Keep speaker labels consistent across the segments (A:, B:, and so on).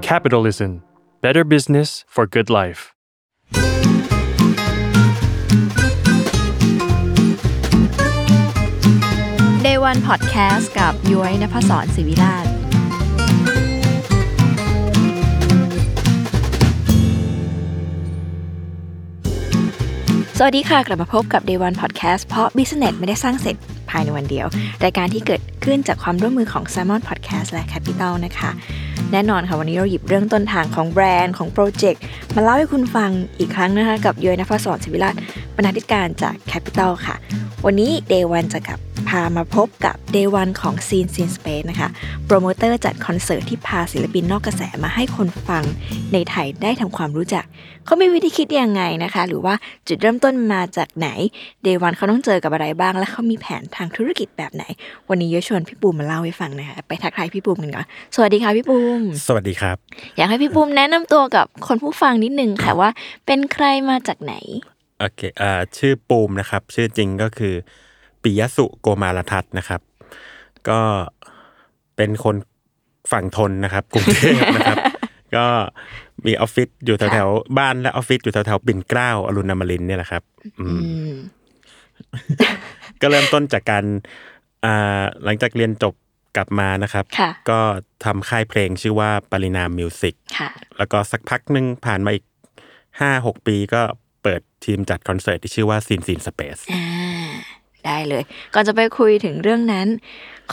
A: Capitalism Better Business for Good Life
B: เดวันพอดแคสต์กับย้อยนภศรศิวิราช สวัสดีค่ะ กลับมาพบกับ Day One Podcast เพราะ Business ไม่ได้สร้างเสร็จภายในวันเดียว รายการที่เกิดขึ้นจากความร่วมมือของ Salmon Podcast และ Capital นะคะ แน่นอนค่ะ วันนี้เราหยิบเรื่องต้นทางของแบรนด์ของโปรเจกต์มาเล่าให้คุณฟังอีกครั้งนะคะ กับย้อยนภศรศิวิราชบรรณาธิการจาก Capital ค่ะ วันนี้ Day One จะกับพามาพบกับ Day One ของ Scene Scene Space นะคะ โปรโมเตอร์จัดคอนเสิร์ตที่พาศิลปินนอกกระแสมาให้คนฟังในไทยได้ทำความรู้จัก เขามีวิธีคิดยังไงนะคะ หรือว่าจุดเริ่มต้นมาจากไหน Day One เขาต้องเจอกับอะไรบ้าง และเขามีแผนทางธุรกิจแบบไหน วันนี้เยอะชวนพี่ปูมมาเล่าให้ฟังนะคะ ไปทักทายพี่ปูมกันก่อนสวัสดีค่ะพี่ปูม
C: สวัสดีครับ
B: อยากให้พี่ปูมแนะนำตัวกับคนผู้ฟังนิดนึงค่ะว่า เป็นใครมาจากไหน
C: โอเคอ่าชื่อปูมนะครับ ชื่อจริงก็คือปิยสุโกมารทัศน์นะครับ ก็เป็นคนฝั่งทนนะครับกรุงเทพ นะครับ ก็มีออฟฟิศอยู่แถวๆบ้านและออฟฟิศอยู่แถวๆปิ่นเกล้าอรุณอมรินทร์เนี่ยแหละครับอืม
B: อืม
C: ก็เริ่มต้นจากการอ่าหลังจากเรียนจบกลับมานะครับ
B: ค่ะ
C: ก็ทำค่ายเพลงชื่อว่าปรินามมิวสิก
B: ค่ะ
C: แล้วก็สักพักหนึ่งผ่านมาอีกห้าหกปีก็เปิดทีมจัดคอนเสิร์ตที่ชื่อว่าซีนซีนสเปซ
B: อ่าได้เลย ก่อนจะไปคุยถึงเรื่องนั้น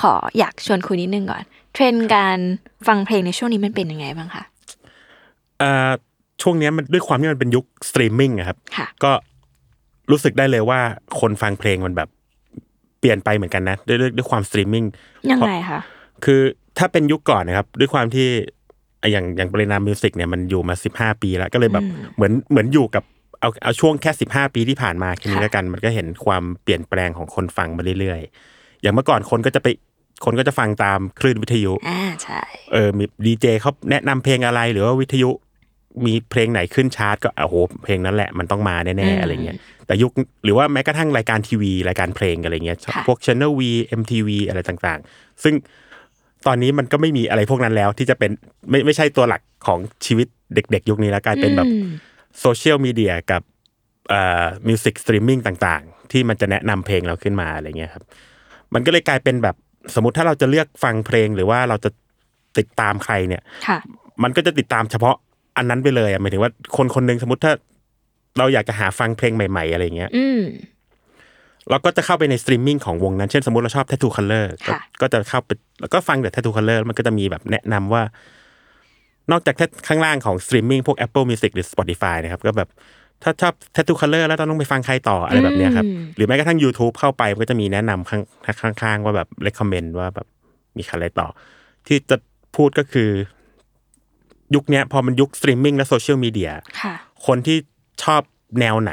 B: ขออยากชวนคุยนิดนึงก่อน เทรนด์การฟังเพลงในช่วงนี้มันเป็นยังไงบ้างคะ
C: เอ่อช่วงเนี้ยมันด้วยความที่มันเป็นยุคสตรีมมิ่งอะครับ
B: ค่ะ
C: ก็รู้สึกได้เลยว่าคนฟังเพลงมันแบบเปลี่ยนไปเหมือนกันนะด้วยด้วยด้วยความสตรีมมิ่ง
B: ยังไงคะ
C: คือถ้าเป็นยุคก่อนนะครับ ด้วยความที่อ่ะอย่างอย่างปรินามมิวสิกเนี่ยมันอยู่มาสิบห้าปีแล้ว ก็เลยแบบเหมือนเหมือนอยู่กับเอาเอาช่วงแค่สิบห้าปีที่ผ่านมาแค่นี้แล้วกัน มันก็เห็นความเปลี่ยนแปลงของคนฟังมาเรื่อยๆ อย่างเมื่อก่อนคนก็จะไปคนก็จะฟังตามคลื่นวิทยุ
B: อ่าใช่
C: เออมีดีเจเขาแนะนำเพลงอะไรหรือว่าวิทยุ มีเพลงไหนขึ้นชาร์ตก็อ่ะโอ้โหเพลงนั้นแหละมันต้องมาแน่ๆอะไรเงี้ยแต่ยุคหรือว่าแม้กระทั่งรายการทีวี รายการเพลงอะไรเงี้ยพวก Channel V MTV อะไรต่างๆ ซึ่งตอนนี้มันก็ไม่มีอะไรพวกนั้นแล้วที่จะเป็นไม่ไม่ใช่ตัวหลักของชีวิตเด็ก ๆ ยุคนี้แล้วกลายเป็นแบบ
B: อืม
C: โซเชียลมีเดียกับมิวสิกสตรีมมิ่งต่างๆ ที่มันจะแนะนำเพลงเราขึ้นมาอะไรเงี้ยครับ มันก็เลยกลายเป็นแบบสมมติถ้าเราจะเลือกฟังเพลงหรือว่าเราจะติดตามใครเนี่ย
B: ค่ะ
C: มันก็จะติดตามเฉพาะอันนั้นไปเลยอะหมายถึงว่าคนคนหนึ่งสมมติถ้าเราอยากจะหาฟังเพลงใหม่ๆอะไรเงี้ย
B: อืม
C: เราก็จะเข้าไปในสตรีมมิ่งของวงนั้น เช่นสมมติเราชอบ Tattoo Color ก็
B: ค่ะ
C: ก็จะเข้าไปแล้วก็ฟังแต่ Tattoo Color มันก็จะมีแบบแนะนำว่า นอกจากแค่ข้างล่างของสตรีมมิ่งพวก Apple Music หรือ Spotify นะครับก็แบบถ้าชอบ Tattoo Color แล้วต้องไปฟังใครต่ออะไรแบบเนี้ยครับ
B: อืม
C: หรือแม้กระทั่ง YouTube เข้าไปมันก็จะมีแนะนำข้างข้างๆ ว่าแบบ recommend ว่าแบบมีใครอะไรต่อ ที่จะพูดก็คือ ยุคเนี้ยพอมันยุคสตรีมมิ่งและโซเชียลมีเดีย
B: ค่ะ
C: คนที่ชอบแนวไหน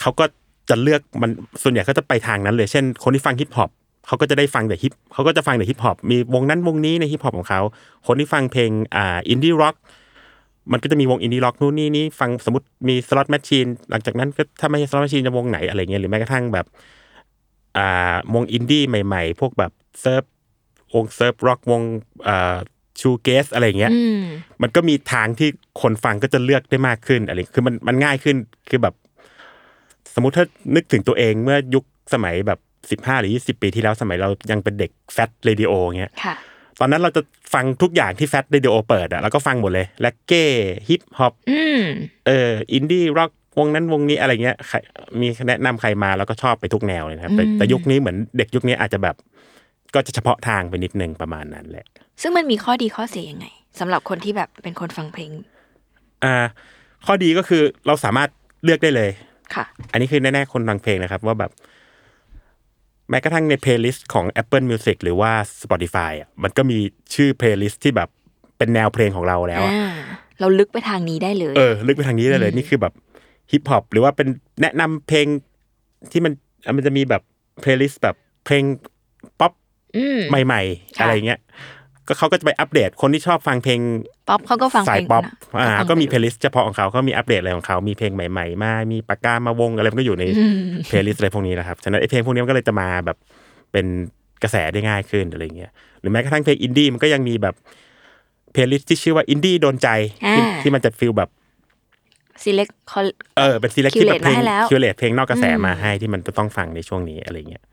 C: เขาก็จะเลือกมันส่วนใหญ่ก็จะไปทางนั้นเลย เช่น คนที่ฟังฮิปฮอปเขาก็จะได้ฟังแต่ฮิปเขาก็จะฟังแต่ฮิปฮอปมีวงนั้นวงนี้ในฮิปฮอปของเขา คนที่ฟังเพลงอ่าอินดี้ร็อกมันก็จะมีวงอินดี้ร็อกนู่นนี่นี่ฟังสมมติมีสล็อตแมชชีนหลังจากนั้นก็ถ้าไม่ใช่สล็อตแมชชีนจะวงไหนอะไรเงี้ยหรือแม้กระทั่งแบบอ่าวงอินดี้ใหม่ ๆ พวกแบบเซิร์ฟวงเซิร์ฟร็อกวงอ่าชูเกสอะไรเงี้ย
B: อืม
C: มันก็มีทางที่คนฟังก็จะเลือกได้มากขึ้นอะไร คือมันมันง่ายขึ้น คือแบบ สมมติถ้านึกถึงตัวเองเมื่อยุคสมัยแบบสิบห้าหรือยี่สิบปีที่แล้วสมัยเรายังเป็นเด็กแฟตเรดิโอเงี้ย
B: ค่ะ
C: ตอนนั้นเราจะฟังทุกอย่างที่แฟตเรดิโอเปิดอะแล้วก็ฟังหมดเลย แร็กเก้ ฮิปฮอป
B: อืม
C: เออ อินดี้ร็อกวงนั้นวงนี้อะไรเงี้ยใครมีแนะนำใครมาแล้วก็ชอบไปทุกแนวเลยนะครับแต่
B: อืม
C: แต่ยุคนี้เหมือนเด็กยุคนี้อาจจะแบบ ก็จะเฉพาะทางไปนิดนึงประมาณนั้นแหละ
B: ซึ่งมันมีข้อดีข้อเสียยังไงสำหรับคนที่แบบเป็นคนฟังเพลง
C: อ่า ข้อดีก็คือเราสามารถเลือกได้เลย
B: ค่ะ
C: อันนี้คือแน่ๆ คนฟังเพลงนะครับ ว่าแบบ แม้กระทั่งในเพลย์ลิสต์ของ Apple Music หรือว่า Spotify อ่ะมันก็มีชื่อเพลย์ลิสต์ที่แบบเป็นแนวเพลงของเราแล้วอะ
B: อ่า เราลึกไปทางนี้ได้เลย
C: เออ ลึกไปทางนี้ได้เลย นี่คือแบบฮิปฮอปหรือว่าเป็นแนะนำเพลงที่มันมันจะมีแบบเพลย์ลิสต์แบบเพลงป๊อป
B: อืม
C: ใหม่ ๆ อะไรเงี้ยก็เขาก็จะไปอัปเดตคนที่ชอบฟังเพลง
B: ป๊อปเขาก็ฟังเพ
C: สา
B: ล
C: ย
B: ง
C: ป๊อป
B: นะ
C: อ่า
B: ฟัง
C: ก็มี
B: ไป
C: เพลย์ลิสต์เฉพาะของเขาก็มีอัปเดตอะไรของเขา มีเพลงใหม่ ๆ มา มีปากกามาวงอะไรมันก็อยู่ในเพลย์ลิสต์อะไรพวกนี้นะครับ ฉะนั้นไอ้เพลงพวกนี้มันก็เลยจะมาแบบเป็นกระแสได้ง่ายขึ้นอะไรเงี้ย หรือแม้กระทั่งเพลงอินดี้มันก็ยังมีแบบเพลย์ลิสที่ชื่อว่าอินดี้โดนใจที่
B: อ่า
C: ที่มันจะฟิลแบบ
B: select col-
C: เออเป็นซีเล็กที่แบบ
B: Curate
C: เพลง
B: มาให้แล้ว
C: คิวเลตเพลงนอกกระแส
B: อืม
C: มาให้ที่มันจะต้องฟังในช่วงนี้อะไรเงี้ย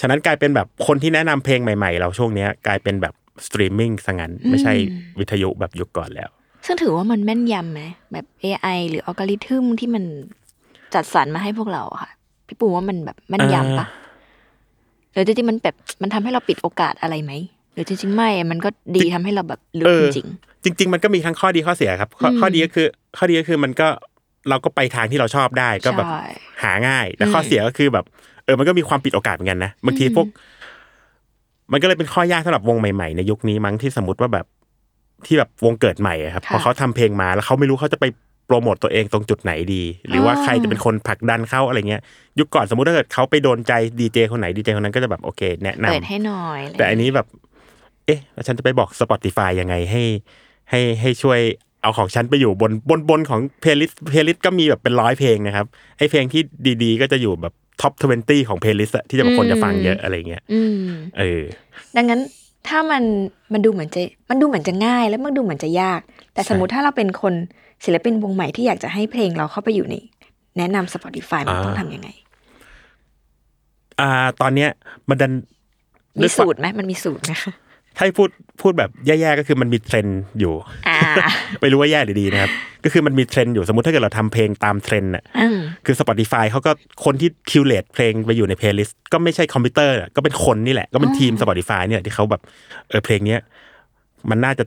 C: ฉะนั้นกลายเป็นแบบคนที่แนะนำเพลงใหม่ๆ เราช่วงเนี้ยกลายเป็นแบบสตรีมมิ่งซะงั้นไม่ใช่วิทยุแบบยุคก่อนแล้ว
B: ซึ่งถือว่ามันแม่นยำไหมแบบ AI หรืออัลกอริทึมที่มันจัดสรรมาให้พวกเราอะค่ะ พี่ปูว่ามันแบบแม่นยำปะหรือจริงๆมันแบบมันทำให้เราปิดโอกาสอะไรไหมหรือจริงๆไม่อะมันก็ดีทำให้เราแบบรู้
C: เออ
B: จริง
C: จริง ๆ มันก็มีทั้งข้อดีข้อเสียครับข้อ
B: อืม
C: ข้อดีก็คือ ข้อดีก็คือมันก็เราก็ไปทางที่เราชอบได้
B: ๆ
C: ก็แบบ
B: ใช่
C: หาง่าย แต่
B: อืม
C: ข้อเสียก็คือแบบ เออมันก็มีความปิดโอกาสเหมือนกันนะบางที
B: อืม
C: พวก มันก็เลยเป็นข้อยากสำหรับวงใหม่ๆ ในยุคนี้มั้งที่สมมติว่าแบบที่แบบวงเกิดใหม่อะครับพอเขาทำเพลงมาแล้วเขาไม่รู้เขาจะไปโปรโมตตัวเองตรงจุดไหนดี หรือว่าใครจะเป็นคนผลักดันเข้าอะไรเงี้ย ยุคก่อนสมมติถ้าเกิดเขาไปโดนใจดีเจคนไหนดีเจคนนั้นก็จะแบบโอเค แนะนำ
B: เปิดให้หน่อยะไร
C: แต่อันนี้แบบ เอ๊ะแล้วฉันจะไปบอก Spotify ยังไงให้ ให้ให้ช่วยเอาของฉันไปอยู่บนบนบนของเพลย์ลิสต์เพลย์ลิสต์ก็มีแบบเป็นร้อยเพลงนะครับไอ้เพลงที่ดีๆ ก็จะอยู่แบบท็อป 20 ของเพลย์ลิสต์ที่จะบางคนจะฟังเยอะอะไรเงี้ย
B: อืม
C: เออ
B: ดังนั้นถ้ามันมันดูเหมือนจะมันดูเหมือนจะง่าย แล้วมันดูเหมือนจะยาก แต่สมมติถ้าเราเป็นคนศิลปินวงใหม่ที่อยากจะให้เพลงเราเข้าไปอยู่ในแนะนำ Spotify มัน
C: อ่า
B: ต้องทำยังไง
C: อ่าตอนเนี้ยมันดัน
B: มี
C: ด้วยควา
B: สูตรไหมมันมีสูตรไหมคะ
C: ถ้าให้พูดพูดแบบแย่ๆก็คือมันมีเทรนด์อยู่
B: อ่า
C: ไม่รู้ว่าแย่หรือดีนะครับ ก็คือมันมีเทรนด์อยู่สมมติถ้าเกิดเราทำเพลงตามเทรนด์น่ะ
B: อืม
C: คือ Spotify เขาก็คนที่คิวเลตเพลงไปอยู่ในเพลย์ลิสต์ก็ไม่ใช่คอมพิวเตอร์น่ะก็เป็นคนนี่แหละ ก็เป็นทีม Spotify เนี่ยที่เขาแบบเออเพลงเนี้ยมันน่าจะ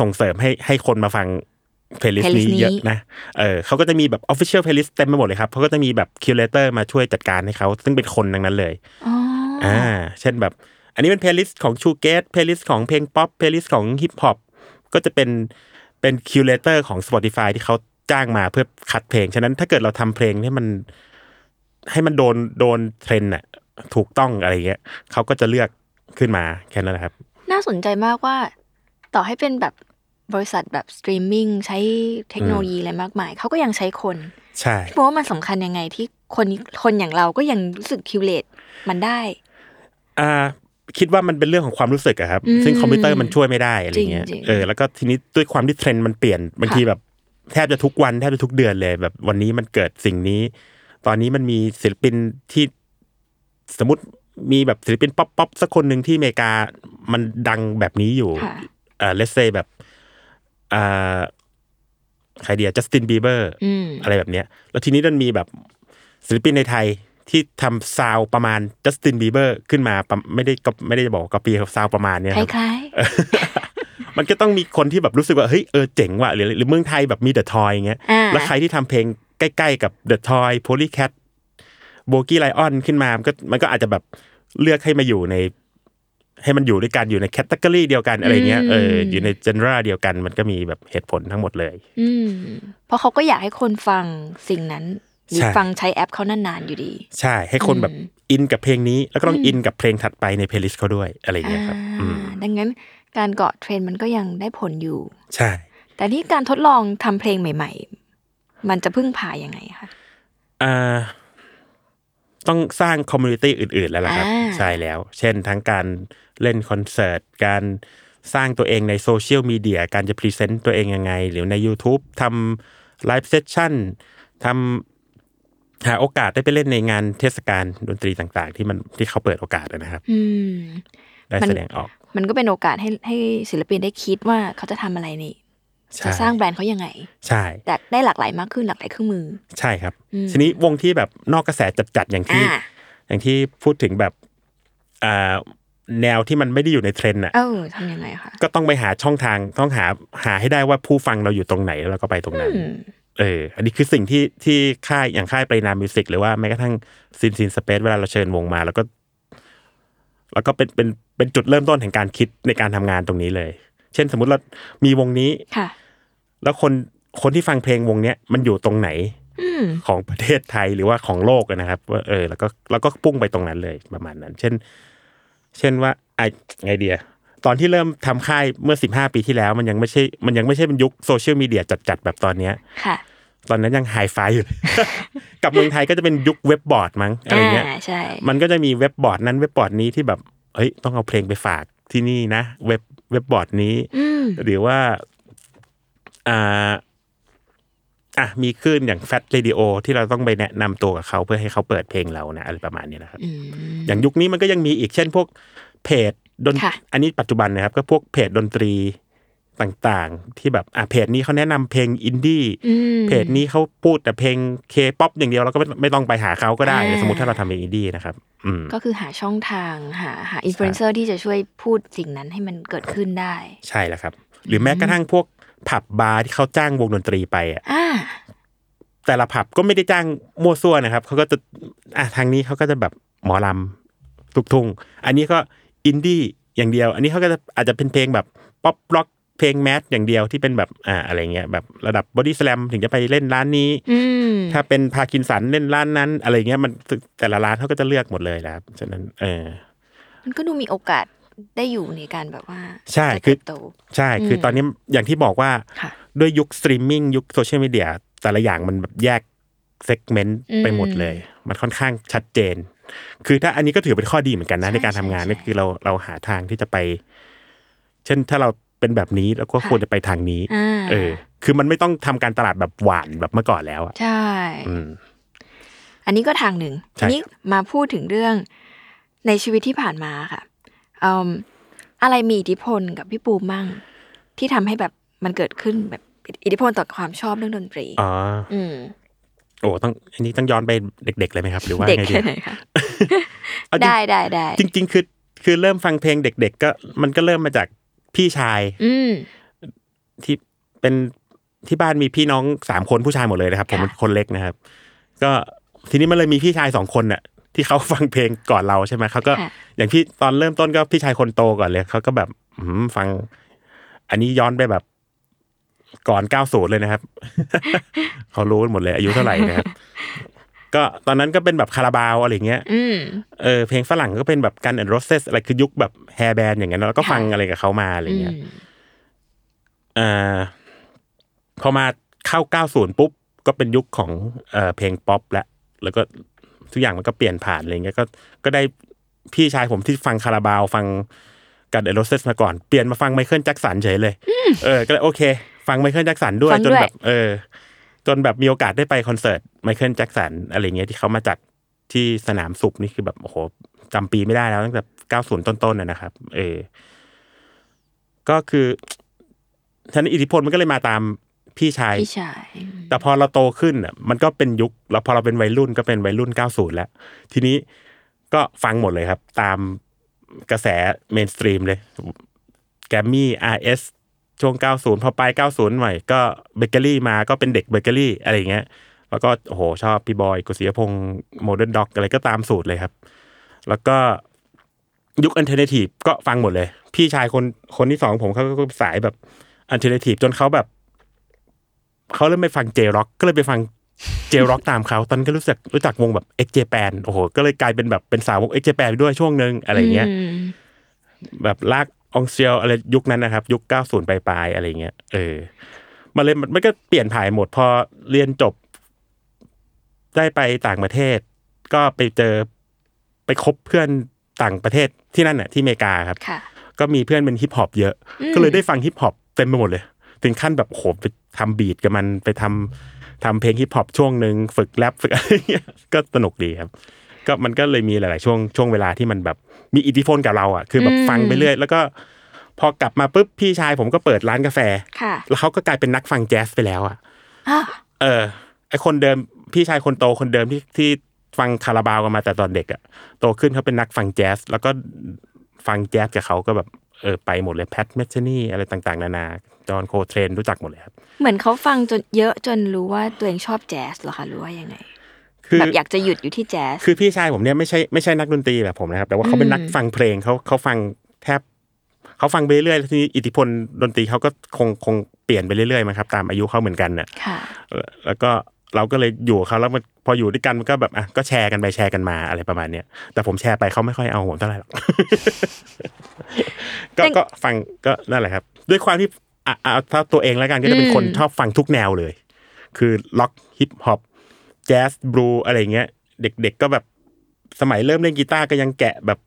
C: ส่งเสริมให้ให้คนมาฟังเพลย์ลิสต์
B: playlist
C: นี้
B: นี้
C: เยอะนะเออเขาก็จะมีแบบ Official Playlist เต็มไปหมดเลยครับเขาก็จะมีแบบคิวเลเตอร์มาช่วยจัดการให้เขาซึ่งเป็นคนดังนั้นเลย
B: อ๋ออ
C: อ่า เช่นแบบ อันนี้เป็นเพลย์ลิสต์ของชูเกตเพลย์ลิสต์ของเพลงป๊อปเพลย์ลิสต์ของฮิปฮอปก็จะเป็นเป็นคิวเลเตอร์ของ Spotify ที่เขาจ้างมาเพื่อคัดเพลง ฉะนั้นถ้าเกิดเราทำเพลงให้มัน ให้มันโดนโดนเทรนด์น่ะ ถูกต้องอะไรเงี้ยเขาก็จะเลือกขึ้นมาแค่นั้นแหละครับ
B: น่าสนใจมากว่า ต่อให้เป็นแบบบริษัทแบบสตรีมมิ่งใช้เทคโนโลยีอะไรมากมาย เขาก็ยังใช้คน
C: ใช่
B: พี่บอกว่ามันสำคัญยังไงที่คนคนอย่างเราก็ยังรู้สึกคิวเลตมันได้
C: อ่าคิดว่ามันเป็นเรื่องของความรู้สึกอะครับ
B: อืม
C: ซึ่งคอมพิวเตอร์มันช่วยไม่ได้อะไรเงี้ย
B: จริงๆ
C: เออแล้วก็ทีนี้ด้วยความที่เทรนด์มันเปลี่ยนบางทีแบบแทบจะทุกวันแทบจะทุกเดือนเลย แบบวันนี้มันเกิดสิ่งนี้ ตอนนี้มันมีศิลปินที่สมมติมีแบบศิลปินป๊อปป๊อปสักคนหนึ่งที่อเมริกามันดังแบบนี้อยู่
B: ค่ะ
C: เอ่อเลสเซแบบอ่าใครเดียจัสตินบีเบอร์
B: อืม
C: อะไรแบบเนี้ย แล้วทีนี้มันมีแบบศิลปินในไทยที่ทำซาวประมาณจัสตินบีเบอร์ขึ้นมาประไม่ได้ก็ไม่ได้จะบอกว่าก็ปีซาวประมาณเนี้ย
B: ค
C: ครับ
B: ล้าย
C: มันก็ต้องมีคนที่แบบรู้สึกว่าเฮ้ยเออเจ๋งว่ะหรือหรือเมืองไทยแบบมีเดอะทอยอย่างเงี้ย
B: อ่า
C: แล้วใครที่ทำเพลงใกล้ ๆ กับเดอะทอยโพลีแคทโบกี้ไลออนขึ้นมา มันก็มันก็อาจจะแบบเลือกให้มาอยู่ใน ให้มันอยู่ด้วยกันอยู่ในแคตตากรีเดียวกันอะไรเงี้ยเอออยู่ในเจนราเดียวกัน มันก็มีแบบเหตุผลทั้งหมดเลย
B: ๆ อืม เพราะเขาก็อยากให้คนฟังสิ่งนั้น หรือ
C: ใช่
B: ฟังใช้แอปเขานานๆอยู่ดี
C: ใช่ ให้คนแบบอินกับเพลงนี้ แล้วก็ต้องอินกับเพลงถัดไปในเพลย์ลิสต์เขาด้วยอะไรเงี้ยครับ อืม
B: อ่า ดังนั้นการเกาะเทรนด์มันก็ยังได้ผลอยู่
C: ใช่
B: แต่นี่การทดลองทำเพลงใหม่ ๆ มันจะพึ่งพายังไงคะ
C: อ่าต้องสร้างคอมมูนิตี้อื่น ๆ แล้วล่ะครับ
B: อ่า
C: ใช่แล้ว เช่นทั้งการเล่นคอนเสิร์ต การสร้างตัวเองในโซเชียลมีเดีย การจะพรีเซนต์ตัวเองยังไง หรือใน YouTube ทำไลฟ์เซสชั่นทำหาโอกาสได้ไปเล่นในงานเทศกาลดนตรีต่าง ๆ ที่มันที่เขาเปิดโอกาสนะครับ
B: อืม
C: ได้
B: มัน
C: แสดงออก
B: มันก็เป็นโอกาสให้ให้ศิลปินได้คิดว่าเขาจะทำอะไรนี่
C: ใช่
B: จะสร้างแบรนด์เขายังไง
C: ใช่
B: แต่ได้หลากหลายมากขึ้นหลากหลายเครื่องมือ
C: ใช่ครับ
B: อืม
C: ทีนี้วงที่แบบนอกกระแสจัดๆอย่างที่
B: อ่า
C: อย่างที่พูดถึงแบบอ่าแนวที่มันไม่ได้อยู่ในเทรนด์น่ะ
B: เออทำยังไงคะ
C: ก็ต้องไปหาช่องทางต้องหาหาให้ได้ว่าผู้ฟังเราอยู่ตรงไหนแล้วเราก็ไปตรงนั้น
B: อืม
C: เออ อันนี้คือสิ่งที่ที่ค่ายอย่างค่ายปรินามิวสิกหรือว่าแม้กระทั่งซินซินสเปซเวลาเราเชิญวงมา แล้วก็ แล้วก็เป็นเป็นเป็นจุดเริ่มต้นแห่งการคิดในการทำงานตรงนี้เลย เช่นสมมติเรามีวงนี้
B: ค่ะ
C: แล้วคนคนที่ฟังเพลงวงเนี้ยมันอยู่ตรงไหน
B: อืม
C: ของประเทศไทยหรือว่าของโลกอะนะครับว่าเออแล้วก็แล้วก็พุ่งไปตรงนั้นเลยประมาณนั้น เช่น เช่นว่าไอะไงเดีย ตอนที่เริ่มทำค่ายเมื่อ 15 ปีที่แล้ว มันยังไม่ใช่มันยังไม่ใช่เป็นยุคโซเชียลมีเดียจัดๆแบบตอนเนี้ย
B: ค่ะ
C: ตอนนั้นยังไฮไฟอยู่เลย กับเมืองไทยก็จะเป็นยุคเว็บบอร์ดมั้งอะไรเงี้ย
B: าใช่
C: มันก็จะมีเว็บบอร์ดนั้นเว็บบอร์ดนี้ที่แบบเฮ้ยต้องเอาเพลงไปฝาก ที่นี่นะ เว็บเว็บบอร์ดนี้
B: อืม
C: หรือว่าอ่าอ่ะมีคลื่นอย่างแฟตเรดิโอที่เราต้องไปแนะนำตัวกับเขาเพื่อให้เขาเปิดเพลงเรานะอะไรประมาณนี้นะครับ
B: อืม
C: อย่างยุคนี้มันก็ยังมีอีกเช่นพวกเพจดน
B: ค่ะ
C: อันนี้ปัจจุบันนะครับ ก็พวกเพจดนตรีต่างๆ ที่แบบอ่ะเพจนี้เขาแนะนำเพลงอินดี้
B: อืม
C: เพจนี้เขาพูดแต่เพลงเคป๊อปอย่างเดียวเราก็ไม่ไม่ต้องไปหาเขาก็ได้
B: อ่า
C: สมมติถ้าเราทำเพลงอินดี้นะครับ อืม
B: ก็คือหาช่องทางหาหาอินฟลูเอนเซอร์ที่จะช่วยพูดสิ่งนั้นให้มันเกิดขึ้นได้
C: ใช่แล้วครับ หรือแม้กระทั่งพวกผับบาร์ที่เขาจ้างวงดนตรีไปอ่ะ
B: อ่า
C: แต่ละผับก็ไม่ได้จ้างมั่วซั่วนะครับเขาก็จะอ่ะทางนี้เขาก็จะแบบหมอลำลูกทุ่งอันนี้ก็อินดี้อย่างเดียว อันนี้เขาก็จะอาจจะเป็นเพลงแบบป๊อปร็อกเพลงแมสอย่างเดียวที่เป็นแบบอ่าอะไรเงี้ยแบบระดับบอดี้สแลมถึงจะไปเล่นร้านนี้
B: อืม
C: ถ้าเป็นพาคินสันเล่นร้านนั้น อะไรเงี้ยมันแต่ละร้านเขาก็จะเลือกหมดเลยนะครับฉะนั้นเออ
B: มันก็ดูมีโอกาสได้อยู่ในการแบบว่า
C: ใช่
B: จะ
C: คือ
B: เติบโต
C: ใช่คืออ
B: ม
C: ตอนนี้อย่างที่บอกว่า
B: ค่ะ
C: ด้วยยุคสตรีมมิ่งยุคโซเชียลมีเดียแต่ละอย่างมันแบบแยกเซกเมนต์ไปหมดเลย มันค่อนข้างชัดเจน คือถ้าอันนี้ก็ถือเป็นข้อดีเหมือนกันนะ
B: ใช่
C: ในการทำงาน
B: ใช่
C: ก็คือเราเราหาทางที่จะไป เช่นถ้าเราเป็นแบบนี้เราก็
B: ค่ะ
C: ควรจะไปทางนี้
B: อ่า
C: เออ คือมันไม่ต้องทำการตลาดแบบหวานแบบเมื่อก่อนแล้วอ่ะ
B: ใช่
C: อืม
B: อันนี้ก็ทางหนึ่ง
C: ใช่
B: ทีนี้มาพูดถึงเรื่องในชีวิตที่ผ่านมาค่ะอืมอะไรมีอิทธิพลกับพี่ปูมั่ง ที่ทำให้แบบมันเกิดขึ้นแบบอิทธิพลต่อความชอบเรื่องดนตรี
C: อ๋อ
B: อืม
C: โอ้ต้อง อันนี้ต้องย้อนไปเด็ก ๆ เลยไหมครับ หรือว่า
B: เด็ก
C: ไงดี
B: แค่ไหนคะ
C: เอาจริง
B: ได้ได้ได้
C: จริง ๆ คือ คือเริ่มฟังเพลงเด็ก ๆ ก็มันก็เริ่มมาจากพี่ชาย
B: อืม
C: ที่เป็นที่บ้านมีพี่น้องสามคนผู้ชายหมดเลยนะครับ ผม
B: ค่ะ
C: เป็นคนเล็กนะครับ ก็ทีนี้มันเลยมีพี่ชายสองคนน่ะ ที่เขาฟังเพลงก่อนเราใช่ไหมเขาก็
B: ค่ะ
C: อย่างที่ตอนเริ่มต้นก็พี่ชายคนโตก่อนเลยเขาก็แบบอืมฟัง อันนี้ย้อนไปแบบ ก่อนเก้าูเลย นะครับ เขารู้กันหมดเลย อายุเท่าไหร่นะครับ ก็ตอนนั้นก็เป็นแบบคาราบาวอะไรอย่างเงี้ย
B: อืม
C: เออเพลงฝรั่งก็เป็นแบบกันแอนด์โรเซสอะไรคือยุคแบบแฮร์แบนอย่างเงี้ยเนอะแล้วก็
B: ค่ะ
C: ฟังอะไรกับเขามาอะไร
B: อื
C: เงี้ย
B: ม
C: เอ่อพอมาเข้า 90 ปุ๊บ ก็เป็นยุคของเอ่อเพลงป๊อปแล้วแล้วก็ทุกอย่างมันก็เปลี่ยนผ่านอะไรเงี้ยก็ก็ได้พี่ชายผมที่ฟังคาราบาว ฟังกันเอโรเซสมาก่อน เปลี่ยนมาฟังไมเคิลแจ็คสันเฉยเลย เออ ก็เลยโอเค ฟังไมเคิลแจ็คสันด้วย
B: ฟัง
C: จ
B: ด้
C: น
B: วย
C: แบบ เออ จนแบบมีโอกาสได้ไปคอนเสิร์ตไมเคิลแจ็คสันอะไรเงี้ยที่เขามาจัดที่สนามสุขนี่คือแบบโอ้โหจำปีไม่ได้แล้วตั้งแต่ 90 ต้นๆนะนะครับ เออ ก็คือฉะนันอิทธิพลมันก็เลยมาตามพี่ชาย
B: พี่ชายอืม
C: แต่พอเราโตขึ้นอ่ะมันก็เป็นยุค แล้วพอเราเป็นวัยรุ่นก็เป็นวัยรุ่น 90 แล้ว ทีนี้ก็ฟังหมดเลยครับ ตามกระแสเมนสตรีมเลยแกรมมี่ RS ช่วง 90 พอไป 90 ใหม่ก็เบเกอรี่มาก็เป็นเด็กเบเกอรี่อะไรอย่างเงี้ย แล้วก็โอ้โหชอบพี่บอยกุศิยพงศ์โมเดิร์นด็อกอะไรก็ตามสูตรเลยครับ แล้วก็ยุคอันเทอร์เนทีฟก็ฟังหมดเลย พี่ชายคนคนที่สองผมเขาก็สายแบบอันเทอร์เนทีฟจนเขาแบบ เขาเริ่มไปฟังเจร็อกก็เลยไปฟังเจร็อกตามเขาตอนนนก็รู้จักรู้จักวงแบบเอ็กเจแปนโอ้โหก็เลยกลายเป็นแบบเป็นสาวกเอ็กเจแปนไปด้วยช่วงหนึ่งอะไรอย่างเงี้ย
B: ม
C: แบบลากองเซียวอะไรยุคนั้นนะครับ ยุค 90 ปลายปลายๆอะไรเงี้ยเออมันเลยมันก็เปลี่ยนผ่ายหมดพอเรียนจบ ได้ไปต่างประเทศ ก็ไปเจอไปคบเพื่อนต่างประเทศที่นั่นน่ะที่อเมริกาครับ
B: ค่ะ
C: ก็มีเพื่อนเป็นฮิปฮอปเยอะ
B: อืม
C: ก็เลยได้ฟังฮิปฮอปเต็มไปหมดเลย ถึงขั้นแบบโหไปทำบีทกับมันไปทำทำเพลงฮิปฮอปช่วงหนึ่งฝึกแรปฝึก อะไรเงี้ยก็สนุกดีครับ ก็มันก็เลยมีหลาย ๆ ช่วงช่วงเวลาที่มันแบบมีอิทธิพลกับเราอ่ะ คือแบบ
B: อืม
C: ฟังไปเรื่อย แล้วก็พอกลับมาปุ๊บพี่ชายผมก็เปิดร้านกาแฟ
B: ค่ะ
C: แล้วเขาก็กลายเป็นนักฟังแจ๊สไปแล้วอ่ะ
B: อ่ะ
C: เออไอคนเดิมพี่ชายคนโตคนเดิมที่ที่ฟังคาราบาวกันมาแต่ตอนเด็กอะโตขึ้นเขาเป็นนักฟังแจ๊สแล้วก็ฟังแจ๊สกับเขาก็แบบเออไปหมดเลยแพทเมชนี่อะไรต่างๆ นานาจอห์นโคเทรนรู้จักหมดเลยครับ
B: เหมือนเขาฟังจนเยอะจนรู้ว่าตัวเองชอบแจ๊สเหรอคะหรือว่ายังไง
C: คือ
B: แบบอยากจะหยุดอยู่ที่แจ๊ส
C: คือพี่ชายผมเนี่ยไม่ใช่ไม่ใช่นักดนตรีแบบผมนะครับ แต่ว่าเขาเป็นนัก
B: อืม
C: ฟังเพลงเขาเขาฟังแทบเขาฟังไปเรื่อยๆแล้วทีนี้อิทธิพลดนตรีเขาก็คงคงเปลี่ยนไปเรื่อยๆมั้งครับตามอายุเขาเหมือนกันน่ะ
B: ค่ะ
C: เอ่อแล้วก็เราก็เลยอยู่กับเขาแล้วมันพออยู่ด้วยกันมันก็แบบอ่ะก็แชร์กันไปแชร์กันมาอะไรประมาณเนี้ยแต่ผมแชร์ไปเขาไม่ค่อยเอาผมเท่าไหร่หรอก ก็
B: แต่
C: ก็ฟังก็นั่นแหละครับ ด้วยความที่อ่ะอ่ะเอาถ้าตัวเองแล้วกันก็จะเป็นคนชอบฟังทุกแนวเลย คือล็อกฮิปฮอปแจ๊สบลูอะไรเงี้ย เด็กๆก็แบบสมัยเริ่มเล่นกีตาร์ก็ยังแกะแบบ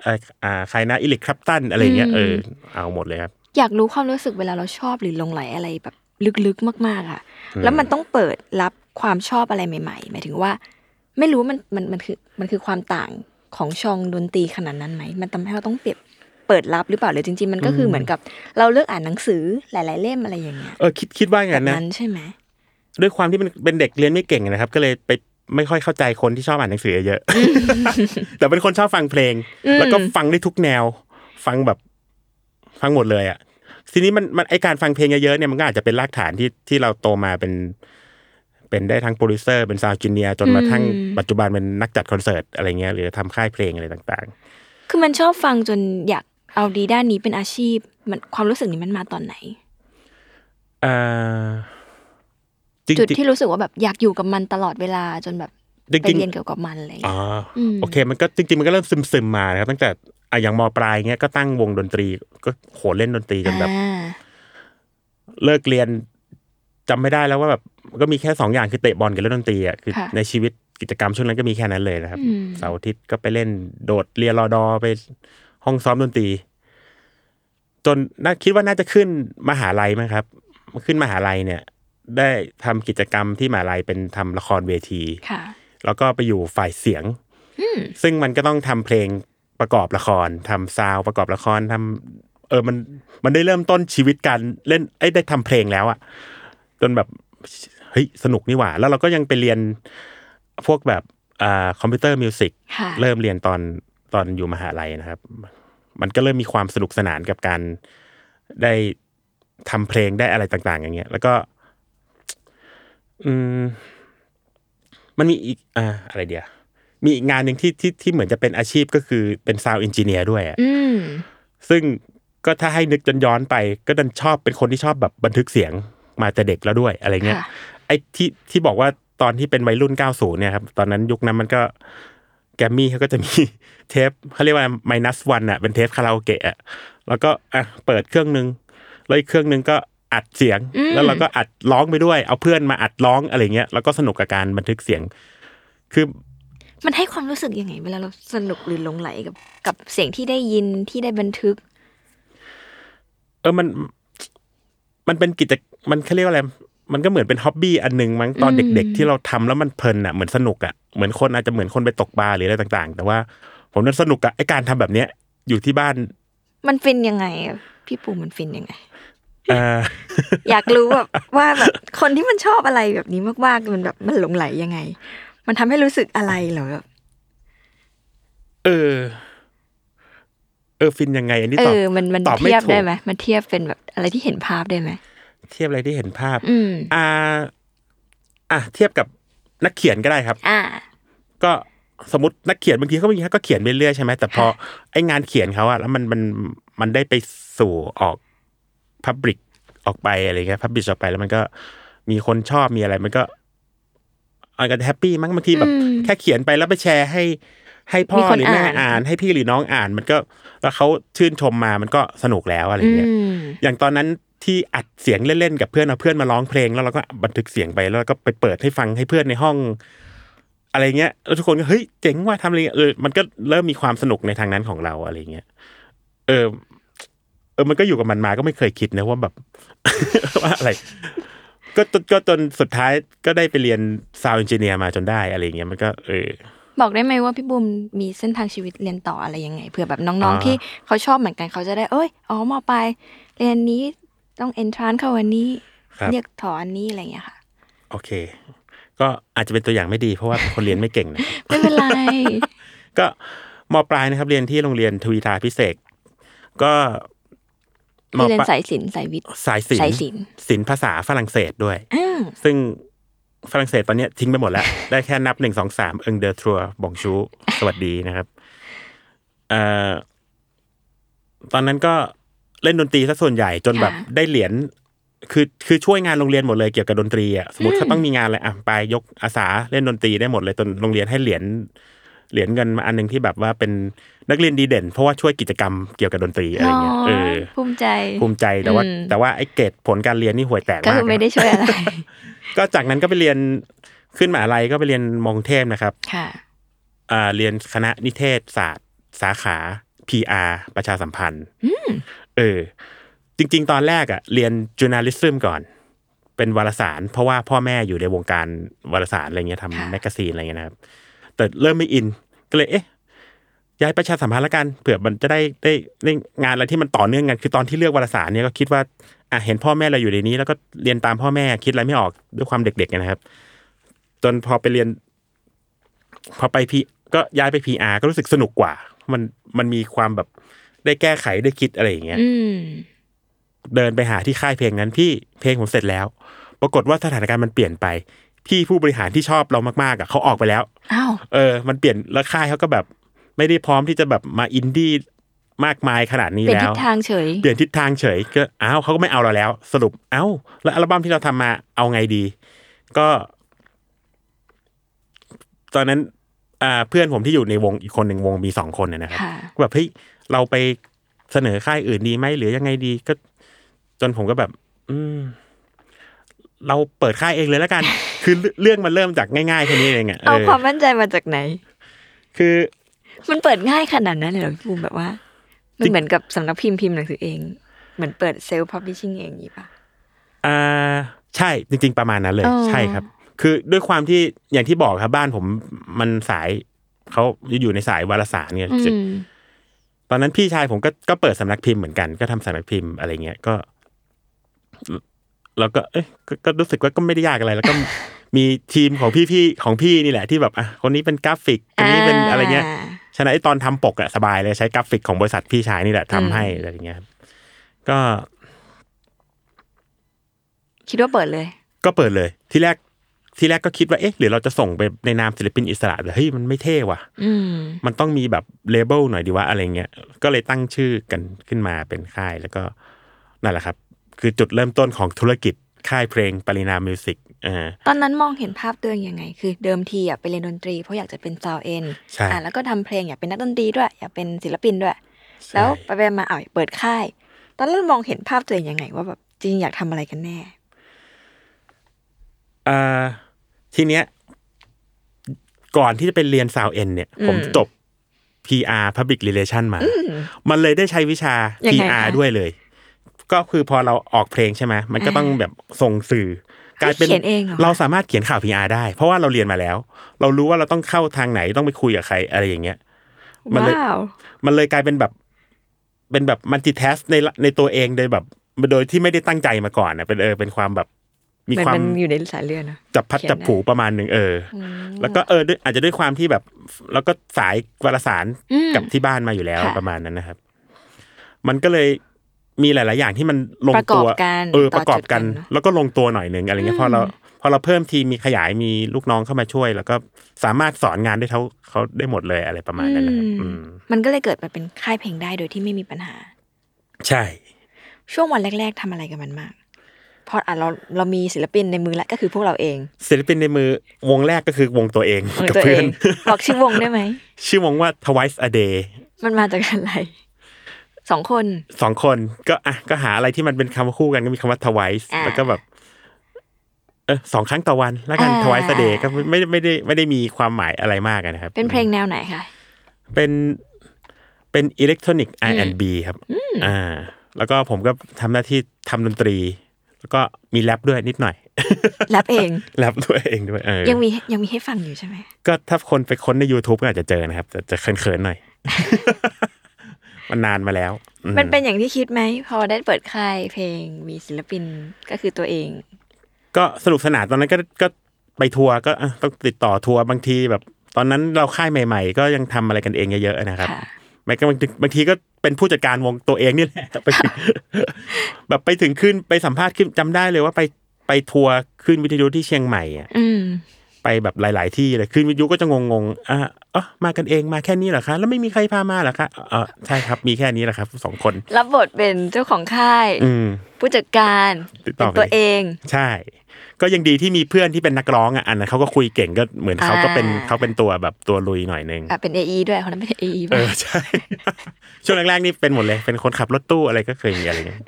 C: เอ่ออ่าใครนะอิลิคครับตันอะไรเงี้ยเออเอาหมดเลยครับ
B: อยากรู้ความรู้สึกเวลาเราชอบหรือหลงไหลอะไรแบบลึกๆมากๆอ่ะ
C: อืม
B: แล้วมันต้องเปิดรับความชอบอะไรใหม่ๆหมายถึงว่า ไม่รู้มันมันมันคือมันคือความต่างของชองดนตรีขนาดนั้นไหมมันทำให้เราต้องเปรียบเปิดรับหรือเปล่าหรือจริง ๆ มันก็คือเหมือนกับเราเลือกอ่านหนังสือหลาย ๆ เล่มอะไรอย่างเงี้ย
C: เออคิดคิดว่าอย่างนั้นนะ
B: นั้นใช่ไหม
C: ด้วยความที่เป็นเป็นเด็กเรียนไม่เก่งนะครับ ก็เลยไปไม่ค่อยเข้าใจคนที่ชอบอ่านหนังสือเยอะ แต่เป็นคนชอบฟังเพลง แล้วก็ฟังได้ทุกแนว ฟังแบบฟังหมดเลยอ่ะทีนี้มันมันไอการฟังเพลงเยอะๆเนี่ยมันก็อาจจะเป็นรากฐานที่ที่เราโตมาเป็น เป็นได้ทั้งโปรดิวเซอร์เป็นซาวด์จิเนียร์จนมาทั้งปัจจุบันเป็นนักจัดคอนเสิร์ตอะไรเงี้ยหรือทำค่ายเพลงอะไรต่าง
B: คือมันชอบฟังจนอยากเอาดีด้านนี้เป็นอาชีพ มันความรู้สึกนี้มันมาตอนไหน
C: ๆอ่าจริงๆ
B: จุดที่รู้สึกว่าแบบอยากอยู่กับมันตลอดเวลาจนแบบ
C: จริงๆ
B: ไปเรียนเกี่ยวกับมันอะไรอย่างเล
C: อ๋อย อ
B: ม
C: โอเค มันก็จริงๆ มันก็เริ่มซึมๆมานะครับ ตั้งแต่อ่ะอย่างมปลายเงี้ยก็ตั้งวงดนตรี ก็โหเล่นดนตรีจนแบบ
B: อ่า
C: เลิกเรียนจำไม่ได้แล้วว่าแบบก็มีแค่สองอย่างคือเตะบอลกับเล่นดนตรีอ่ะคือ
B: ค่ะ
C: ในชีวิตกิจกรรมช่วงนั้นก็มีแค่นั้นเลยนะครับ
B: อืม
C: เสาร์อาทิตย์ก็ไปเล่นโดดเรียนรอดอไปห้องซ้อมดนตรี จนน่าคิดว่าน่าจะขึ้นมหาลัยมั้งครับขึ้นมหาลัยเนี่ย ได้ทำกิจกรรมที่มหาลัยเป็นทำละครเวที
B: ค่ะ
C: แล้วก็ไปอยู่ฝ่ายเสียง ซึ่งมันก็ต้องทำเพลงประกอบละครทำซาวด์ประกอบละครทำเออมันมันได้เริ่มต้นชีวิตการเล่นไอ้ยได้ทำเพลงแล้วอะจนแบบเฮ้ยสนุกนี่หว่า แล้วเราก็ยังไปเรียนพวกแบบอ่าคอมพิวเตอร์มิวสิก
B: ค่ะ
C: เริ่มเรียนตอนตอนอยู่มหาลัยนะครับ มันก็เริ่มมีความสนุกสนานกับการได้ทำเพลงได้อะไรต่าง ๆ อย่างเงี้ย แล้วก็ อืม มันมีอีกอ่าอะไรเดียว มีอีกงานหนึ่งที่ที่ที่เหมือนจะเป็นอาชีพก็คือเป็นซาวด์เอนจิเนียร์ด้วยอะ
B: อืม
C: ซึ่งก็ถ้าให้นึกจนย้อนไป ก็ดันชอบเป็นคนที่ชอบแบบบันทึกเสียงมาแต่เด็กแล้วด้วยอะไรเงี้ย
B: ค่ะ
C: ไอ้ที่ที่บอกว่าตอนที่เป็นวัยรุ่น 90 เนี่ยครับ ตอนนั้นยุคนั้นมันก็แกรมมี่เขาก็จะมี เทปเขาเรียกว่า minus one อ่ะ เป็นเทปคาราโอเกะอะแล้วก็อ่ะเปิดเครื่องนึง แล้วอีกเครื่องนึงก็อัดเสียง
B: อืม
C: แล้วเราก็อัดร้องไปด้วย เอาเพื่อนมาอัดร้องอะไรเงี้ย แล้วก็สนุกกับการบันทึกเสียง คือ
B: มันให้ความรู้สึกยังไง เวลาเราสนุกหรือหลงไหลกับกับเสียงที่ได้ยินที่ได้บันทึก
C: เออ มัน มันเป็นกิจ มันเขาเรียกว่าอะไร มันก็เหมือนเป็นฮ็อบบี้อันหนึ่งมั้งตอน
B: อืม
C: เด็ก ๆ ที่เราทำแล้วมันเพลินอ่ะ เหมือนสนุกอ่ะ เหมือนคนอาจจะเหมือนคนไปตกปลาหรืออะไรต่าง ๆ แต่ว่าผมนั้นสนุกกับไอการทำแบบเนี้ย อยู่ที่บ้าน
B: มันฟินยังไงอะพี่ปูมันฟินยังไง
C: เอ่ อ
B: อยากรู้แบบ ว่าแบบคนที่มันชอบอะไรแบบนี้มากๆมันแบบมันหลงไหลยังไง มันทำให้รู้สึกอะไรเหรอแบบ
C: เออ เออฟินยังไง อันนี้
B: เอ
C: ตอบ
B: อมันมัน
C: ตอบไม่
B: เทียบ
C: ถูก
B: ได้ไหมมันเทียบเป็นแบบอะไรที่เห็นภาพได้ไหม
C: เทียบอะไรที่เห็นภาพ
B: อืม
C: อ่า อ่ะเทียบกับนักเขียนก็ได้ครับ
B: อ่า
C: ก็สมมตินักเขียนบางทีเขาก็มีก็เขียนไปเรื่อยใช่ไหมแต่พอไองานเขียนเขาอะแล้วมันมันมันได้ไปสู่ออกพับลิกออกไปอะไรเงี้ยพับลิชออกไปแล้วมันก็มีคนชอบมีอะไร มันก็มันก็แฮปปี้มั้งบางทีแบบ
B: อืม
C: แค่เขียนไปแล้วไปแชร์ให้ ให้พ่อ
B: มีคน
C: หรือแม่
B: อ่าน
C: อ่าน ให้พี่หรือน้องอ่าน มันก็แล้วเขาชื่นชมมามันก็สนุกแล้วอะไร
B: อื
C: เงี้ย
B: ม
C: อย่างตอนนั้นที่อัดเสียงเล่นๆกับเพื่อนเอาเพื่อนมาร้องเพลงแล้วเราก็บันทึกเสียงไปแล้วเราก็ไปเปิดให้ฟังให้เพื่อนในห้อง อะไรเงี้ยแล้วทุกคนก็เฮ้ยเจ๋งว่ะทำอะไรเงี้ยเออมันก็เริ่มมีความสนุกในทางนั้นของเราอะไรเงี้ยเออ เออมันก็อยู่กับมันมาก็ไม่เคยคิดนะว่าแบบ ว่าอะไร ก็จนก็จนสุดท้ายก็ได้ไปเรียนซาวด์เอนจิเนียร์มาจนได้อะไรเงี้ยมันก็เออ
B: บอกได้ไหมว่าพี่บุมมีเส้นทางชีวิตเรียนต่ออะไรยังไงเผื่อแบบน้อง
C: อ่า
B: ๆที่เขาชอบเหมือนกันเขาจะได้ เอ้ยอ๋อมอไปลายเรียนนี้ต้องเอนทรานเข้าวันนี้
C: ครับ
B: เรียกถออันนี้อะไรอย่างเงี้ยค่ะ
C: โอเค ก็อาจจะเป็นตัวอย่างไม่ดีเพราะว่าเป็นคนเรียนไม่เก่งนะ
B: ไม่เป็นไร
C: ก็มปลายนะครับ เรียนที่โรงเรียนทวีทาพิเศษกก็
B: คือเรียน
C: ปลาย
B: สายศิลป์สายวิทย์
C: สายศิล
B: สาย
C: ป์
B: ศิลป์
C: ศิลป์ภาษาฝรั่งเศสด้วย
B: อ้าว
C: ซึ่งฝรั่งเศสตอนเนี้ยทิ้งไปหมดแล้ว ได้แค่นับหนึ่งสองสามเอิงเดอทรัวบองชู สวัสดีนะครับเอ่อตอนนั้นก็เล่นดนตรีซะส่วนใหญ่จนแบบ
B: ค่ะ
C: ได้เหรียญคือคือช่วยงานโรงเรียนหมดเลยเกี่ยวกับดนตรีอ่ะสมมติเขาต้องมีงานอะไรอ่ะไปยกอาสาเล่นดนตรีได้หมดเลยจนโรงเรียนให้เหรียญเหรียญเงินมาอันหนึงที่แบบว่าเป็นนักเรียนดีเด่น เพราะว่าช่วยกิจกรรมเกี่ยวกับดนตรีอะไรเงี้ยเออ
B: ภูมิใจ
C: ภูมิใจแต่ว่า
B: อืม
C: แต่ว่าไอ้เกรดผลการเรียนนี่ห่วยแตก
B: ก็
C: มาก
B: คือ
C: นะ
B: ไม่ได้ช่วยอะไร
C: ก็จากนั้นก็ไปเรียนขึ้นมหาลัยก็ไปเรียนมองเทพนะครับ
B: ค่ะ
C: อ่าเรียนคณะนิเทศศาสตร์สาขา PR ประชาสัมพันธ์เออ จริง ๆ ตอนแรกอะเรียน journalism ก่อน เป็นวารสาร เพราะว่าพ่อแม่อยู่ในวงการวารสารอะไรเงี้ย
B: ค่ะ
C: ทำแมกกาซีนอะไรเงี้ยนะครับ แต่เริ่มไม่อิน ก็เลยเอ๊ะ ย้ายประชาสัมพันธ์ละกันเผื่อมันจะได้ได้ได้งานอะไรที่มันต่อเนื่องกัน คือตอนที่เลือกวารสารเนี่ยก็คิดว่าอ่ะเห็นพ่อแม่เราอยู่ในนี้ แล้วก็เรียนตามพ่อแม่คิดอะไรไม่ออกด้วยความเด็กๆนะครับ จนพอไปเรียน พอไปพีก็ย้ายไป PR ก็รู้สึกสนุกกว่า มันมันมีความแบบได้แก้ไขได้คิดอะไรอย่างเงี้ย
B: อืม
C: เดินไปหาที่ค่ายเพลงนั้นพี่เพลงผมเสร็จแล้ว ปรากฏว่าสถานการณ์มันเปลี่ยนไป พี่ผู้บริหารที่ชอบเรามากๆอ่ะเขาออกไปแล้ว
B: อ้าว
C: เออ มันเปลี่ยนแล้วค่ายเขาก็แบบ ไม่ได้พร้อมที่จะแบบมาอินดี้มากมายขนาดนี้
B: เป็น
C: แล้
B: ทิ
C: ว
B: ศทางเฉย
C: เปลี่ยนทิศทางเฉยก็อ้าวเขาก็ไม่เอาเราแล้ว สรุปเอ้า แล้วอัลบั้มที่เราทำมาเอาไงดี ก็ ตอนนั้น อ่า เพื่อนผมที่อยู่ในวงอีกคนหนึ่งวงมีสองคนเนี่ยนะครับ
B: ค่ะ
C: แบบเฮ้ยเราไปเสนอค่ายอื่นดีไหมหรือยังไงดีก็ จนผมก็แบบ อืม เราเปิดค่ายเองเลยแล้วกัน คือเรื่องเรื่องมันเริ่มจากง่ายๆแค่นี้เองอ่ะ
B: เอา
C: เออ
B: ความมั่นใจมาจากไหน
C: คือ
B: มันเปิดง่ายขนาดนั้นเลยเหรอพี่ภูมิแบบว่า มัน
C: จริง
B: เหมือนกับสำนักพิมพ์พิมพ์หนังสือเอง เหมือนเปิดเซลล์พับลิชชิ่งเองอย่างนี้ปะ
C: อ่าใช่จริง ๆ ประมาณนั้นเลย
B: อ๋อ
C: ใช่ครับ คือด้วยความที่อย่างที่บอกครับบ้านผมมันสายเขาอยู่ในสายวารสารเนี่ย
B: อืม
C: ตอนนั้นพี่ชายผมก็ก็เปิดสำนักพิมพ์เหมือนกันก็ทำสำนักพิมพ์อะไรเงี้ยก็แล้วก็เอ้ยก็ก็รู้สึกว่าก็ไม่ได้ยากอะไร แล้วก็ มีทีมของพี่ๆของพี่นี่แหละที่แบบอ่ะคนนี้เป็นกราฟิกคนนี้เป็นอะไรเงี้ย ฉะนั้นไอ้ตอนทำปกอะสบายเลยใช้กราฟิกของบริษัทพี่ชายนี่แหละทำให้
B: อืม
C: อะไรเงี้ยครับก็
B: คิดว่าเปิดเลย
C: ก็เปิดเลยที่แรกที่แรกก็คิดว่าเอ๊ะหรือเราจะส่งไปในนามศิลปินอิสระแต่เฮ้ยมันไม่เท่ว่ะ
B: อืม
C: มันต้องมีแบบเลเบลหน่อยดีว่าอะไรเงี้ยก็เลยตั้งชื่อกันขึ้นมาเป็นค่ายแล้วก็นั่นแหละครับ คือจุดเริ่มต้นของธุรกิจค่ายเพลงปรินามิวสิกอ่า
B: ตอนนั้นมองเห็นภาพตัวเองยังไง คือเดิมทีอยากไปเรียนดนตรีเพราะอยากจะเป็นซาวเอ็น
C: ใช่
B: อ่ะแล้วก็ทำเพลงอยากเป็นนักดนตรีด้วย อยากเป็นศิลปินด้วย แล้วไปไปมาเอาวเปิดค่าย ตอนนั้นมองเห็นภาพตัวเองยังไง ว่าแบบจริงๆอยากทำอะไรกันแน่
C: อ่าทีเนี้ยก่อนที่จะไปเรียนซาวเอ็นเนี่ย
B: อืม
C: ผมจบ PR Public Relation มา
B: อืม
C: มันเลยได้ใช้วิชา
B: ยังไง
C: PR
B: คะ
C: ด้วยเลย ก็คือพอเราออกเพลงใช่ไหมมันก็ต้อง
B: อ่า
C: แบบส่งสื่อ
B: เขียนเองเหรอคะ
C: เราสามารถเขียนข่าว PR ได้ เพราะว่าเราเรียนมาแล้ว เรารู้ว่าเราต้องเข้าทางไหนต้องไปคุยกับใครอะไรอย่างเงี้ย มันเลย
B: ว้าว
C: มันเลยกลายเป็นแบบ เป็นแบบมัลติเทสในในตัวเองโดยแบบ โดยที่ไม่ได้ตั้งใจมาก่อนนะเป็นเออเป็นความแบบ มี
B: เหมือน
C: ความ
B: มันอยู่ในสายเลือดเนอะ
C: จับพัด
B: เขียน
C: จับ
B: ได้
C: ผูประมาณหนึ่งเอออ
B: อืม
C: แล้วก็เออด้วยอาจจะด้วยความที่แบบแล้วก็สายวารสาร
B: อืม
C: กับที่บ้านมาอยู่แล้ว
B: ค่ะ
C: ประมาณนั้นนะครับ มันก็เลยมีหลาย ๆ อย่างที่มันลง
B: ประก
C: ตั
B: อบ
C: ว
B: กัน
C: เออ
B: ต่อ
C: ประกอบกัน
B: จุดกันเนอะ
C: แล้วก็ลงตัวหน่อยหนึ่งอะไรเงี้ยพอเราพอเราเพิ่มทีมมีขยายมีลูกน้องเข้ามาช่วย แล้วก็สามารถสอนงานได้เท่าเขาได้หมดเลยอะไรประมาณนั้นนะครับ
B: อื
C: อื
B: ม
C: ม
B: มันก็เลยเกิดมาเป็นค่ายเพลงได้โดยที่ไม่มีปัญหา
C: ใช่
B: ช่วงวันแรก ๆทำอะไรกับมันมากพออ่ะเราเรามีศิลปินในมือแล้วก็คือพวกเราเอง
C: ศิลปินในมือวงแรกก็คือวงตัวเอง
B: มือ
C: กับ
B: ตัวเอ
C: เพื่อน
B: ง บอกชื่อวงได้ไหม
C: ชื่อวงว่า twice a day
B: มันมาจากอะไรสองคน
C: สองคนก็อ่ะก็หาอะไรที่มันเป็นคำว่าคู่กันก็มีคำว่า twice
B: อ่า
C: แล้วก็แบบ เออสองครั้งต่อวันแล้วกัน
B: อ่า
C: twice a day ก็ไม่ไม่ได้ไม่ได้มีความหมายอะไรมากอะนะครับ
B: เป็นเพลงแนวไหนคะ
C: เป็นเป็นอิเล็กทรอนิกส์ R&B ครับอ่า แล้วก็ผมก็ทำหน้าที่ทำดนตรี แล้วก็มีแรปด้วยนิดหน่อย
B: แรปเอง
C: แรปด้วยเองด้วยเออ
B: ยังมียังมีให้ฟังอยู่ใช่ไหม
C: ก็ถ้าคนไปค้นใน YouTube ก็อาจจะเจอนะครับ แต่จะเขินๆ หน่อย มันนานมาแล้วอืม
B: มันเป็นอย่างที่คิดไหม พอได้เปิดค่ายเพลงมีศิลปินก็คือตัวเอง
C: ก็สนุกสนานตอนนั้นก็ก็ไปทัวร์ก็อ่ะต้องติดต่อทัวร์บางทีแบบ ตอนนั้นเราค่ายใหม่ ๆ ก็ยังทำอะไรกันเองเยอะๆนะครับ
B: ค่ะ
C: ไม่ก็บางทีบางทีก็เป็นผู้จัดการวงตัวเองนี่แหละ ไปถึง แบบไปถึงขึ้นไปสัมภาษณ์ขึ้นจำได้เลยว่าไปไปทัวร์ขึ้นวิทยุที่เชียงใหม่อะ
B: อืม
C: ไปแบบหลาย ๆ ที่เลยขึ้นวิทยุก็จะงงๆอ่ะอ๋อมากันเองมาแค่นี้เหรอคะแล้วไม่มีใครพามาเหรอคะเออใช่ครับมีแค่นี้แหละครับสองคน
B: รับบทเป็นเจ้าของค่าย
C: อืม
B: ผู้จัดการ
C: ติดต่
B: เป็
C: อน ไป
B: ตัวเอง
C: ใช่ ก็ยังดีที่มีเพื่อนที่เป็นนักร้องอ่ะอันนั้นเขาก็คุยเก่งก็เหมือนเขาก็เป็น
B: อ่า
C: เขาเป็นตัวแบบตัวลุยหน่อยนึง
B: อ่ะเป็นเอไอด้วยคนนั้นเป็นเอไอ
C: เอ
B: บ้าง
C: อ ใช่ ช่วงแรกๆนี่เป็นหมดเลย เป็นคนขับรถตู้อะไรก็เคยมีอะไรเงี้ย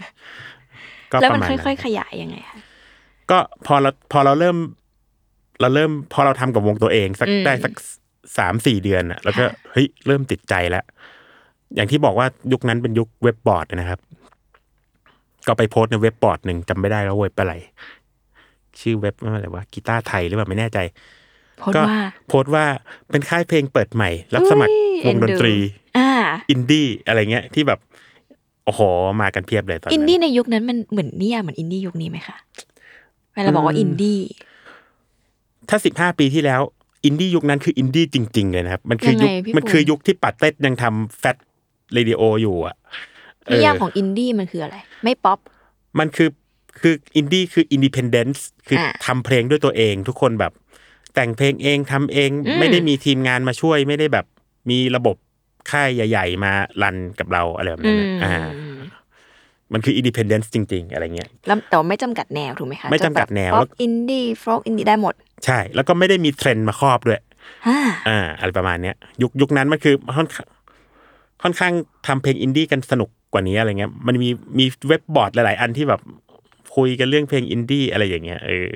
C: ก็
B: แล้ว
C: ป
B: มั
C: ระ
B: น
C: มาณ
B: ค่อย
C: นั้น
B: ๆ ขยายยังไงคะ
C: ก็พอเราพอเราเริ่ม เราเริ่มพอเราทำกับวงตัวเองสัก
B: อืม
C: ได้สักสามสี่เดือนอ่ะ แล้วก็
B: ค่ะ
C: เฮ้ยเริ่มติดใจแล้ว อย่างที่บอกว่ายุคนั้นเป็นยุคเว็บบอร์ดนะครับ ก็ไปโพสต์ในเว็บบอร์ดหนึ่งจำไม่ได้แล้วเว็บอะไร ชื่อเว็บว่าอะไรวะกีตาร์ไทยหรือเปล่าไม่แน่ใจ
B: โพส
C: ก็
B: ต์ว่า
C: โพสต์ว่าเป็นค่ายเพลงเปิดใหม่ รับสมัคร
B: อุ๊
C: วย งดนตรี
B: เอ็นดู อ่า
C: อินดี้อะไรเงี้ยที่แบบ โอ้โห มากันเพียบเลยตอน
B: อิ
C: นั้นน
B: ดี้ในยุคนั้นมันเหมือนนิยามเหมือนอินดี้ยุคนี้ไหมคะเวลาบอกว่า
C: อืม
B: อินดี้
C: ถ้าสิบห้าปีที่แล้ว อินดี้ยุคนั้นคืออินดี้จริง ๆ เลยนะครับ มันคือ
B: ยังไง
C: ยุค
B: พี่
C: มันคือ
B: ปูน
C: ยุคที่ปัดเต็ดยังทำแฟตเรดิโออยู่อ่ะเออย
B: นิามของอินดี้มันคืออะไร ไม่ป๊อป
C: มันคือคืออินดี้คืออินดิเพนเดนซ์คืออะ ทำเพลงด้วยตัวเอง ทุกคนแบบ แต่งเพลงเองทำเอง
B: อืม
C: ไม่ได้มีทีมงานมาช่วยไม่ได้แบบมีระบบค่ายใหญ่ ๆ มารันกับเราอะไรแบบนั้นนะอ่า มันคืออินดิเพนเดนซ์จริง ๆ อะไรเงี้ย
B: แล้วแต่ว่าไม่จำกัดแนวถูกไหมคะ
C: ไม่จำกัดแนว
B: ป๊อ
C: แล้
B: ป
C: ว
B: อินดี้ฟอกอินดี้ได้หมด
C: ใช่ แล้วก็ไม่ได้มีเทรนด์มาครอบด้วย
B: อ่า
C: อ่า อะไรประมาณเนี้ย ยุคยุคนั้นมันคือค่อนข้างค่อนข้างทำเพลงอินดี้กันสนุกกว่านี้อะไรเงี้ย มันมีมีเว็บบอร์ดหลาย ๆ อันที่แบบคุยกันเรื่องเพลงอินดี้อะไรอย่างเงี้ยเออ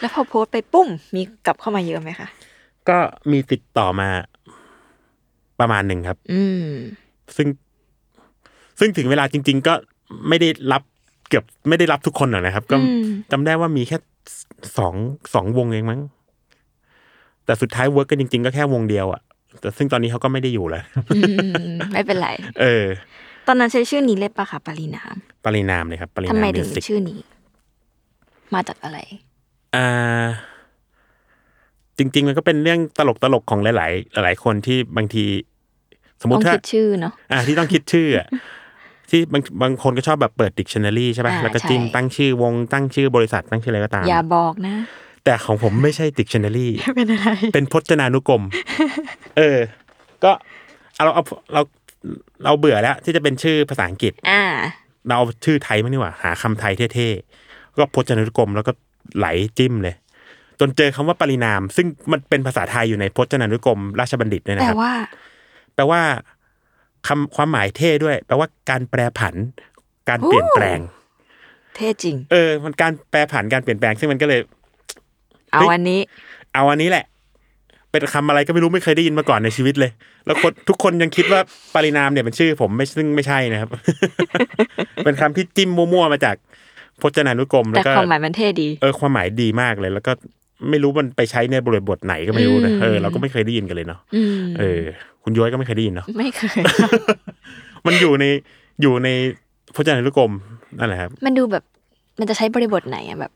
B: แล้วพอโพสต์ไปปุ้งมีกลับเข้ามาเยอะไหมคะ
C: ก็มีติดต่อมาประมาณหนึ่งครับ
B: อืม
C: ซึ่ง ซึ่งถึงเวลาจริง ๆ ก็ไม่ได้รับเกือบไม่ได้รับทุกคนหรอกนะครับ ก็
B: อืม
C: จำได้ว่ามีแค่สองสองวงเองมั้ง แต่สุดท้ายเวิร์กกันจริง ๆ ก็แค่วงเดียวอะแต่ซึ่งตอนนี้เขาก็ไม่ได้อยู่แล้ว
B: อืมไม่เป็นไร
C: เออ
B: ตอนนั้นใช้ชื่อนี้เลยปะคะปรินาม
C: ปรินามเลยครับ ปริ
B: ทำ
C: นาม
B: ไม
C: มิ
B: ถึ
C: ว
B: ง
C: สิก
B: ชื่อนี้ มาจากอะไร
C: อ่า จริง ๆ มันก็เป็นเรื่องตลกตลกๆของหลายๆหลายๆคนที่บางที สมม
B: ต้อ
C: ติ
B: ง
C: ถ้า
B: คิดชื่อเนาะ
C: อ่าที่ต้องคิดชื่ออะ ที่บางบางคนก็ชอบแบบเปิดดิกชันนารีใช่ไหม
B: อ่า
C: แล้วก็จิ้ม
B: ใช่
C: ตั้งชื่อวงตั้งชื่อบริษัทตั้งชื่ออะไรก็ตาม
B: อย่าบอกนะ
C: แต่ของผมไม่ใช่ดิกชันนารี
B: เป็นอะไร
C: เป็นพจนานุกรม เออ ก็เอาเราเอาเราเราเบื่อแล้ว ที่จะเป็นชื่อภาษาอังกฤษ
B: อ่า
C: เราเอาชื่อไทยมั้งนี่หว่า หาคำไทยเท่ๆ ก็พจนานุกรมแล้วก็ไหลจิ้มเลย จนเจอคำว่าปรินาม ซึ่งมันเป็นภาษาไทยอยู่ในพจนานุกรม ราชบัณฑิตเนี่ยนะ
B: แต่
C: ครับ
B: ว่า
C: แปลว่าคำความหมายเท่ด้วย แปลว่าการแปรผัน การเปลี่ยนแปลง
B: เท่จริง
C: เออ มันการแปรผันการเปลี่ยนแปลง ซึ่งมันก็เลย
B: เอา
C: เฮ้ย
B: อันนี้
C: เอาอันนี้แหละ เป็นคำอะไรก็ไม่รู้ไม่เคยได้ยินมาก่อนในชีวิตเลย แล้วคนทุกคนยังคิดว่าปรินามเนี่ยเป็นชื่อ ผมไม่ซึ่งไม่ใช่ นะครับ เป็นคำที่จิ้มมั่วๆมาจากพจนานุกรมแล้
B: แต่
C: วก็
B: ความหมายมันเท่ดี
C: เออความหมายดีมากเลย แล้วก็ไม่รู้มันไปใช้ในบริบทไหนก็ไม่รู้นะ
B: อืม
C: เออเราก็ไม่เคยได้ยินกันเลยเนาะ
B: อืม
C: เออ คุณย้อยก็ไม่เคยได้ยินเนาะ
B: ไม่เค ย
C: มันอยู่ในอยู่ในพจนานุกรมนั่นแหละครับ
B: มันดูแบบ มันจะใช้บริบทไหนอะแบบ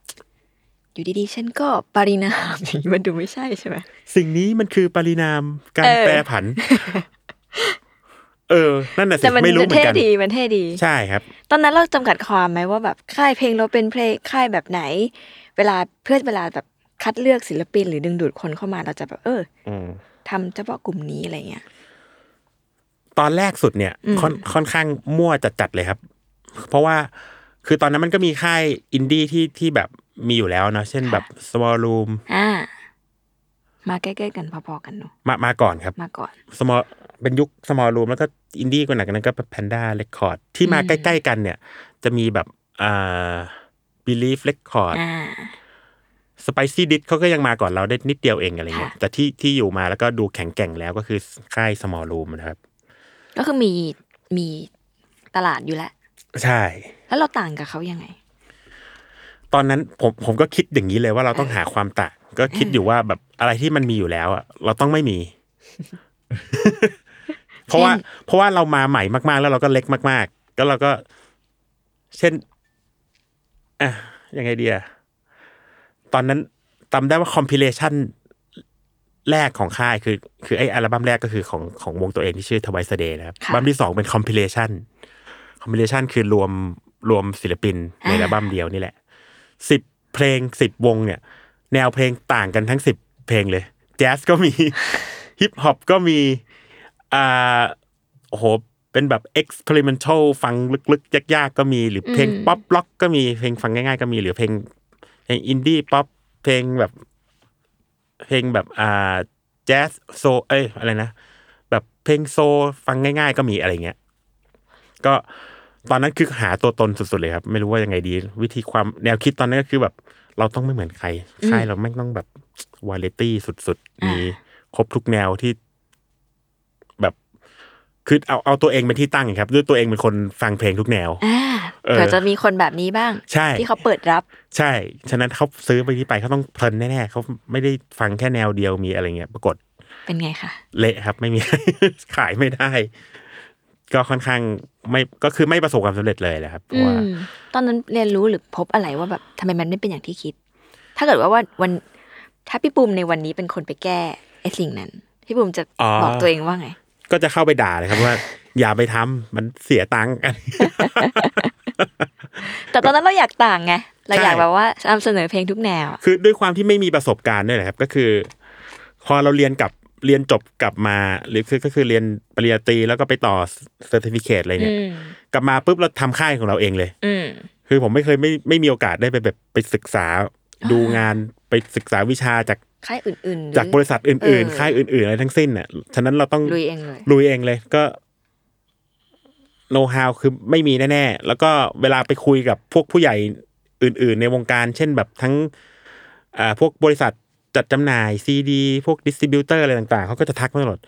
B: อยู่ดีๆ ฉันก็ปรินามอย่างนี้มันดูไม่ใช่ใช่ไหม
C: สิ่งนี้มันคือปรินามกา
B: เอ
C: ร
B: อ
C: แปรผัน เออ นั่นน่ะสิ
B: แต่มัน
C: ไม่รู้เหมือ
B: เท่
C: นกัน
B: ดีมันเท่ดี
C: ใช่ครับ
B: ตอนนั้นเราจำกัดความไหมว่าแบบค่ายเพลงเราเป็นเพลงค่ายแบบไหน เวลาเพื่อเวลาแบบคัดเลือกศิลปินหรือดึงดูดคนเข้ามาเราจะแบบเออ
C: อืม
B: ทำเฉพาะกลุ่มนี้อะไรเงี้ย
C: ตอนแรกสุดเนี่ย
B: อืม
C: ค่อนค่อนข้างมั่วจัดๆเลยครับ เพราะว่าคือตอนนั้นมันก็มีค่ายอินดี้ที่ที่แบบมีอยู่แล้วเนาะเช่นแบบสวอล o ูม
B: อ่า มาใกล้ๆกันพอๆกันเนาะ
C: มามาก่อนครับ
B: มาก่อน
C: สมอเป็นยุคสมอลรูมแล้วก็อินดี้กว่าหนักกว่านั้นก็แพนด้าเรคคอร์ดที่มา
B: อืม
C: ใกล้ ๆ กันเนี่ย จะมีแบบอ่าบิลีฟเรคคอร์ด
B: อ่า
C: สไปซี่ดิสเขาก็ยังมาก่อนเราได้นิดเดียวเองอะไรเงี้ย
B: ค่ะ
C: แต่ที่ที่อยู่มาแล้วก็ดูแข็งแกร่งแล้วก็คือค่ายสมอลรูมนะครับ
B: ก็คือมีมีตลาดอยู่แล้ว
C: ใช่
B: แล้วเราต่างกับเขายังไง
C: ตอนนั้นผมผมก็คิดอย่างนี้เลยว่าเราต้องหาความต่างก็คิดอยู่ว่าแบบอะไรที่มันมีอยู่แล้วอะเราต้องไม่มี เพราะว่า เพราะว่าเรามาใหม่มากๆ แล้วเราก็เล็กมากๆ แล้วเราก็ เช่นอ่ะยังไงเดียตอนนั้นจำได้ว่าคอมพิเลชันแรกของค่ายคือ คือไออัลบั้มแรกก็คือของของวงตัวเองที่ชื่อทวายสเดย์นะครับ
B: ค่ะ
C: อัลบั้มที่สองเป็นคอมพิเลชันคอมพิเลชันคือรวมรวมศิลปินในอัลบั้มเดียวนี่แหละ สิบเพลงสิบวงเนี่ย แนวเพลงต่างกันทั้งสิบเพลงเลย แจ๊สก็มี ฮิปฮอปก็มีอ่าโอ้โห เป็นแบบเอ็กซ์เพร์เมนทัลฟังลึกๆ ยากๆ ก็มีหรือเพลง
B: อืม
C: ป๊อปล็อกก็มีเพลงฟังง่ายๆ ก็มีหรือเพลงเพลงอินดี้ป๊อปเพลงแบบ เพลงแบบอ่าแจ๊สโซเอ้ยอะไรนะ แบบเพลงโซลฟังง่าย ๆ ก็มีอะไรเงี้ย ก็ตอนนั้นคือหาตัวตนสุดๆเลยครับ ไม่รู้ว่ายังไงดี วิธีความแนวคิดตอนนั้นก็คือแบบ เราต้องไม่เหมือนใครค่ายเราไม่งต้องแบบวาเลตี้สุดๆ มีครบทุกแนวที่แบบ คือเอาเอาตัวเองเป็นที่ตั้งครับด้วยตัวเองเป็นคนฟังเพลงทุกแนว
B: อ่า
C: เออ
B: เผื่อจะมีคนแบบนี้บ้าง
C: ใช่
B: ที่เขาเปิดรับ
C: ใช่ ฉะนั้นเขาซื้อไปที่ไปเขาต้องเพลินแน่ๆเขาไม่ได้ฟังแค่แนวเดียวมีอะไรเงี้ย ปรากฏ
B: เป็นไงคะ
C: เละครับ ไม่มี ขายไม่ได้ ก็ค่อนข้างไม่ก็คือไม่ประสบความสำเร็จเลยแหละครับเพ
B: อื
C: ราะว่า
B: มตอนนั้นเรียนรู้หรือพบอะไรว่าแบบทำไมมันไม่เป็นอย่างที่คิด ถ้าเกิดว่าวันวันถ้าพี่ปุ่มในวันนี้เป็นคนไปแก้ไอ้สิ่งนั้น พี่ปุ่มจะ
C: อ๋อ
B: บอกตัวเองว่าไง
C: ก็จะเข้าไปด่าเลยครับว่า อย่าไปทำมันเสียตังค์
B: แต่ตอนนั้นเราอยากต่างไง เรา
C: ใช่
B: อยากแบบว่านำเสนอเพลงทุกแนวอะ
C: คือด้วยความที่ไม่มีประสบการณ์ด้วยแหละครับก็คือ พอเราเรียนกลับเรียนจบกลับมาหรือคือก็คือเรียนปริญญาตรีแล้วก็ไปต่อเซอร์ติฟิเคอะไรเนี่ย
B: อืม
C: กลับมาปุ๊บเราทำค่ายของเราเองเลย
B: อืม
C: คือผมไม่เคยไม่ไม่มีโอกาสได้ไปแบบไปศึกษาดูงานไปศึกษาวิชาจาก
B: ค่ายอื่นๆหอ
C: จากบริษัทอื่น
B: เออ
C: ๆ ค่ายอื่น ๆ อะไรทั้งสิ้นน่ะฉะนั้นเราต้อง
B: ลุยเองเลย
C: ลุยเองเลยก็โน้ตฮาวคือไม่มีแน่ๆ แล้วก็เวลาไปคุยกับพวกผู้ใหญ่อื่น ๆ ในวงการ เช่นแบบทั้งอ่าพวกบริษัทจัดจำหน่ายซีดี พวกดิสติบิวเตอร์อะไรต่างๆ เขาก็จะทักมาตลอด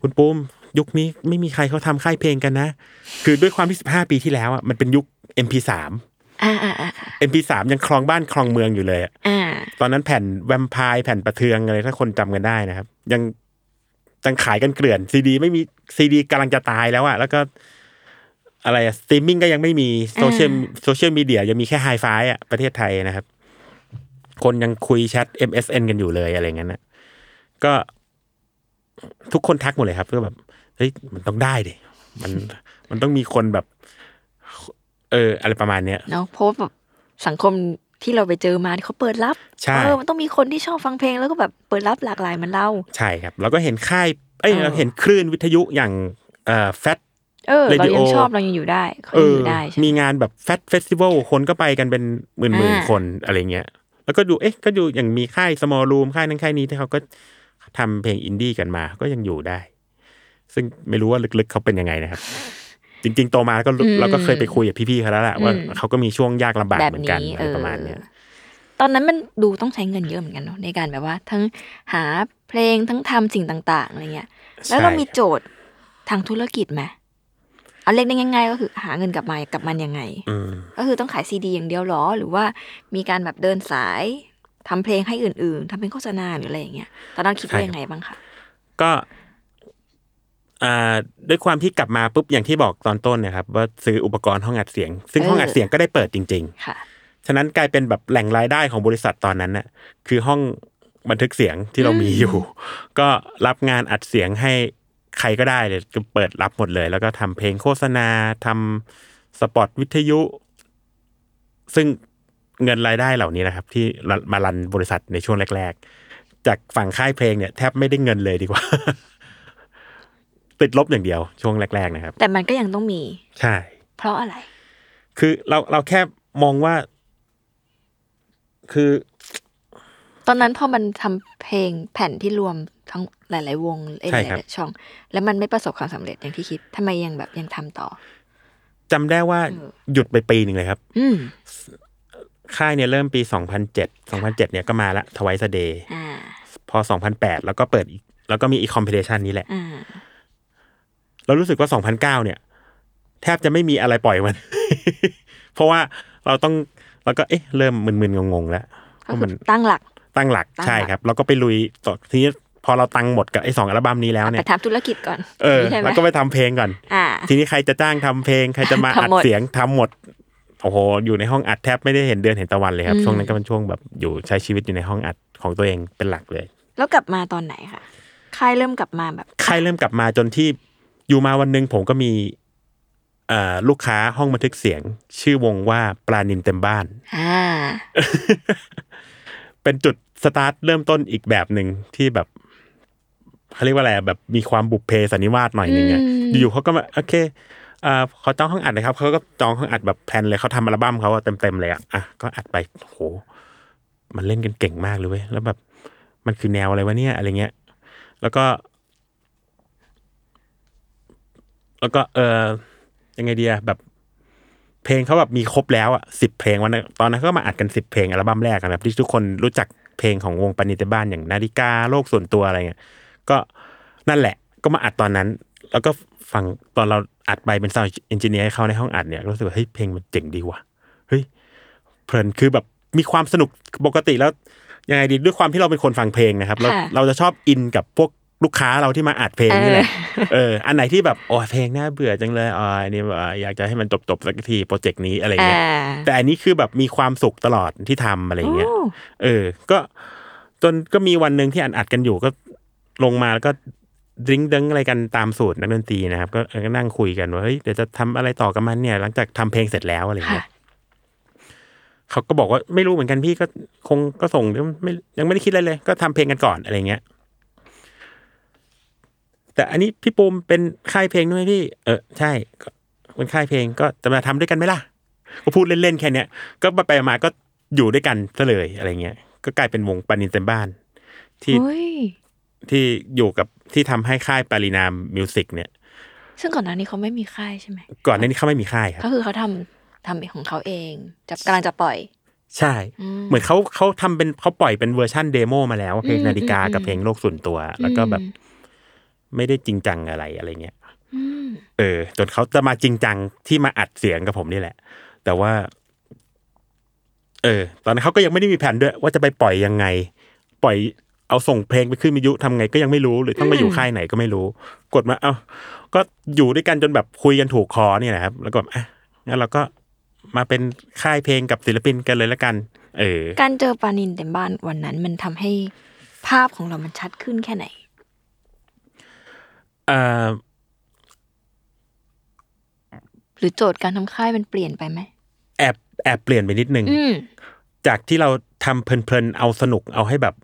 C: คุณปุ้มยุคนี้ไม่มีใครเขาทำค่ายเพลงกันนะ คือด้วยความที่15 ปีที่แล้วอ่ะมันเป็นยุค MP3
B: อ่าอ่าอ่า
C: MP3 ยังครองบ้านครองเมืองอยู่เลยอะ
B: อ่า
C: ตอนนั้นแผ่นแวมไพร์แผ่นประเทืองอะไรถ้าคนจำกันได้นะครับ ยังยังขายกันเกลื่อนซีดีไม่มีซีดีกำลังจะตายแล้วอะแล้วก็ อะไรอะสตรีมมิ่งก็ยังไม่มีโซเชียล
B: อ่
C: โซเชียลมีเดียยังมีแค่ไฮไฟอะประเทศไทยนะครับ คนยังคุยแชท MSN กันอยู่เลยอะไรเงี้ยนะก็ทุกคนทักหมดเลยครับ ก็แบบเฮ้ยมันต้องได้ดิมันมันต้องมีคนแบบ เออ อะไรประมาณเนี้ย
B: เนาะเพราะว่าแบบสังคมที่เราไปเจอมาที่เขาเปิดรับ
C: ใช่
B: เออมันต้องมีคนที่ชอบฟังเพลงแล้วก็แบบเปิดรับหลากหลายเหมันเรา
C: ใช่ครับเราก็เห็นค่ายเอ้ย
B: เออ
C: เราเห็นคลื่นวิทยุอย่างเอ่อแฟต
B: เออ เรา
C: Radio
B: ยังชอบเรายังอยู่ได้เขา
C: เอ
B: ยัง
C: อ
B: อยู่ได้ใช่ไหม
C: มีงานแบบแฟตเฟสติวัลคนก็ไปกันเป็นหมื่นหมื่น
B: อ่า
C: คนอะไรเงี้ย แล้วก็ดูเอ๊ะก็ดูอย่างมีค่ายสมอลรูมค่ายนั้นค่ายนี้ที่เขาก็ทำเพลงอินดี้กันมาก็ยังอยู่ได้ ซึ่งไม่รู้ว่าลึกๆเขาเป็นยังไงนะครับ จริง ๆ โตมาก็รู้เราก็เคยไปคุยกับพี่ๆเขาแล้วแหละว่าเขาก็มีช่วงยากลำบาก
B: แบบ
C: เหมือนกัน
B: นี้
C: อะ
B: เอ
C: ไร
B: อ
C: ประมาณเนี้ย
B: ตอนนั้นมันดูต้องใช้เงินเยอะเหมือนกันเนาะในการแบบว่า ทั้งหาเพลงทั้งทำสิ่งต่าง ๆอะไรเงี้ย แล้วเรา
C: ใช่
B: มีโจทย์ทางธุรกิจไหมเอาเล็กได้ง่าย ๆ ก็คือหาเงินกลับมากลับมันยังไง
C: อืม
B: ก็คือต้องขายซีดีอย่างเดียวหรอ หรือว่ามีการแบบเดินสายทำเพลงให้อื่น ๆทำเป็นโฆษณาหรืออะไรอย่างเงี้ยตอนนั้นคิดว่ายังไงบ้างคะ
C: ก็อ่าด้วยความที่กลับมาปุ๊บอย่างที่บอกตอนต้นเนะครับ ว่าซื้ออุปกรณ์ห้องอัดเสียง ซึ่งห้องอัดเสียงก็ได้เปิดจริง
B: ค่ะ
C: ๆ ฉะนั้นกลายเป็นแบบแหล่งรายได้ของบริษัทตอนนั้นน่ะคือห้องบันทึกเสียงที่เรามีอยู่ ก็รับงานอัดเสียงให้ใครก็ได้เลยก็เปิดรับหมดเลย แล้วก็ทำเพลงโฆษณาทำสปอตวิทยุ ซึ่งเงินรายได้เหล่านี้นะครับ ที่มารันบริษัทในช่วงแรก ๆ จากฝั่งค่ายเพลงเนี่ยแทบไม่ได้เงินเลยดีกว่า ติดลบอย่างเดียวช่วงแรก ๆ นะครับ
B: แต่มันก็ยังต้องมี
C: ใช่
B: เพราะอะไร
C: คือเราเราแค่มองว่า คือ
B: ตอนนั้นพอมันทำเพลงแผ่นที่รวมทั้งหลาย ๆ วงเอง
C: ใช่
B: ห
C: ครับ
B: ลายๆช่อง แล้วมันไม่ประสบความสำเร็จอย่างที่คิดทำไมยังแบบยังทำต่อ
C: จำได้ว่า
B: เออ
C: หยุดไปปีหนึ่งเลยครับ
B: อืม
C: ค่ายเนี่ยเริ่มปี 2007 2007 เนี่ยก็มาละทวายสเดย์
B: อ่า
C: พอ 2008 แล้วก็เปิดอีกแล้วก็มีอีกคอมเพลชันนี้แหละ
B: อ่า
C: เรารู้สึกว่า 2009 เนี่ย แทบจะไม่มีอะไรปล่อยมัน เพราะว่าเราต้องเราก็เอ๊ะเริ่มมึนๆ งงๆ แล้ว
B: ก็
C: ว่า
B: คื
C: มั
B: อน ตั้งหลัก
C: ตั้งหลัก
B: ตั้งหลัก
C: ใช่ครับ เราก็ไปลุยต่อทีนี้พอเราตังค์หมดกับไอ้สองอัลบั้มนี้แล้วเนี่
B: ไป
C: ย
B: ทำธุรกิจก่อน
C: เออ
B: ใช่ไหม
C: เราก็ไปทำเพลงก่อน
B: อ่า
C: ทีนี้ใครจะจ้างทำเพลง ใครจะมาอั
B: ทำ
C: ด
B: หมด
C: เสียงทำหมดโอ้โหอยู่ในห้องอัดแทบไม่ได้เห็นเดือนเห็นตะวันเลยครับ
B: อืม
C: ช่วงนั้นก็เป็นช่วงแบบอยู่ใช้ชีวิตอยู่ในห้องอัดของตัวเองเป็นหลักเลย
B: แล้วกลับมาตอนไหนคะค่ายเริ่มกลับมาแบบ
C: ค่ายเริ่มกลับมาจนที่อยู่มาวันหนึ่งผมก็มีเอ่อลูกค้าห้องบันทึกเสียง ชื่อวงว่าปลานินเต็มบ้าน
B: อ่า
C: เป็นจุดสตาร์ทเริ่มต้นอีกแบบหนึ่งที่แบบเขาเรียกว่าอะไรอะแบบมีความบุพเพสันนิวาสหน่อยหนึงอะ
B: อืม
C: อยู่ๆเขาก็มาโอเคเอ่อขอจองห้องอัดนะครับเขาก็จองห้องอัดแบบแพลนเลยเขาทำอัลบั้มเขาอะเต็มๆเลยอะอ่ะก็อัดไปโห มันเล่นกันเก่งมากเลยเว้ยแล้วแบบ มันคือแนวอะไรวะเนี่ยอะไรเงี้ย แล้วก็ แล้วก็เออยังไงดีอะแบบ เพลงเขาแบบมีครบแล้วอ่ะสิบเพลงวันนั้นตอนนั้นก็มาอัดกันสิบเพลงอัลบั้มแรกนะครับที่ทุกคนรู้จักเพลงของวงปานิเตบ้านอย่างนาฬิกาโลกส่วนตัวอะไรเงี้ยก็นั่นแหละ ก็มาอัดตอนนั้น แล้วก็ฟังตอนเราอัดไปเป็นซาวเอนจิเนียร์ให้เขาในห้องอัดเนี่ยก็รู้สึกว่าเฮ้ยเพลงมันเจ๋งดีว่ะเฮ้ยเพลินคือแบบมีความสนุกปกติแล้วยังไงดีด้วยความที่เราเป็นคนฟังเพลงนะครับเรา
B: ค่ะ
C: เราจะชอบอินกับพวกลูกค้าเราที่มาอัดเพลงนี่แหละ เออ อันไหนที่แบบโอ้ยเพลงน่าเบื่อจังเลยอ๋ออันนี้แบบอ่าอยากจะให้มันจบๆสักทีโปรเจกต์นี้อะไร
B: อ่า
C: เงี้ย แต่อันนี้คือแบบมีความสุขตลอดที่ทำอะไรเงี้ย
B: โอ้
C: เออ ก็จนก็มีวันหนึ่งที่อัดอัดๆกันอยู่ก็ลงมาแล้วก็ดริ้งดึงอะไรกันตามสูตรนักดนตรีนะครับ ก็เออก็นั่งคุยกันว่าเฮ้ยเดี๋ยวจะทำอะไรต่อกับมันเนี่ย หลังจากทำเพลงเสร็จแล้วอะไรเงี้ย เขาก็บอกว่าไม่รู้เหมือนกันพี่ก็คงก็ส่งยังไม่ยังไม่ได้คิดอะไรเลย ก็ทำเพลงกันก่อนอะไรเงี้ย แต่อันนี้พี่ปูมเป็นค่ายเพลงด้วยไหมพี่ เออใช่ก็เป็นค่ายเพลงก็จะมาทำด้วยกันไหมล่ะ ก็พูดเล่นๆแค่เนี้ยก็ไปๆมาก็อยู่ด้วยกันซะเลยอะไรเงี้ยก็กลายเป็นวงปานินเต็มบ้าน ที่
B: โอ้ย
C: ที่อยู่กับที่ทำให้ค่ายปารินามมิวสิกเนี่ย
B: ซึ่งก่อนหน้านี้เขาไม่มีค่ายใช่ไหม
C: ก่อนหน้านี้เขาไม่มีค่ายครับ
B: ก็คือเขาทำทำของเขาเองจะกำลังจะปล่อย
C: ใช่
B: อืม
C: เหมือนเขาเขาทำเป็นเขาปล่อยเป็นเวอร์ชั่นเดโมมาแล้ว เพลง
B: อืม
C: นาฬิกา
B: อืม
C: กับเพลงโลกส่วนตัว แล้วก็แบบไม่ได้จริงจังอะไรอะไรเงี้ย
B: อืม
C: เออ จนเขาจะมาจริงจังที่มาอัดเสียงกับผมนี่แหละ แต่ว่า เออ ตอนนั้นเขาก็ยังไม่ได้มีแผนด้วยว่าจะไปปล่อยยังไง ปล่อยเอาส่งเพลงไปขึ้นวิทยุทำไงก็ยังไม่รู้หรือต้องมาอยู่ค่ายไหนก็ไม่รู้ กดมาเอาก็อยู่ด้วยกันจนแบบคุยกันถูกคอเนี่ยนะครับ แล้วก็แบบอ่ะงั้นเราก็มาเป็นค่ายเพลงกับศิลปินกันเลยละกัน เออ
B: การเจอปานินเต็มบ้านวันนั้นมันทำให้ภาพของเรามันชัดขึ้นแค่ไหน
C: เอ่อ
B: หรือโจทย์การทำค่ายมันเปลี่ยนไปไหม
C: แอบแอบเปลี่ยนไปนิดนึง
B: อืม
C: จากที่เราทำเพลินๆเอาสนุกเอาให้แบบ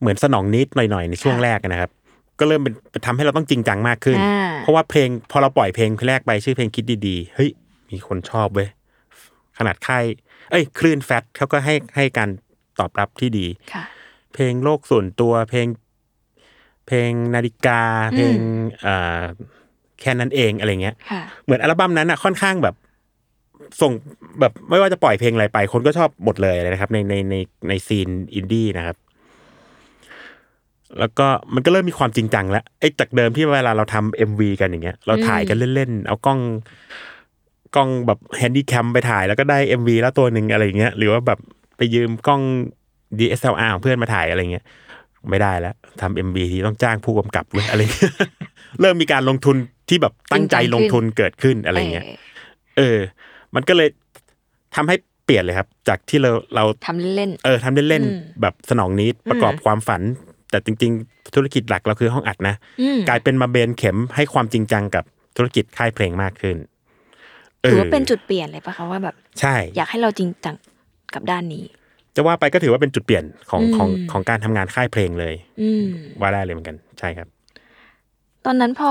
C: เหมือนสนองนิดหน่อยๆในช่วง
B: ค่ะ
C: แรกนะครับ ก็เริ่มเป็นทำให้เราต้องจริงจังมากขึ้น
B: อ่า
C: เพราะว่าเพลงพอเราปล่อยเพลงแรกไปชื่อเพลงคิดดีๆ เฮ้ย มีคนชอบเว้ยขนาดค่ายเอ้ย คลื่นแฟตเขาก็ให้ให้การตอบรับที่ดี
B: ค่ะ
C: เพลงโลกส่วนตัวเพลง เพลงนาฬิกา เพลงเอ่อแค่นั้นเองอะไรเงี้ย
B: ค่ะ
C: เหมือนอัลบั้มนั้นอ่ะค่อนข้างแบบ ส่งแบบไม่ว่าจะปล่อยเพลงอะไรไป คนก็ชอบหมดเลยเลยนะครับ ในในในในซีนอินดี้นะครับ แล้วก็มันก็เริ่มมีความจริงจังแล้วไอ้จากเดิมที่เวลาเราทำเอ็มวีกันอย่างเงี้ย เราถ่ายกันเล่นๆ เอากล้อง กล้องแบบแฮนดี้แคมไปถ่ายแล้วก็ได้เอ็มวีแล้วตัวหนึ่งอะไรอย่างเงี้ยหรือว่าแบบไปยืมกล้อง DSLR ของเพื่อนมาถ่ายอะไรเงี้ย ไม่ได้แล้วทำเอ็มวีที่ต้องจ้างผู้กำกับเว้ยอะไรเงี้ย เริ่มมีการลงทุนที่แบบตั้งใจลงทุนเกิดขึ้นอะไรเงี้ย เออ มันก็เลยทำให้เปลี่ยนเลยครับ จากที่เราเรา
B: ทำเล่น
C: เออทำเล่น
B: อืม
C: ๆแบบสนองนิดประกอบความฝัน แต่จริง ๆ ธุรกิจหลักเราคือห้องอัดนะ
B: อืม
C: กลายเป็นมาเบนเข็มให้ความจริงจังกับธุรกิจค่ายเพลงมากขึ้น
B: ถือว่าเป็นจุดเปลี่ยนเลยปะคะว่าแบบ
C: ใช่
B: อยากให้เราจริงจังกับด้านนี้
C: จะว่าไปก็ถือว่าเป็นจุดเปลี่ยนของของ
B: อืม
C: ของการทำงานค่ายเพลงเลย
B: อืม
C: ว่าได้เลยเหมือนกัน ใช่ครับ
B: ตอนนั้นพอ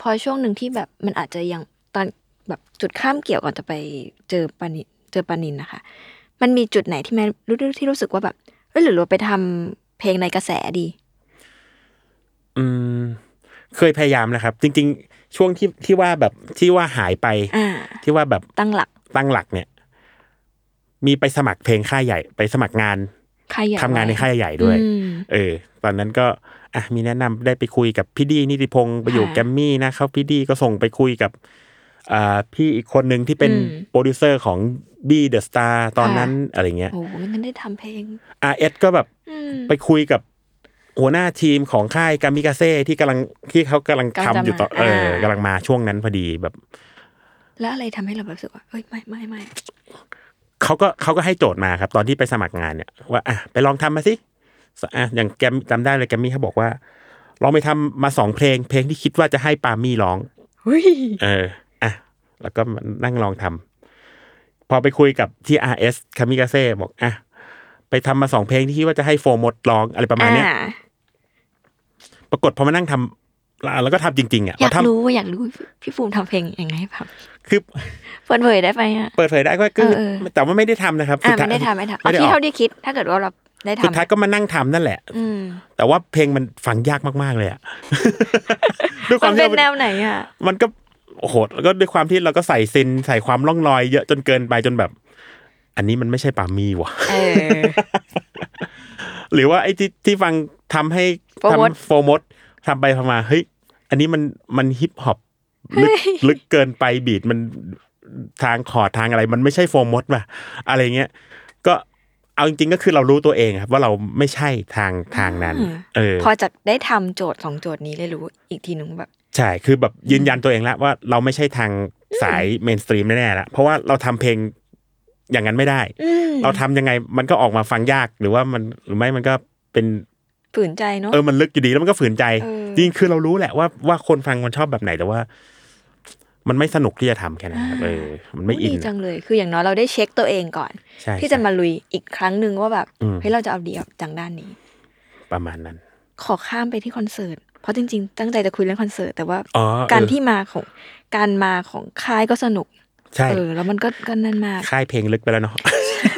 B: พอช่วงหนึ่งที่แบบมันอาจจะยังตอนแบบจุดข้ามเกี่ยวก่อนจะไปเจอปานิเจอปานินนะคะ มันมีจุดไหนที่แม่รู้ที่รู้สึกว่าแบบเอ้ยหรือเราไปทำเพลงในกระแสดี
C: อืม เคยพยายามนะครับ จริง ๆ ช่วงที่ที่ว่าแบบที่ว่าหายไป
B: อ่า
C: ที่ว่าแบบ
B: ตั้งหลัก
C: ตั้งหลักเนี่ย มีไปสมัครเพลงค่ายใหญ่ ไปสมัครงาน
B: ค่ายใหญ่
C: ทำงานในค่ายใหญ่ด้วย
B: อืม
C: เออ ตอนนั้นก็อ่ะมีแนะนำได้ไปคุยกับพี่ดีนิติพงศ์ไปอยู่
B: ค่ะ
C: แกรมมี่นะครับพี่ดีก็ส่งไปคุยกับอ่าพี่อีกคนหนึ่งที่เป็น
B: อืม
C: โปรดิวเซอร์ของบีเดอะสตาร์ตอนนั้น
B: ค่ะ
C: อะไรเงี้ย
B: โอ้โหมันได้ทำเพลง
C: อาเอสก็แบบ
B: อืม
C: ไปคุยกับหัวหน้าทีมของค่ายกามิกาเซ่ที่กำลังที่เขากำลังทำ
B: กำลังจะ
C: อยู่ต่อ
B: มา
C: เออ
B: อ่า
C: กำลังมาช่วงนั้นพอดีแบบ
B: แล้วอะไรทำให้เราแบบรู้สึกว่าเอ้ยไม่ไม่ไม่
C: เขาก็เขาก็ให้โจทย์มาครับ ตอนที่ไปสมัครงานเนี่ยว่าอ่ะไปลองทำมาสิสอ่ะอย่างแกรมจำได้เลยแกรมมี่เขาบอกว่า ลองไปทำมาสองเพลง เพลงที่คิดว่าจะให้ปาล์มมี่ร้อง
B: เฮ้ย
C: เอออ่ะแล้วก็มานั่งลองทำพอไปคุยกับที่ RS คามิกาเซ่บอกอ่ะไปทำมาสองเพลงที่คิดว่าจะให้โฟมดร้องอะไรประมาณเนี้ย
B: อ่
C: ปรากฏพอมานั่งทำแล้วก็ทำจริงๆอ่ะ
B: อยาก
C: พอทำ
B: รู้ว่าอยากรู้พี่ฟูมทำเพลงยังไงให้แบบ
C: คือ
B: เปิดเผยได้ไหมอ่ะ
C: เปิดเผยได้ก็คือ
B: เออเออ
C: แต่ว่าไม่ได้ทำนะครับ
B: อ่ะ
C: สุท้า
B: ไม่
C: ย
B: ได้ทำไม่ทำเอา
C: ไม่ได้อ
B: ที่
C: อก
B: เท่าที่คิด ถ้าเกิดว่าเราได้
C: สุดท้าย
B: ทำ
C: ก็มานั่งทำนั่นแหละ
B: อืม
C: แต่ว่าเพลงมันฟังยากมากๆเลย อะ ด้วยค
B: มั
C: วาม
B: น
C: ที่
B: เป็น
C: เรา
B: แนวไหนอ่ะ
C: มันก็โอ้โหแล้วก็ด้วยความที่เราก็ใส่ซินใส่ความล่องรอยเยอะจนเกินไปจนแบบ อันนี้มันไม่ใช่ปามีว่ะ
B: เออ
C: หรือว่าไอ้ที่ที่ฟังทำให้
B: โฟร์มด
C: ทำโฟร์มดทำไปทำมาเฮ้ย อันนี้มันมันฮิปฮอปลึกลึกเกินไปบีดมันทางขอร์ดทางอะไร มันไม่ใช่โฟมดป่ะอะไรเงี้ยก็เอาจริงๆก็คือเรารู้ตัวเองครับ ว่าเราไม่ใช่ทางทางนั้น
B: อืม
C: เออ
B: พอจะได้ทำโจทย์สองโจทย์นี้เลยรู้อีกทีนึงว่าแบบ
C: ใช่ คือแบบยืนยันตัวเองแล้วว่าเราไม่ใช่ทางสายเมนสตรีมแน่ๆแล้วเพราะว่าเราทำเพลงอย่างนั้นไม่ได้
B: อืม
C: เราทำยังไงมันก็ออกมาฟังยากหรือว่ามันหรือไม่มันก็เป็น
B: ฝืนใจเนาะ
C: เออมันลึกอยู่ดีแล้วมันก็ฝืนใจ
B: เออ
C: จริงคือเรารู้แหละว่าว่าคนฟังมันชอบแบบไหนแต่ว่า มันไม่สนุกที่จะทำแค่นั้นครับเออ มันไม่อิน
B: ดีจังเลย คืออย่างน้อยเราได้เช็คตัวเองก่อน
C: ใช่
B: ที่จะ
C: ใช่
B: มาลุยอีกครั้งหนึ่งว่าแบบ
C: อืม
B: เฮ้ยเราจะเอาดีเอาจังด้านนี้
C: ประมาณนั้น
B: ขอข้ามไปที่คอนเสิร์ต เพราะจริงๆ ตั้งใจจะคุยเรื่องคอนเสิร์ตแต่ว่า
C: อ๋อเออ
B: การที่มาของการมาของค่ายก็สนุก
C: ใช่
B: เออ แล้วมันก็ก็นั่นมาก
C: ค่ายเพลงลึกไปแล้วเนาะ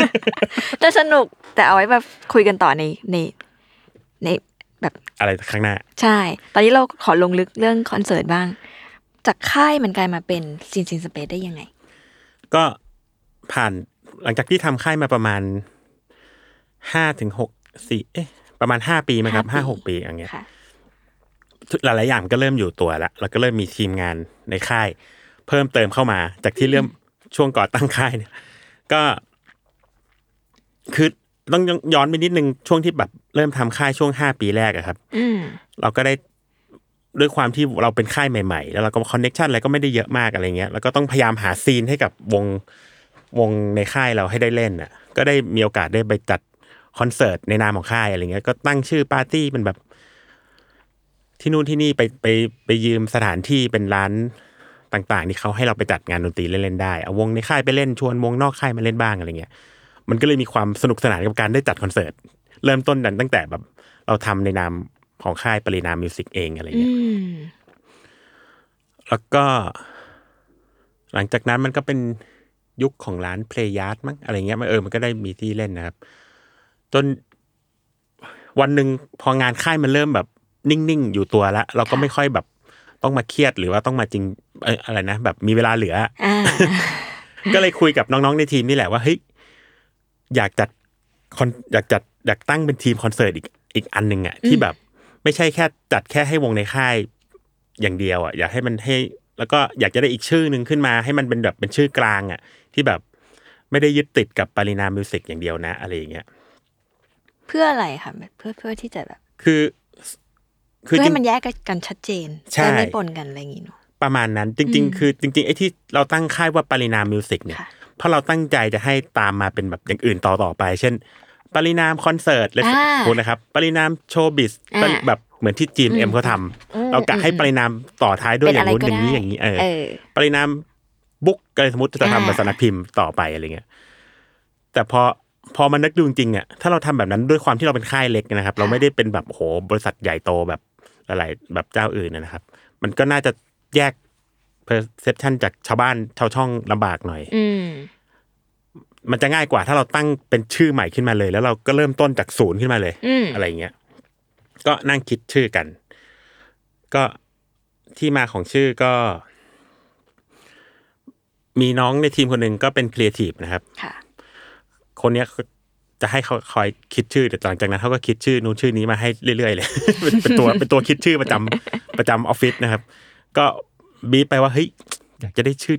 B: แต่สนุกแต่เอาไว้แบบคุยกันต่อในในในแบบ
C: อะไรข้างหน้า
B: ใช่ ตอนนี้เราขอลงลึกเรื่องคอนเสิร์ตบ้าง จากค่ายมันกลายมาเป็นซินซินสเปซได้ยังไง
C: ก็ผ่านหลังจากที่ทำค่ายมาประมาณห้าถึงหกสี่เอ๊ะ ประมาณห้าปีมั้งครับห้า
B: ห้าปี
C: หกปีอย่างเงี้ย
B: ค่ะ
C: หลายๆอย่างมันก็เริ่มอยู่ตัวละแล้วก็เริ่มมีทีมงานในค่าย เพิ่มเติมเข้ามา จากที่เริ่มช่วงก่อตั้งค่ายเนี่ย ก็ คือต้องย้อนไปนิดนึงช่วงที่แบบเริ่มทำค่ายช่วงห้าปีแรกอะครับ
B: อืม
C: เราก็ได้ด้วยความที่เราเป็นค่ายใหม่ ๆ แล้วเราก็คอนเน็ชันอะไรก็ไม่ได้เยอะมากอะไรเงี้ยแล้วก็ต้องพยายามหาซีนให้กับวงวงในค่ายเราให้ได้เล่นอ่ะ ก็ได้มีโอกาสได้ไปจัดคอนเสิร์ตในนามของค่ายอะไรเงี้ย ก็ตั้งชื่อปาร์ตี้เป็นแบบ ที่นู่นที่นี่ไปไปไปยืมสถานที่เป็นร้านต่าง ๆ ที่เขาให้เราไปจัดงานดนตรีเล่นๆได้เอาวงในค่ายไปเล่นชวนวงนอกค่ายมาเล่นบ้างอะไรเงี้ย มันก็เลยมีความสนุกสนานกับการได้จัดคอนเสิร์ต เริ่มต้นนั้นตั้งแต่แบบเราทำในนามของค่ายปรินามมิวสิกเองอะไร
B: อื
C: เงี้ย
B: ม
C: แล้วก็ หลังจากนั้นมันก็เป็นยุคของร้านเพลยาร์ดมั้งอะไรเงี้ยมันเออมันก็ได้มีที่เล่นนะครับ จนวันหนึ่งพองานค่ายมันเริ่มแบบนิ่งๆ อยู่ตัวละเราก็
B: ค่ะ
C: ไม่ค่อยแบบต้องมาเครียดหรือว่าต้องมาจริงเอ่ออะไรนะแบบมีเวลาเหลือ
B: อ่า
C: ก็เลยคุยกับน้องๆในทีมนี่แหละว่าเฮ้ยอยากจัดคอนอยากจัดอยากตั้งเป็นทีมคอนเสิร์ตอีกอีกอันหนึ่งอะที่แบบ ไม่ใช่แค่จัดแค่ให้วงในค่ายอย่างเดียวอะอยากให้มันให้ แล้วก็อยากจะได้อีกชื่อหนึ่งขึ้นมา ให้มันเป็นแบบเป็นชื่อกลางอะที่แบบไม่ได้ยึดติดกับปรินามิวสิกอย่างเดียวนะ อะไรอย่างเงี้ย
B: เพื่ออะไรคะแบบเพื่อเพื่อที่จะแบบ
C: คือคื
B: เพื่อ
C: จริ
B: ให้
C: ง
B: มันแยกกันชัดเจน
C: ใช่
B: ได้ไม่ปนกันอะไรอย่างงี้เนาะ
C: ประมาณนั้น จริง
B: อืม
C: ๆ คือจริงๆไอ้ที่เราตั้งค่ายว่าปรินามิวสิกเนี่ย
B: ค่ะ
C: เพราะเราตั้งใจจะให้ตามมาเป็นแบบอย่างอื่นต่อต่อไป เช่น ปรินามคอนเสิร์ตเลย
B: อ่า
C: คุณนะครับ ปรินามโชว์บิส
B: อ่า
C: ปริแบบเหมือนที่จีน
B: อืม
C: เอ็มเขาท
B: อืม
C: ำเรากะให้
B: อืม
C: ปรินามต่อท้ายด้วย
B: เป็น
C: อย่า
B: อะ
C: ง
B: ไร
C: นู้น
B: ก็
C: อย่าง
B: ได้
C: นี้อย่างนี้เออ
B: เออ
C: ปรินามบุ๊กก็เลยสมมติจะ
B: อ่า
C: ทำเป็นสำนักพิมพ์ต่อไปอะไรเงี้ยแต่พอพอมันนึกดูจริงๆอ่ะถ้าเราทำแบบนั้นด้วยความที่เราเป็นค่ายเล็กนะครับ เราไม่ได้เป็นแบบโอ้โหบริษัทใหญ่โตแบบอะไรแบบเจ้าอื่นนะนะครับ มันก็น่าจะแยก perception จากชาวบ้านชาวช่องลำบากหน่อย
B: อืม
C: มันจะง่ายกว่าถ้าเราตั้งเป็นชื่อใหม่ขึ้นมาเลย แล้วเราก็เริ่มต้นจากศูนย์ขึ้นมาเลย
B: อืม
C: อะไรอย่างเงี้ยก็นั่งคิดชื่อกัน ก็ที่มาของชื่อก็ มีน้องในทีมคนหนึ่งก็เป็นครีเอทีฟนะครับ
B: ค่ะ
C: คนเนี้ยจะให้เขาคอยคิดชื่อแต่หลังจากนั้นเขาก็คิดชื่อนู้นชื่อนี้มาให้เรื่อยๆเลย เป็นเป็นตัวเป็นตัวคิดชื่อประจำประจำออฟฟิศนะครับ ก็บีบไปว่าเฮ้ยอยากจะได้ชื่อ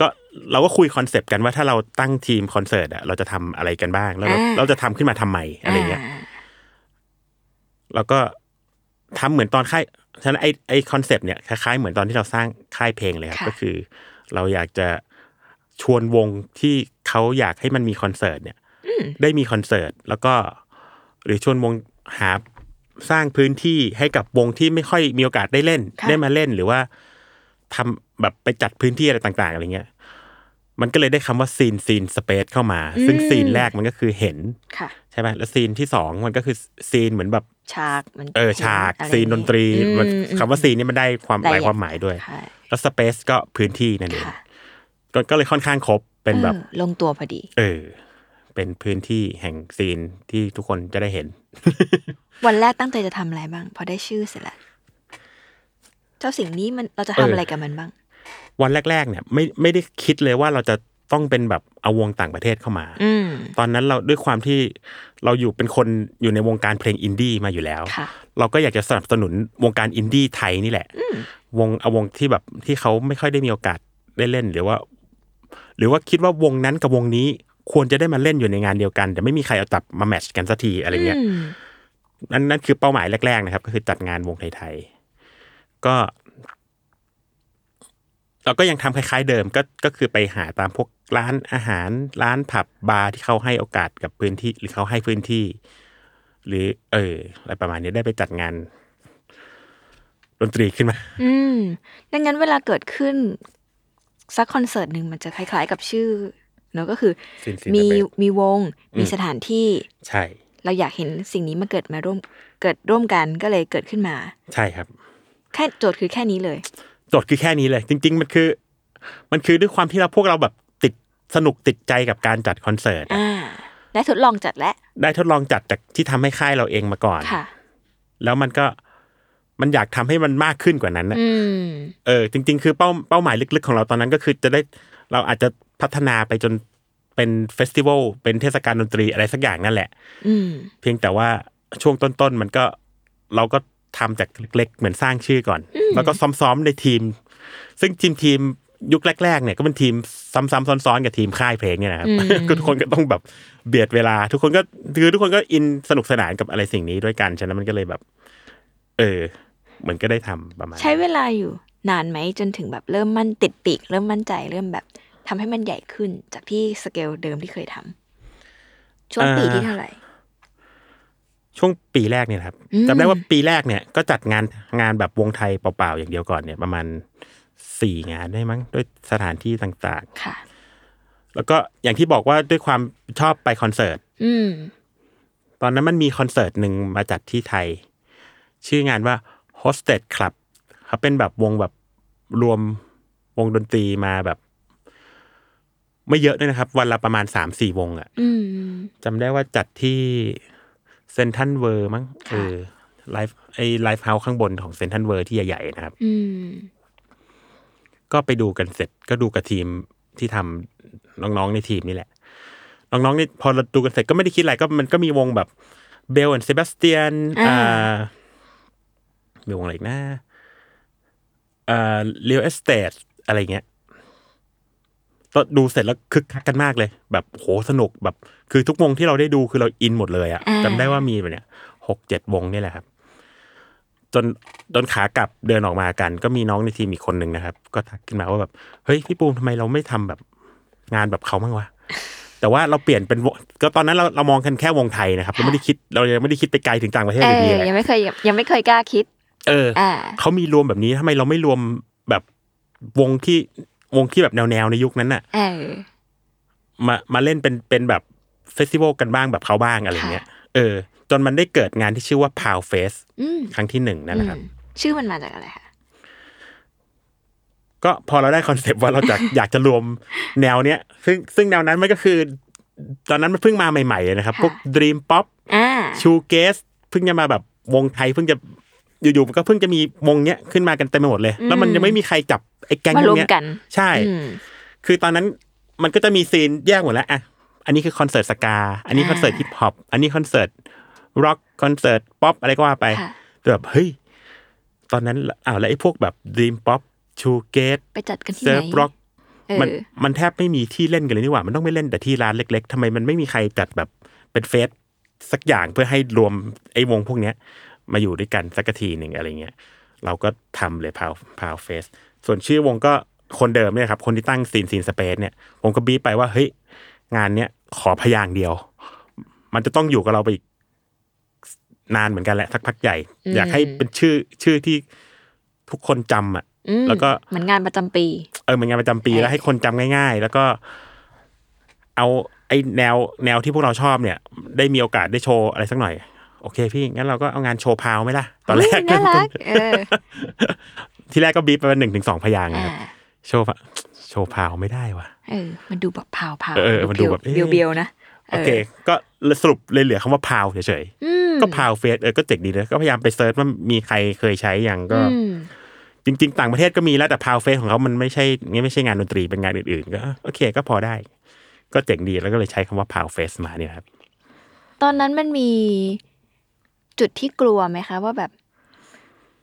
C: ก็เราก็คุยคอนเซปต์กันว่าถ้าเราตั้งทีมคอนเสิร์ตอะเราจะทำอะไรกันบ้าง แล้วเรา
B: อ่า
C: เราจะทำขึ้นมาทำไมอะไรเงี้ย
B: อ่า
C: แล้วก็ทำเหมือนตอนค่ายฉะนั้นไอไอคอนเซปต์เนี่ยคล้ายๆเหมือนตอนที่เราสร้างค่ายเพลงเลยครับ ก็คือ เราอยากจะชวนวงที่เขาอยากให้มันมีคอนเสิร์ตเนี่ยได้มีคอนเสิร์ตแล้วก็ หรือชวนวงหาสร้างพื้นที่ให้กับวงที่ไม่ค่อยมีโอกาสได้เล่น ได้มาเล่นหรือว่าทำแบบไปจัดพื้นที่อะไรต่าง ๆอะไรเงี้ยมันก็เลยได้คำว่าซีนซีนสเปซเข้ามา ซึ่งซีนแรกมันก็คือเห็น
B: ค่ะ
C: ใช่ไหมแล้วซีนที่สองมันก็คือซีนเหมือนแบบ
B: ฉากมัน
C: เออฉาก
B: อะไร
C: ซีนดนตรี
B: อืม
C: มัน
B: อืม
C: คำว่าซีนนี่มันได้ความห
B: แต่
C: ลายความหมายด้วย
B: ค่ะ
C: แล้วสเปซก็พื้นที่นั่นเอง
B: ค่ะ
C: ก็ก็เลยค่อนข้างครบเป็นแบบ
B: เออลงตัวพอดี
C: เออ เป็นพื้นที่แห่งซีนที่ทุกคนจะได้เห็น
B: วันแรกตั้งใจจะทำอะไรบ้าง พอได้ชื่อเสร็จแล้ว เจ้าสิ่งนี้มันเราจะทำ
C: เอออ
B: อะไรกับมันบ้าง
C: วันแรก ๆ เนี่ย ไม่ไม่ได้คิดเลยว่าเราจะ ต้องเป็นแบบเอาวงต่างประเทศเข้ามา
B: อืม
C: ตอนนั้นเราด้วยความที่เราอยู่เป็นคนอยู่ในวงการเพลงอินดี้มาอยู่แล้ว
B: ค่ะ
C: เราก็อยากจะสนับสนุนวงการอินดี้ไทยนี่แหละ วงเอาวงที่แบบที่เขาไม่ค่อยได้มีโอกาสได้เล่นหรือว่า หรือว่าคิดว่าวงนั้นกับวงนี้ควรจะได้มาเล่นอยู่ในงานเดียวกัน แต่ไม่มีใครเอาจับมาแมทช์กันสักทีอะไรเงี้ย
B: อืม
C: นั่นนั่นคือเป้าหมายแรกๆนะครับ ก็คือจัดงานวงไทยๆก็ เราก็ยังทำคล้ายๆเดิมก็ก็คือไปหาตามพวกร้านอาหาร ร้านผับบาร์ที่เขาให้โอกาสกับพื้นที่ หรือเขาให้พื้นที่ หรือ เอออะไรประมาณนี้ได้ไปจัดงาน ดนตรีขึ้นมา
B: อืมดังนั้นเวลาเกิดขึ้นสักคอนเสิร์ตหนึ่งมันจะคล้าย ๆ กับชื่อเนอะก็คือ
C: Cincinnati
B: มีมีวง
C: อืม
B: มีสถานที่
C: ใช่
B: เราอยากเห็นสิ่งนี้มาเกิดมาร่วมเกิดร่วมกันก็เลยเกิดขึ้นมา
C: ใช่ครับ
B: แค่โจทย์คือแค่นี้เลย
C: โจทย์คือแค่นี้เลย จริง ๆ มันคือ มันคือด้วยความที่เราพวกเราแบบติดสนุกติดใจกับการจัดคอนเสิร์ตอะ
B: อ่า ได้ทดลองจัดแล้ว
C: ได้ทดลองจัดจากที่ทำให้ค่ายเราเองมาก่อน
B: ค่ะ
C: แล้วมันก็มันอยากทำให้มันมากขึ้นกว่านั้นนะ
B: อืม
C: เออจริง ๆ คือเป้าเป้าหมายลึกๆ ของเราตอนนั้นก็คือจะได้เราอาจจะพัฒนาไปจนเป็นเฟสติวัลเป็นเทศกาลดนตรีอะไรสักอย่างนั่นแหละ
B: อืม
C: เพียงแต่ว่าช่วงต้นๆมันก็เราก็ทำจากเล็กๆ เหมือนสร้างชื่อก่อน แล้วก็ซ้อมๆในทีม ซึ่งทีมทีมยุคแรกๆเนี่ยก็เป็นทีมซ้ำๆซ้อนๆกับทีมค่ายเพลงเนี่ยนะครับ ก็ทุกคนก็ต้องแบบเบียดเวลา ทุกคนก็คือทุกคนก็อินสนุกสนานกับอะไรสิ่งนี้ด้วยกัน ฉะนั้นมันก็เลยแบบ เออเหมือนก็ได้ทำประมาณนั้น
B: ใช้เวลาอยู่นานไหมจนถึงแบบเริ่มมั่นติดปีก เริ่มมั่นใจเริ่มแบบทำให้มันใหญ่ขึ้นจากที่สเกลเดิมที่เคยทำช่วงปีที่เท่าไหร่
C: ช่วงปีแรกเนี่ยนะครับ
B: อืม
C: จำได้ว่าปีแรกเนี่ยก็จัดงานงานแบบวงไทยเปล่าๆอย่างเดียวก่อนเนี่ย ประมาณสี่งานได้มั้งด้วยสถานที่ต่าง ๆ
B: ค่ะ
C: แล้วก็อย่างที่บอกว่าด้วยความชอบไปคอนเสิร์ต
B: อืม
C: ตอนนั้นมันมีคอนเสิร์ตหนึ่งมาจัดที่ไทย ชื่องานว่า Hosted Club เขาเป็นแบบวงแบบรวมวงดนตรีมาแบบ ไม่เยอะด้วยนะครับ วันละประมาณสามสี่วงอะ
B: อืม
C: จำได้ว่าจัดที่เซนทันเวอร์มั้ง
B: ค่ะ
C: เออไลฟ์ไอไลฟ์เฮาส์ข้างบนของเซนทันเวอร์ที่ใหญ่ๆนะครับ
B: อืม
C: ก็ไปดูกันเสร็จก็ดูกับทีมที่ทำน้องๆในทีมนี่แหละ น้องๆนี่พอเราดูกันเสร็จก็ไม่ได้คิดอะไรก็มันก็มีวงแบบเบลและเซบาสเตียน
B: อ่า
C: อ่ามีวงอะไรอีกนะอ่าเลียวเอสเตดอะไรเงี้ยก็ดูเสร็จแล้วคึกคักกันมากเลย แบบโหสนุกแบบ คือทุกวงที่เราได้ดูคือเราอินหมดเลยอะจำได้ว่ามีแบบเนี้ยหกเจ็ดวงเนี่ยแหละครับ จนจนขากลับเดินออกมากัน ก็มีน้องในทีมอีกคนหนึ่งนะครับ ก็ทักขึ้นมาว่าแบบเฮ้ยพี่ปูมทำไมเราไม่ทำแบบงานแบบเขาบ้างวะ แต่ว่าเราเปลี่ยนเป็นวงก็ตอนนั้นเราเรามองกันแค่วงไทยนะครับเราไม่ได้คิดเรายังไม่ได้คิดไปไกลถึงต่างประเทศ
B: เอ
C: อยู่ดี
B: อ
C: แหละ
B: ยังไม่เคยยังไม่เคยกล้าคิ ด
C: เออ
B: อ่า
C: เขามีรวมแบบนี้ทำไมเราไม่รวมแบบวงที่วงที่แบบแนวๆในยุคนั้นน่ะ
B: เออ
C: มามาเล่นเป็นเป็นแบบเฟสติวัลกันบ้างแบบเขาบ้างอะไรเงี้ย เออ จนมันได้เกิดงานที่ชื่อว่าพาวเฟส
B: อืม
C: ครั้งที่หนึ่งนั่นแหละครับ
B: อืมชื่อมันมาจากอะไรคะ
C: ก็พอเราได้คอนเซปต์ว่าเราจะ อยากจะรวมแนวเนี้ย ซึ่งซึ่งแนวนั้นมันก็คือ ตอนนั้นมันเพิ่งมาใหม่ๆเลยนะครับ พวกดรีมป๊อป
B: อ่า
C: ชูเกสเพิ่งจะมาแบบวงไทยเพิ่งจะอยู่ๆมันก็เพิ่งจะมีวงเนี้ยขึ้นมากันเต็มไปหมดเลย แล้วมันยังไม่มีใครจับไอ้แก๊งพ
B: มาร
C: ว
B: ว
C: ก
B: ม
C: เนี้ย
B: กัน
C: ใช่
B: อืม
C: คือตอนนั้นมันก็จะมีซีนแยกหมดแล้วอ่ะ อันนี้คือคอนเสิร์ตสกา อันนี้คอนเสิร์ตฮิปฮอป อันนี้คอนเสิร์ตร็อกคอนเสิร์ตป๊อปอะไรก็ว่าไป
B: ค่ะ
C: แต่แบบเฮ้ย ตอนนั้นอ้าวแล้วไอ้พวกแบบดีมป๊อปชูเกต
B: ไปจัดกันที่
C: เซิ
B: ไหน
C: ร์ฟร็อก
B: เอ
C: มัน
B: อ
C: มันแทบไม่มีที่เล่นกันเลยนี่หว่า มันต้องไปเล่นแต่ที่ร้านเล็ก ๆทำไมมันไม่มีใครจัดแบบเป็นเฟสสักอย่างเพื่อให้รวมไอ้วงพวกเนี้ย มาอยู่ด้วยกันสักทีหนึ่งอะไรเงี้ย เราก็ทำเลยพาวพาวเฟส ส่วนชื่อวงก็คนเดิมเนี่ยครับ คนที่ตั้งซีนซีนสเปซเนี่ย ผมก็บีบไปว่า เฮ้ย งานเนี้ยขอพยางค์เดียว มันจะต้องอยู่กับเราไปอีกนานเหมือนกันแหละสักพักใหญ่ อยากให้เป็นชื่อชื่อที่ทุกคนจำอ่ะ
B: อืม
C: แล้วก็
B: เหมือนงานประจำปี
C: เออเหมือนงานประจำปี
B: เออ
C: แล้วให้คนจำง่าย ๆ แล้วก็เอาไอ้แนวแนวที่พวกเราชอบเนี่ย ได้มีโอกาสได้โชว์อะไรสักหน่อย โอเคพี่งั้นเราก็เอางานโชว์พาวไหมล่ะตอนแรก
B: ยน่ารัก เออ
C: ที่แรกก็บีบไปเป็นหนึ่งถึงสองพยางค์นะ
B: อ่า
C: ครับโชว์พะโชว์พาวไม่ได้ว่ะ
B: เออ มันดูแบบพาวพาว
C: เออเออมันดูแบบเอ๊ะ
B: เบียวเบียวๆนะ
C: โอเค ก็สรุปเลยเหลือคำว่าพาวเฉย
B: อืม
C: ๆก็พาวเฟสเออก็เจ๋งดีนะก็พยายามไปเซิร์ชว่ามีใครเคยใช้ยังก็
B: อืม
C: จริง ๆ ต่างประเทศก็มีแล้วแต่พาวเฟสของเขามันไม่ใช่ไม่ใช่งานดนตรีเป็นงานอื่นๆ ก็โอเคก็พอได้ ก็เจ๋งดีแล้วก็เลยใช้คำว่าพาวเฟสมาเนี่ยครับ
B: ตอนนั้นมันมีจุดที่กลัวไหมคะว่าแบบ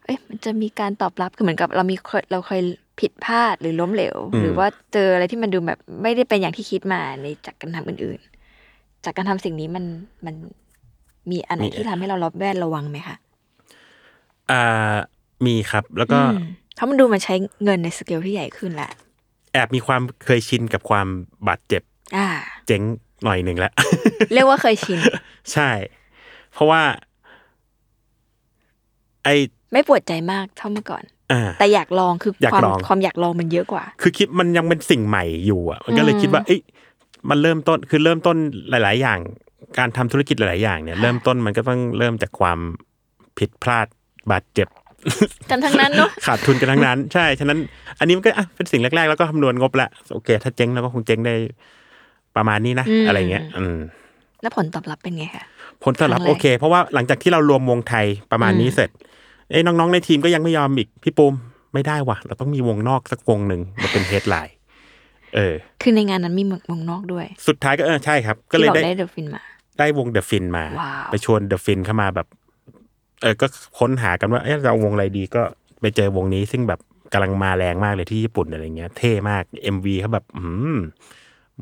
B: เอ้ยมันจะมีการตอบรับคือเหมือนกับเรามีเคยเราเคยผิดพลาดหรือล้มเหลว
C: อืม
B: หรือว่าเจออะไรที่มันดูแบบไม่ได้เป็นอย่างที่คิดมาในจากการทำอื่น ๆ จากการทำสิ่งนี้มันมันมีอะไรที่ทำให้เรารอบแวดระวังไหมคะ
C: อ่ามีครับแล้วก็
B: อืมเพราะมันดูมันใช้เงินในสเกลที่ใหญ่ขึ้นแหละ
C: แอบมีความเคยชินกับความบาดเจ็บ
B: อ่า
C: เจ๋งหน่อยหนึ่งแล้ว
B: เรียกว่าเคยชิน
C: ใช่ เพราะว่า ไอ
B: ไม่ปวดใจมากเท่าเมื่อก่อน
C: อ่า
B: แต่อยากลองคืออย
C: าก
B: ความ
C: ลอง
B: ความอยากลองมันเยอะกว่า
C: คือคิดมันยังเป็นสิ่งใหม่อยู่อ่ะ มันก็เลย
B: อืม
C: คิดว่า เอ้ยมันเริ่มต้นคือเริ่มต้นหลาย ๆ อย่าง การทำธุรกิจหลาย ๆ อย่างเนี่ย เริ่มต้นมันก็ต้องเริ่มจากความผิดพลาดบาดเจ็บ
B: กันทั้งนั้นเนอะ
C: ขาดทุนกันทั้ง นั้น ใช่ ฉะนั้น อันนี้มันก็อ่ะเป็นสิ่งแรก ๆ แล้วก็คำนวณงบละโอเค ถ้าเจ๊งเราก็คงเจ๊งได้ประมาณนี้นะ
B: อืม
C: อะไรเงี้ย อืม
B: แล้วผลตอบรับเป็นไงคะ
C: ผลตอบรับ
B: ครั้งแรก
C: โอเค เพราะว่าหลังจากที่เรารวมวงไทยประมาณนี้
B: อืม
C: เสร็จเอ้ยน้อง ๆ ในทีมก็ยังไม่ยอมอีก พี่ปูมไม่ได้ว่ะ เราต้องมีวงนอกสักวงหนึ่งมาเป็นเฮดไลน์เออ
B: คือในงานนั้นมีวงนอกด้วย
C: สุดท้ายก็เออใช่ครับ ก็
B: ที่
C: เลย
B: บอก
C: ได้
B: ได้เดอะฟินมา
C: ได้วงเดอะฟินมา
B: ว้าว
C: ไปชวนเดอะฟินเข้ามาแบบ เออก็ค้นหากันว่าเอ๊ะเราเอาวงอะไรดีก็ไปเจอวงนี้ซึ่งแบบกำลังมาแรงมากเลยที่ญี่ปุ่นอะไรเงี้ย เท่มาก MV เขาแบบ อืม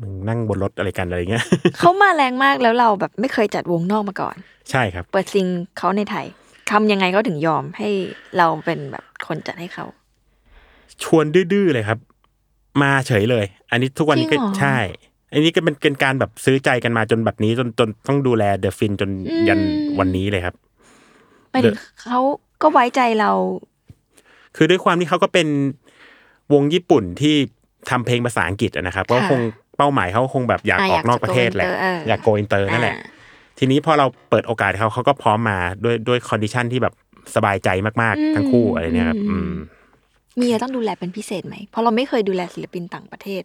C: มึงนั่งบนรถอะไรกันอะไรเงี้ย
B: เขามาแรงมากแล้วเราแบบไม่เคยจัดวงนอกมาก่อน
C: ใช่ครับ
B: เปิดซิงเขาในไทยทำยังไงเขาถึงยอมให้เราเป็นแบบคนจัดให้เขา
C: ชวนดื้อๆเลยครับ มาเฉยเลย อันนี้ทุกวันนี้ก็
B: จริงเหรอ
C: ใช่ อันนี้ก็เป็นเป็นการแบบซื้อใจกันมาจนแบบนี้จนจนต้องดูแลเดอะฟินจน
B: อืม
C: ยันวันนี้เลยครับ
B: หมายถึงเขาก็ไว้ใจเรา
C: คือด้วยความที่เขาก็เป็นวงญี่ปุ่นที่ทำเพลงภาษาอังกฤษอะนะครับ
B: ค่ะ
C: ก็คงเป้าหมายเขาคงแบบอยาก
B: อ่ะ
C: ออกนอ
B: อยาก
C: ก
B: จะ
C: ประเทศ
B: go
C: แหละ
B: inter เอออ
C: อยากโกอินเตอร์นั่นแหละ
B: อ่า
C: ทีนี้พอเราเปิดโอกาสให้เขาเขาก็พร้อมมาด้วยด้วยคอนดิชันที่แบบสบายใจมาก
B: อืม
C: ๆ ทั้งคู่อะไรเนี่ยครับ
B: อืม
C: อืม
B: มีอะไรต้องดูแลเป็นพิเศษไหมเพราะเราไม่เคยดูแลศิลปินต่างประเทศ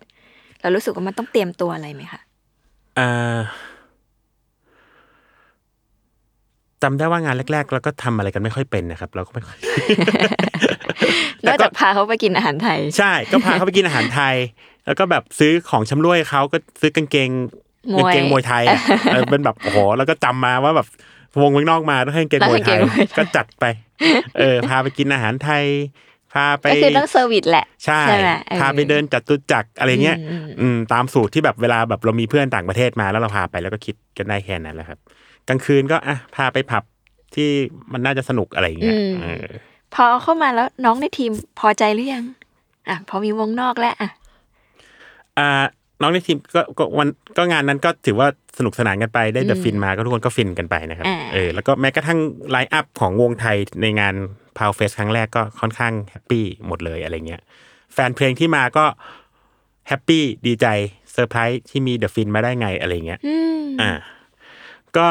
B: เรารู้สึกว่ามันต้องเตรียมตัวอะไรไหมคะ
C: อ่าจำได้ว่างานแรก ๆ เราก็ทำอะไรกันไม่ค่อยเป็นนะครับ เราก็ไม่ค่อย
B: นอกจากพาเขาไปกินอาหารไทย
C: ใช่ ก็พาเขาไปกินอาหารไทย แล้วก็แบบซื้อของชำร่วยเขาก็ซื้อกางเกง
B: มวย
C: กางเกงมวยไทยอะเออเป็นแบบโอ้โหแล้วก็จำมาว่าแบบวงเมืองนอกมาต้องให้กางเกงมวยไทย
B: แล้วกางเกงมวยไทย
C: ก็จัดไป เออ พาไปกินอาหารไทย พาไป
B: ก็คือต้องเซอร์วิสแหละ
C: ใช่
B: ใช่ไหมเออ
C: พาไปเดินจัตุจักรอะไรเงี้ย
B: อืม
C: อืมตามสูตรที่แบบเวลาแบบเรามีเพื่อนต่างประเทศมาแล้วเราพาไปแล้วก็คิดกันได้แค่นั้นแหละครับ กลางคืนก็อ่ะพาไปผับที่มันน่าจะสนุกอะไรเงี้ยเออ
B: พอเอาเข้ามาแล้วน้องในทีมพอใจหรือยัง อ่ะ พอมีวงนอกแล้วอ่ะ
C: อ่าน้องในทีมก็ก็วันก็งานนั้นก็ถือว่าสนุกสนานกันไปได้เดอะฟินมาก็ทุกคนก็ฟินกันไปนะครับ
B: อ่า
C: เออแล้วก็แม้กระทั่งไลน์อัพของวงไทยในงานพาวเฟสครั้งแรกก็ค่อนข้างแฮปปี้หมดเลยอะไรเงี้ยแฟนเพลงที่มาก็แฮปปี้ดีใจเซอร์ไพรส์ที่มีเดอะฟินมาได้ไงอะไรเงี้ย
B: อืม
C: อ่าก็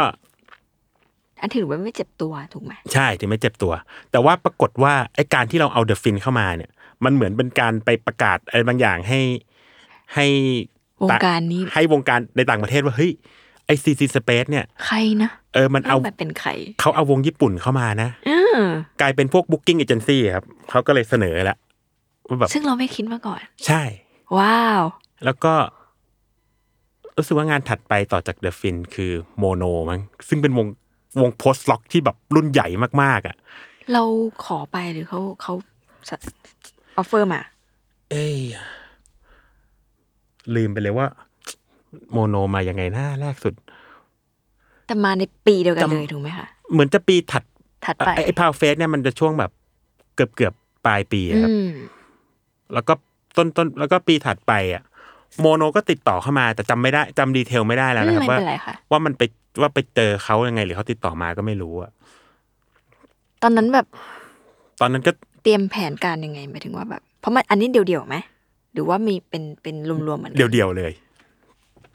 B: อันถือว่าไม่เจ็บตัวถูกไหม
C: ใช่ถึงไม่เจ็บตัว แต่ว่าปรากฏว่าไอ้การที่เราเอาเดอะฟินเข้ามาเนี่ย มันเหมือนเป็นการไปประกาศอะไรบางอย่างให้ให้
B: วงการนี้
C: ให้วงการในต่างประเทศว่าเฮ้ยไอซีซีสเปซเนี่ย
B: ใครนะ
C: เออมันเอา
B: แบบเป็นใคร
C: เขาเอาวงญี่ปุ่นเข้ามานะ
B: เออก
C: ลายเป็นพวกบุ๊กิ้งเอเจนซี่ครับเขาก็เลยเสนอละว่าแบบ
B: ซึ่งเราไม่คิดมาก่อน
C: ใช่
B: ว้าว
C: แล้วก็ รู้สึกว่างานถัดไปต่อจากเดอะฟินคือโมโนมั้งซึ่งเป็นวงวงโพสต์ล็อกที่แบบรุ่นใหญ่มากๆอ่ะ
B: เราขอไปหรือเขาเขาออฟเฟอร์มา
C: เอ้ยลืมไปเลยว่า โมโนมายังไงหน้าแรกสุด
B: แต่มาในปีเดียวกัน
C: จำ
B: เลยถูกไหมคะ
C: เหมือนจะปีถัด
B: ถัดไป
C: ไอ้พาวเฟสเนี่ยมันจะช่วงแบบเกือบเกือบๆปลายปีอะครับ
B: อืม
C: แล้วก็ต้นต้นแล้วก็ปีถัดไปอ่ะ โมโนก็ติดต่อเข้ามา แต่จำไม่ได้จำดีเทลไม่ได้แล้วนะครับ
B: ไม่
C: ว่า
B: เป็นไรค่ะ
C: ว่ามันไปว่าไปเจอเขายังไง หรือเขาติดต่อมาก็ไม่รู้อ่ะ
B: ตอนนั้นแบบ
C: ตอนนั้นก็
B: เตรียมแผนการยังไงหมายถึงว่าแบบ เพราะมันอันนี้เดียวๆไหมหรือว่ามีเป็นเป็นรวมๆเหมือนกัน
C: เดี่ยวๆเลย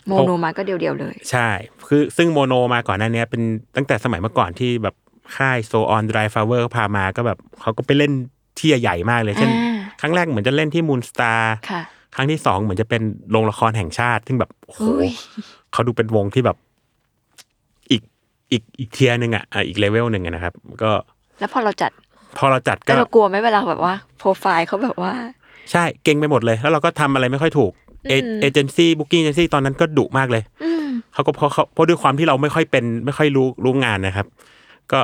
B: โมโนมาก็เดียวๆเลย
C: ใช่ คือซึ่งโมโนมาก่อนหน้าเนี้ยเป็นตั้งแต่สมัยเมื่อก่อนที่แบบค่ายโซออนไดร์ฟาเวอร์พามาก็แบบเขาก็ไปเล่นที่ใหญ่ๆมากเลย เช่น
B: อ่า
C: ครั้งแรกเหมือนจะเล่นที่มูนสตาร์
B: ค่ะ
C: ครั้งที่สองเหมือนจะเป็นโรงละครแห่งชาติ ซึ่งแบบโอ้โห
B: อุ๊ย
C: เขาดูเป็นวงที่แบบ อีกอีกอีกเทียร์หนึ่งอะอ่ะอีกเลเวลหนึ่งอะนะครับ ก็
B: แล้วพอเราจัด
C: พอเราจัด
B: แต่
C: ก็
B: เรากลัวไหมเวลาแบบว่าโปรไฟล์เขาแบบว่า
C: ใช่เก่งไปหมดเลย แล้วเราก็ทำอะไรไม่ค่อยถูกเอ
B: อืม
C: เอเจนซี่บุ๊กิ้งเอเจนซี่ตอนนั้นก็ดุมากเลย
B: อืม
C: เขาก็เพราะเขาเพราะด้วยความที่เราไม่ค่อยเป็นไม่ค่อยรู้รู้งานนะครับ ก็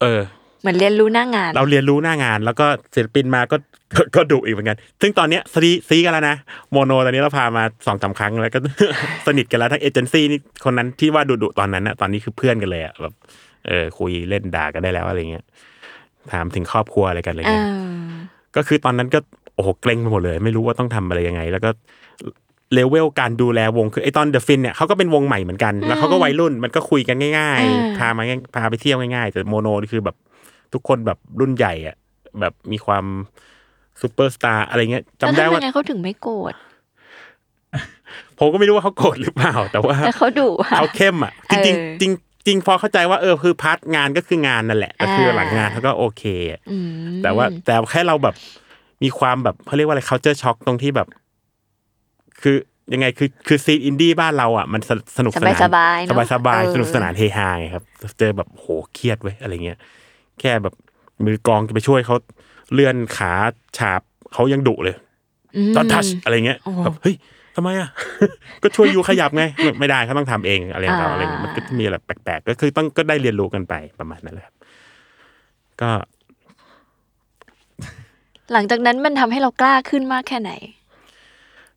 C: เออ
B: เหมือนเรียนรู้หน้างาน
C: เราเรียนรู้หน้างาน แล้วก็ศิลปินมาก็ก็ก็ดุอีกเหมือนกัน ซึ่งตอนเนี้ยซีซีกันแล้วนะโมโนตอนนี้เราพามาสองสามครั้งแล้วก็ สนิทกันแล้วทั้งเอเจนซี่นี่คนนั้นที่ว่าดุดุๆตอนนั้นนะตอนนี้คือเพื่อนกันเลยอะแบบเออคุยเล่นด่ากันได้แล้วอะไรเงี้ยถามถึงครอบครัวอะไรกันอะไร
B: อ่า
C: เงี้ย ก็คือตอนนั้นก็โอ้โหเกรงไปหมดเลย ไม่รู้ว่าต้องทำอะไรยังไง แล้วก็เลเวลการดูแลวงคือไอตอนเดอะฟินเนี่ยเขาก็เป็นวงใหม่เหมือนกัน แล้วเขาก็วัยรุ่นมันก็คุยกันง่าย
B: อ่า
C: ๆ พามาง่ายพาไปเที่ยวง่ายๆ แต่โมโนนี่คือแบบทุกคนแบบรุ่นใหญ่อะแบบมีความซูเปอร์สตาร์อะไรเงี้ยจำ
B: แล้วทำ
C: ได้ว่า
B: ยังไงเขาถึงไม่โกรธ
C: ผมก็ไม่รู้ว่าเขาโกรธหรือเปล่า แต่ว่า
B: แล้วเขาดุอะ
C: เขาเข้มอ่ะ จริง
B: เออ
C: ๆจริงจริงพอเข้าใจว่าเออคือพาร์ทงานก็คืองานนั่นแหละแต่คือหลังงาน
B: อ่า
C: เขาก็โอเคอะ
B: อืม
C: แต่ว่าแต่แค่เราแบบมีความแบบเขาเรียกว่าอะไร culture shock ตรงที่แบบ คือยังไงคือคือซีนอินดี้บ้านเราอ่ะ มันสสนุก
B: ส
C: ส
B: บาย
C: นา
B: ส
C: น
B: บายๆเน
C: ส
B: อะ
C: บายสบาย
B: เออ
C: สนุกสนานเฮฮาไงครับ เจอแบบโหเครียดเว้ยอะไรเงี้ยแค่แบบมือกลองจะไปช่วยเขาเลื่อนขาฉาบเขายังดุเลย
B: ม
C: ตอนทัชอะไรเงี้ย
B: โอ้
C: แบบเฮ้ยทำไมอ่ะ ก็ช่วยยูขยับไง ไม่ได้เขาต้องทำเองอะไรของเขาอะไรเงี้ย
B: อ่ามั
C: มันก็จะมีอะไรแปลกๆ ก็คือต้องก็ได้เรียนรู้กันไปประมาณนั้นแหละครับก็
B: หลังจากนั้นมันทำให้เรากล้าขึ้นมากแค่ไหน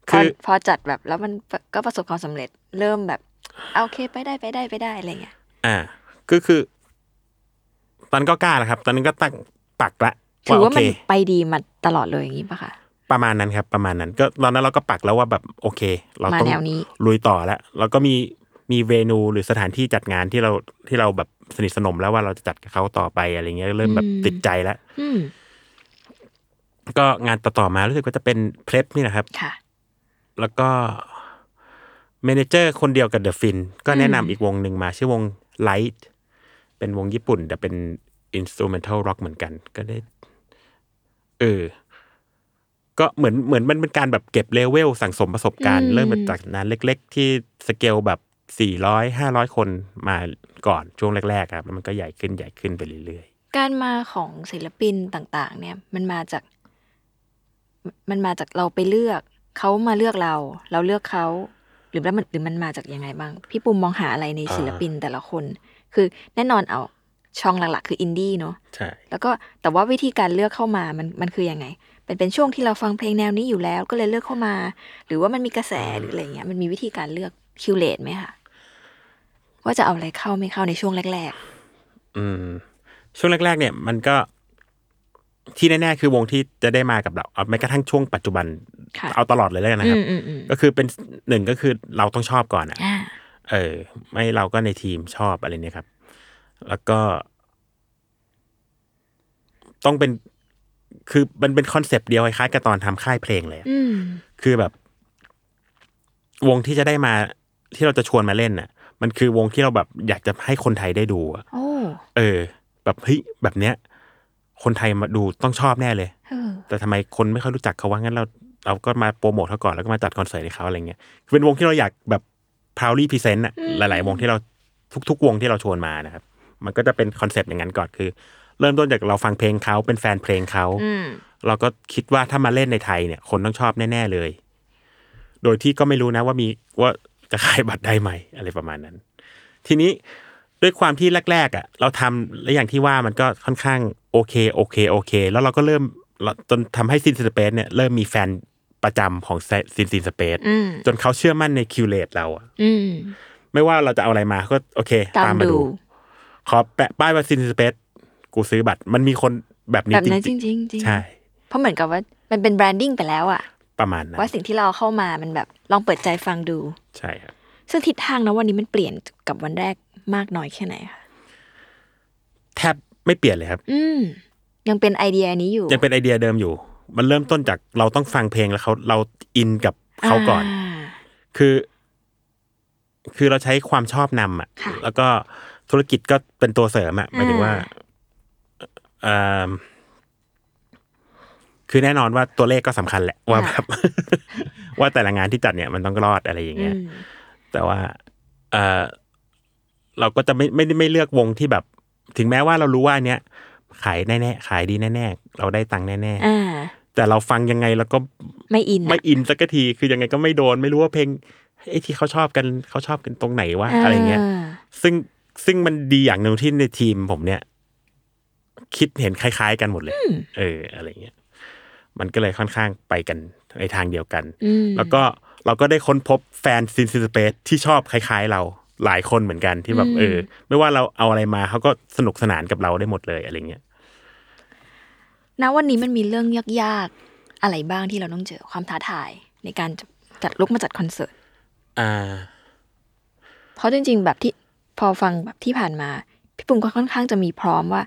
B: พ
C: คือ อ
B: พอจัดแบบแล้วมันก็ประสบความสำเร็จ เริ่มแบบเอาโอเคไปได้ไปได้ไปได้อะไรเงี้ย
C: อ่าก็คือ ตอนนนก็กล้าแหละครับ ตอนนั้นก็ตั้งปักละ
B: ถือว่า
C: โเค
B: มันไปดีมาตลอดเลยอย่างนี้ปะคะ
C: ประมาณนั้นครับ ประมาณนั้น ก็ตอนนั้นเราก็ปักแล้วว่าแบบโอเค เรา
B: มา
C: ต้อง
B: แนวนี้
C: ลุยต่อแล้วเราก็มีมีเวนูหรือสถานที่จัดงานที่เราที่เราแบบสนิทสนมแล้วว่าเราจะจัดกับเขาต่อไปอะไรเงี้ยเริ่มแบบติดใจแล้ว
B: อืม
C: ก็งานต่อๆมารู้สึกว่าจะเป็นเพลฟนี่นะครับ
B: ค่ะ
C: แล้วก็เมเนเจอร์คนเดียวกับเดอะฟินก็แนะนำอีกวงหนึ่งมา ชื่อวง Light เป็นวงญี่ปุ่น แต่เป็น Instrumental Rock เหมือนกัน ก็ได้ เออ ก็เหมือนเหมือนมันเป็นการแบบเก็บเลเวลสั่งสมประสบการณ์
B: อืม
C: เริ่มจากนานเล็ก ๆ ที่สเกลแบบสี่ร้อยห้าร้อยคนมาก่อนช่วงแรก ๆ ครับ แล้วมันก็ใหญ่ขึ้นใหญ่ขึ้นไปเรื่อย
B: การมาของศิลปินต่าง ๆ เนี่ย มันมาจาก มันมาจากเราไปเลือก เขามาเลือกเรา เราเลือกเขาหรือแล้วมันหรือมันมาจากยังไงบ้าง พี่ปูมมองหาอะไรในศิลปินแต่ละคน คือแน่นอนเอาช่องหลักๆ คืออินดี้เนาะ
C: ๆ ใช่
B: แล้วก็แต่ว่าวิธีการเลือกเข้ามามันมันคือยังไง เป็นเป็นช่วงที่เราฟังเพลงแนวนี้อยู่แล้วก็เลยเลือกเข้ามา หรือว่ามันมีกระแสหรืออะไรเงี้ยมันมีวิธีการเลือกคิวเลตไหมคะว่าจะเอาอะไรเข้าไม่เข้าในช่วงแรก
C: อืม ช่วงแรก ๆ เนี่ย มันก็ที่แน่ๆคือวงที่จะได้มากับเราเอาแม้กระทั่งช่วงปัจจุบัน
B: ๆ ค่ะ
C: เอาตลอดเลยแล้วกัน
B: อื
C: นะครับ
B: มอืมอืม
C: ก็คือเป็นหนึ่งก็คือเราต้องชอบก่อนอะ
B: อ่า
C: เออ ไม่เราก็ในทีมชอบอะไรเนี่ยครับ แล้วก็ ต้องเป็นคือมันเป็นคอนเซปต์เดียวคล้ายๆกับตอนทำค่ายเพลงเลยอะ
B: อืม
C: คือแบบ วงที่จะได้มาที่เราจะชวนมาเล่นน่ะ มันคือวงที่เราแบบอยากจะให้คนไทยได้ดูอะ
B: โอ้
C: เออ แบบเฮ้ยแบบเนี้ย คนไทยมาดูต้องชอบแน่เลย
B: เออ
C: แต่ทำไมคนไม่ค่อยรู้จักเขาว่างั้นเราเราก็มาโปรโมทเขาก่อนแล้วก็มาจัดคอนเสิร์ตให้เขาอะไรเงี้ยคือเป็นวงที่เราอยากแบบ proudly present อะหลาย ๆ วงที่เราทุก ๆ วงที่เราชวนมานะครับ มันก็จะเป็นคอนเซปต์อย่างนั้นก่อนคือ เริ่มต้นจากเราฟังเพลงเขาเป็นแฟนเพลงเขา
B: อืม
C: เราก็คิดว่าถ้ามาเล่นในไทยเนี่ย คนต้องชอบแน่ ๆ เลย โดยที่ก็ไม่รู้นะว่ามีว่าจะขายบัตรได้ไหมอะไรประมาณนั้น ทีนี้ด้วยความที่แรก ๆ อ่ะ เราทำและอย่างที่ว่ามันก็ค่อนข้างโอเค โอเค โอเค แล้วเราก็เริ่มเราจนทำให้ซินสเปซเนี่ยเริ่มมีแฟนประจำของซินซินสเปซ
B: อืม
C: จนเขาเชื่อมั่นในคิวเลตเราอะ
B: อืม
C: ไม่ว่าเราจะเอาอะไรมาก็โอเค
B: ตาม
C: ตามมา
B: ดู
C: ดู ขอแปะป้ายว่าซินซินสเปซกูซื้อบัตร มันมีคนแบบนี้
B: แบบนั้น
C: จ
B: จ
C: ริง
B: ริงๆจริง
C: ๆใช่
B: เพราะเหมือนกับว่ามันเป็นแบรนดิ้งไปแล้วอะ
C: ประมาณนั้น
B: ว่าสิ่งที่เราเอาเข้ามามันแบบลองเปิดใจฟังดู
C: ใช่ครับ
B: ซึ่งทิศทางนะวันนี้มันเปลี่ยนกับวันแรกมากน้อยแค่ไหนคะ
C: แทบไม่เปลี่ยนเลยครับ
B: อืม ยังเป็นไอเดียนี้อยู่
C: ยังเป็นไอเดียเดิมอยู่ มันเริ่มต้นจากเราต้องฟังเพลงแล้วเขาเราอินกับเขาก่อน
B: า
C: คือ คือเราใช้ความชอบนำอ่ะ
B: ค่ะ
C: แล้วก็ธุรกิจก็เป็นตัวเสริมอ่ะหมายถึงว่า
B: อ่า
C: เอ่อคือแน่นอนว่าตัวเลขก็สำคัญแหละว่าแบบ ว่าแต่ละงานที่จัดเนี่ยมันต้องรอดอะไรอย่าง
B: อื
C: เงี้ย
B: ม
C: แต่ว่าเออเราก็จะไม่ไม่ได้ไม่เลือกวงที่แบบ ถึงแม้ว่าเรารู้ว่าอันเนี้ย ขายแน่ๆขายดีแน่ๆเราได้ตังค์แน่
B: อ่า
C: ๆแต่เราฟังยังไงเราก็
B: ไม่อินอะ
C: ไม่อินสักทีคือยังไงก็ไม่โดนไม่รู้ว่าเพลงไอ้ที่เขาชอบกันเขาชอบกันตรงไหนวะอะไรเงี้ย ซึ่งซึ่งมันดีอย่างหนึ่งที่ในทีมผมเนี่ย คิดเห็นคล้าย ๆ กันหมดเลย เออ อะไรเงี้ยมันก็เลยค่อนข้างไปกันในทางเดียวกัน
B: อืม
C: แล้วก็เราก็ได้ค้นพบแฟนซินซิสเปซที่ชอบคล้าย ๆ เราหลายคนเหมือนกันที่แบบเออ ไม่ว่าเราเอาอะไรมาเขาก็สนุกสนานกับเราได้หมดเลยอะไรเงี้ย
B: ณวันนี้มันมีเรื่องยากๆ อะไรบ้างที่เราต้องเจอความท้าทายในการจะจัดลุกมาจัดคอนเสิร์ต
C: อ่า
B: เพราะจริง ๆ แบบที่พอฟังแบบที่ผ่านมา พี่ปุ่มก็ค่อนข้างจะมีพร้อมว่า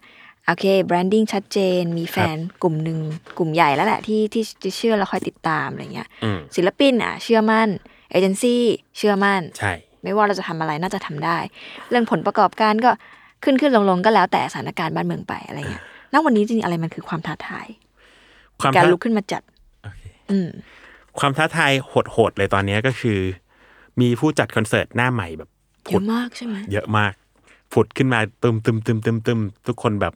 B: โอเคแบรนดิ้งชัดเจน มีแฟนกลุ่มหนึ่งกลุ่มใหญ่แล้วแหละที่ที่ที่เชื่อและคอยติดตามอะไรเงี้ย
C: อืม
B: ศิลปินอ่ะเชื่อมั่นเอเจนซี่เชื่อมั่น
C: ใช่
B: ไม่ว่าเราจะทำอะไรน่าจะทำได้ เรื่องผลประกอบการก็ขึ้นขึ้นลงลงๆก็แล้วแต่สถานการณ์บ้านเมืองไปอะไรเงี้ยณวันนี้จริงๆอะไรมันคือความท้าทาย
C: ความ
B: การ
C: ท้า
B: ลุกขึ้นมาจัด อืม
C: ความท้าทายโหดๆเลยตอนเนี้ยก็คือ มีผู้จัดคอนเสิร์ตหน้าใหม่แบบ
B: เยอะมากใช่ไหม
C: เยอะมาก ผุดขึ้นมาตึมตึมตึมตึมตึมทุกคนแบบ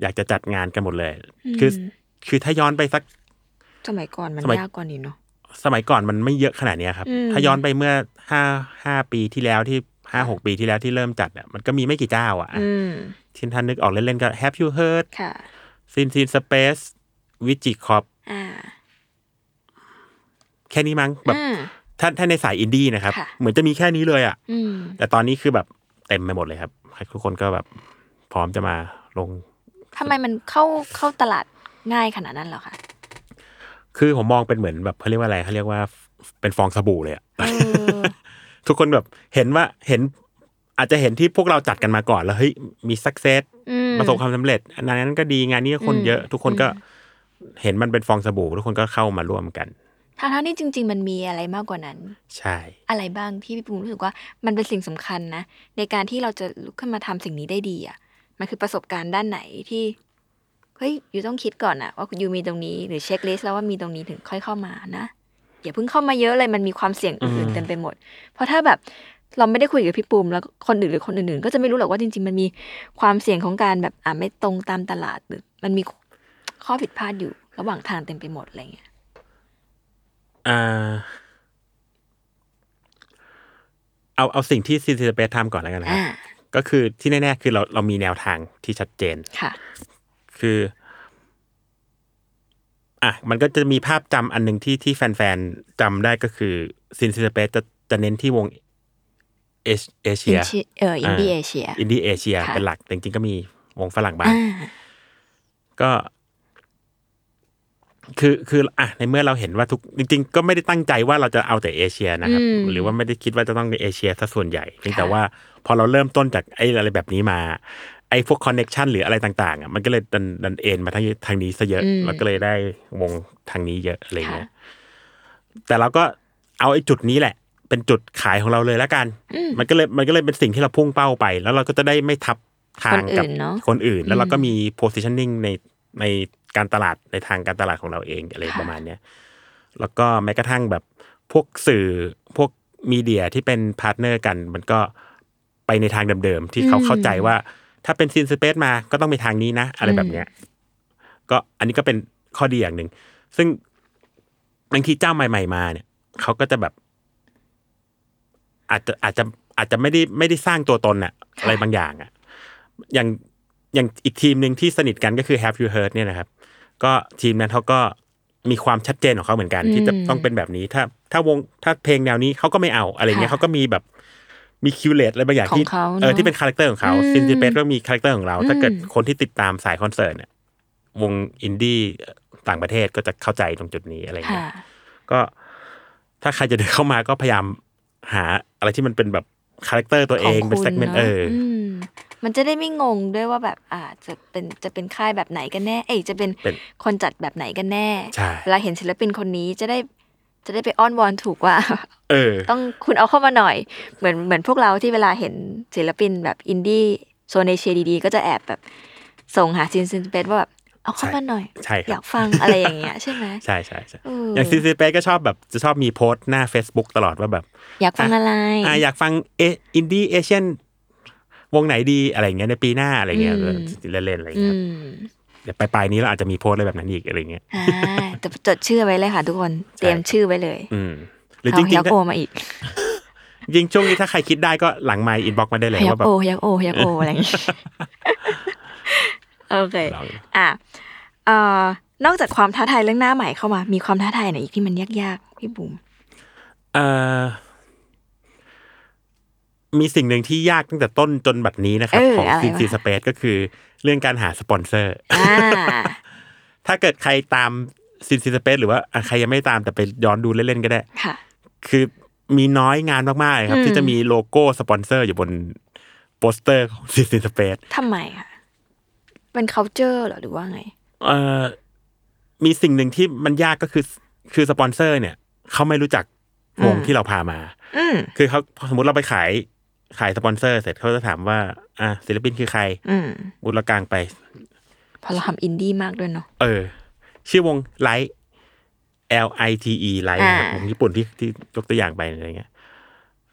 C: อยากจะจัดงานกันหมดเลย คือคือถ้าย้อนไปสัก
B: สมัยก่อนมัน
C: สมัย
B: ยากกว่านี้เนาะ
C: สมัยก่อนมันไม่เยอะขนาดเนี้ยครับ
B: อืม
C: ถ้าย้อนไปเมื่อห้าห้าปีที่แล้วที่ห้าหกปีที่แล้วที่เริ่มจัดอ่ะมันก็มีไม่กี่เจ้าอ่ะ
B: อืม
C: ที่ท่านนึกออกเล่นๆก็ Have You Heard
B: ค่ะ
C: ซินซินสเปซวิจิคอป
B: อ่า
C: แค่นี้มั้งแบบ
B: อ่า
C: ถ้าถ้าในสายอินดี้นะครับ
B: ค่ะ
C: เหมือนจะมีแค่นี้เลยอ่ะ
B: อืม
C: แต่ตอนนี้คือแบบเต็มไปหมดเลยครับทุกคนก็แบบพร้อมจะมาลง
B: ทำไมมันเข้าเข้าตลาดง่ายขนาดนั้นเหรอคะ
C: คือผมมองเป็นเหมือนแบบเขาเรียกว่าอะไรเขาเรียกว่าเป็นฟองสบู่เลยอะ
B: เออ
C: ทุกคนแบบเห็นว่าเห็น อาจจะเห็นที่พวกเราจัดกันมาก่อนแล้วเฮ้ยมีสักเซส
B: อืม
C: ประสบความสำเร็จอันนั้นก็ดีงานนี้ก็คนเยอะ ทุกคนก็เห็นมันเป็นฟองสบู่ ทุกคนก็เข้ามาร่วมกัน
B: ทางทั้งที่จริง ๆ มันมีอะไรมากกว่านั้น
C: ใช่
B: อะไรบ้างที่พี่ปุ้มรู้สึกว่ามันเป็นสิ่งสำคัญนะ ในการที่เราจะลุกขึ้นมาทำสิ่งนี้ได้ดีอ่ะ มันคือประสบการณ์ด้านไหนที่ เฮ้ยอยู่ต้องคิดก่อนอะว่าอยู่มีตรงนี้หรือเช็คลิสต์แล้วว่ามีตรงนี้ถึงค่อยเข้ามานะ อย่าเพิ่งเข้ามาเยอะเลยมันมีความเสี่ยงอื่นๆเต็มไปหมด เพราะถ้าแบบเราไม่ได้คุยกับพี่ปุ้มแล้วคนอื่นหรือคนอื่นๆ ก็จะไม่รู้หรอกว่าจริง ๆ มันมีความเสี่ยงของการแบบอ่าไม่ตรงตามตลาดหรือมันมีข้อผิดพลาดอยู่ระหว่างทางเต็มไปหมดอะไรเงี้ย
C: อ่าเอาเอาสิ่งที่ซีซีเปซทำก่อนแล้วกันนะครับ
B: อ่า
C: ก็คือที่แน่ๆคือเราเรามีแนวทางที่ชัดเจน
B: ค่ะ
C: คือ อ่ะ มันก็จะมีภาพจำอันหนึ่งที่ที่แฟนๆจำได้ก็คือซินซิสเปซจะจะเน้นที่วงเอเอเชีย
B: Inchi- เอออินดี้เอเชีย
C: อินดี้เอเชีย
B: ค่ะ
C: เป็นหลักแต่จริงๆก็มีวงฝรั่งบ้าง
B: อ่า
C: ก็ คือคืออ่ะในเมื่อเราเห็นว่าทุก จริง ๆ ก็ไม่ได้ตั้งใจว่าเราจะเอาแต่เอเชียนะครับ
B: อืม
C: หรือว่าไม่ได้คิดว่าจะต้องเอเชียซะส่วนใหญ่เพียงแต่
B: ค่ะ
C: ว่าพอเราเริ่มต้นจากไอ้อะไรแบบนี้มา ไอ้พวกคอนเน็ชันหรืออะไรต่างๆอ่ะมันก็เลยดันดันเอ็นมาทางทางนี้ซะเยอะเราก็เลยได้วงทางนี้เยอะอะไรเงี้ยแต่เราก็เอาไอ้จุดนี้แหละ เป็นจุดขายของเราเลยละกัน มันก็เลยมันก็เลยเป็นสิ่งที่เราพุ่งเป้าไป แล้วเราก็จะได้ไม่ทับทางกับ
B: คนอื่นเนอะ
C: คนอื่น แล้วเราก็มี positioning ในในการตลาดในทางการตลาดของเราเองอะไรประมาณเนี้ยแล้วก็แม้กระทั่งแบบพวกสื่อพวกมีเดียที่เป็นพาร์ทเนอร์กัน มันก็ไปในทางเดิมๆที่เขาเข้าใจว่า ถ้าเป็นซีนสเปซมาก็ต้องไปทางนี้นะ อะไรแบบเนี้ย ก็อันนี้ก็เป็นข้อดีอย่างหนึ่ง ซึ่งบางทีเจ้าใหม่ ๆ มาเนี่ยเขาก็จะแบบ อาจจะอาจจะอาจจะไม่ได้ไม่ได้สร้างตัวตนอะอะไรบางอย่างอะอย่างอย่างอีกทีมหนึ่งที่สนิทกันก็คือ Have You Heard เนี่ยนะครับ ก็ทีมนั้นเขาก็มีความชัดเจนของเขาเหมือนกัน ที่จะต้องเป็นแบบนี้ ถ้า ถ้าวงถ้าเพลงแนวนี้เขาก็ไม่เอาอะไรเงี้ย
B: ค่ะ
C: เขาก็มีแบบมีคิวเลตอะไรบางอย่างที่
B: ของเขาเนอะ
C: เออที่เป็นคาแรคเตอร์ของเขา
B: อืม
C: ซินดิเปตก็มีคาแรคเตอร์ของเรา ถ้าเกิดคนที่ติดตามสายคอนเสิร์ตเนี่ย วงอินดี้ต่างประเทศก็จะเข้าใจตรงจุดนี้อะไรเงี้
B: ค่ะ
C: ย ก็ถ้าใครจะเดินเข้ามาก็พยายามหาอะไรที่มันเป็นแบบคาแรคเตอร์ตัวเอง
B: ข
C: เป็น
B: คุณ
C: เซกเมนต์
B: ะ
C: เอออ
B: มมันจะได้ไม่งงด้วยว่าแบบอ่าจะเป็นจะเป็นค่ายแบบไหนกันแน่ เอ้ยจะเป็น
C: เป็น
B: คนจัดแบบไหนกันแน่
C: ใช่
B: เวลาเห็นศิลปินคนนี้จะได้จะได้ไปอ้อนวอนถูกว่า
C: เออ
B: ต้องคุณเอาเข้ามาหน่อย เหมือนเหมือนพวกเราที่เวลาเห็นศิลปินแบบอินดี้โซนเอเชียดีๆ ก็จะแอบแบบส่งหาซินซินเปซว่าแบบเอาเข้ามาหน่อย
C: ใช่ค
B: อ
C: รั
B: ยา
C: บ
B: กฟังอะไรอย่างเงี้ยใช่ไหม
C: ใช่ใช่ใช่
B: เอออ
C: อย่างซีซีเปก็ชอบแบบจะชอบมีโพสต์หน้า Facebook ตลอดว่าแบบ
B: อยากฟังอะไร
C: อ่าอยากฟังเออินดี้เอเชียน วงไหนดีอะไรเงี้ยในปีหน้าอะไรเงี้ย
B: อืม
C: เล่นๆอะไร
B: อื
C: เงี้ย
B: ม
C: เดี๋ยวปลายๆนี้เราอาจจะมีโพสต์อะไรแบบนั้นอีกอะไรเงี้ย
B: อ่าแต่จดชื่อไว้เลยค่ะ ทุกคนเตรียมชื่อไว้เลย
C: อืม หรือ
B: เอา
C: จริ
B: ยัก
C: งๆก็
B: ษ์โอมาอีก
C: จริงๆช่วงนี้ถ้าใครคิดได้ก็หลังไมค์อินบ็อกมาได้เลย
B: ยัก
C: ว่า
B: ษ์
C: แบบ
B: โอยักษ์โอยัก ษ์โออะไรอย่างงี้โอเค
C: ลอง
B: อ่ะเอ่อนอกจากความท้าทายเรื่องหน้าใหม่เข้ามา มีความท้าทายไหนอีกที่มันยากๆ พี่บุ๋ม
C: เอ่อมีสิ่งหนึ่งที่ยากตั้งแต่ต้นจนบัดนี้นะครับ ของซีซีสเปซก็คือเรื่องการหาสปอนเซอร์
B: อ่า
C: ถ้าเกิดใครตามซินซิสเปซหรือว่าอ่ะใครยังไม่ตามแต่ไปย้อนดูเล่นๆก็ได้
B: ค่ะ
C: คือมีน้อยงานมากๆเลยครับ
B: อืม
C: ที่จะมีโลโก้สปอนเซอร์อยู่บนโปสเตอร์ของซินซิสเปซ
B: ทำไมคะเป็น culture เหรอหรือว่าไง
C: เอ่อมีสิ่งหนึ่งที่มันยากก็คือคือสปอนเซอร์เนี่ย เขาไม่รู้จักวง
B: อืม
C: ที่เราพามา
B: อืม
C: คือเขาสมมติเราไปขายขายสปอนเซอร์ เสร็จเขาจะถามว่า อ่ะศิลปินคือใคร
B: อืม
C: อุดละกลางไป
B: พอเราทำอินดี้มากด้วยเนาะ
C: เออ ชื่อวงไลท์ L I T E ไลท์นะครับ
B: อ่าว
C: งญี่ปุ่นที่ที่ยกตัวอย่างไปอะไรเงี้ย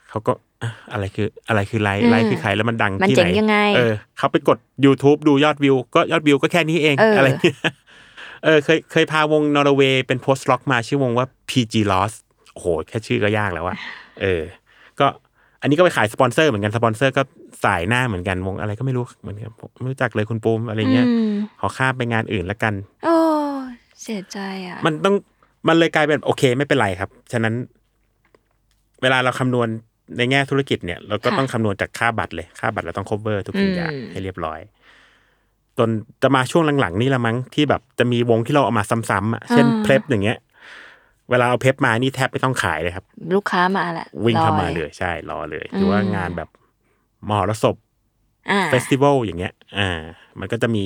C: เขาก็อ่ะอะไรคืออะไรคือไลท์
B: อืม
C: ไลท์คือใครแล้วมันดัง
B: มัน
C: ที่
B: เจ๋
C: ไหน
B: งยังไง
C: เออเขาไปกด YouTube ดูยอดวิว ก็ยอดวิวก็แค่นี้เอง
B: เอออ
C: อะไรเงี้ย เออเคยเคยพาวงนอร์เวย์เป็นโพสต์ล็อกมาชื่อวงว่า PG Loss โอ้โห แค่ชื่อก็ยากแล้วอะเออ ก็อันนี้ก็ไปขายสปอนเซอร์เหมือนกันสปอนเซอร์ก็สายหน้าเหมือนกันวงอะไรก็ไม่รู้เหมือนกันผมไม่รู้จักเลยคุณปูมอะไรเงี้ย
B: อืม
C: ขอข้ามไปงานอื่นละกัน
B: โอ้เสียใจอ่ะ
C: มันต้องมันเลยกลายเป็นโอเคไม่เป็นไรครับ ฉะนั้น เวลาเราคำนวณในแง่ธุรกิจเนี่ย เราก็
B: ค่ะ
C: ต้องคำนวณจากค่าบัตรเลย ค่าบัตรเราต้อง cover ทุกสิ่งอย่าง
B: อืม
C: ให้เรียบร้อย จนจะมาช่วงหลังๆ นี่ละมั้งที่แบบจะมีวงที่เราเอามาซ้ำๆอะเช่นเพลฟอย่างเงี้ย เวลาเอาเพลฟมานี่แทบไม่ต้องขายเลยครับ
B: ลูกค้ามาแหละ
C: วิ่งเข้า
B: ล
C: มา
B: อย
C: เลยใช่รอเลย
B: อืม
C: หรือว่างานแบบมหรสพ
B: อ่า
C: เฟสติวัลอย่างเงี้ย อ่า มันก็จะมี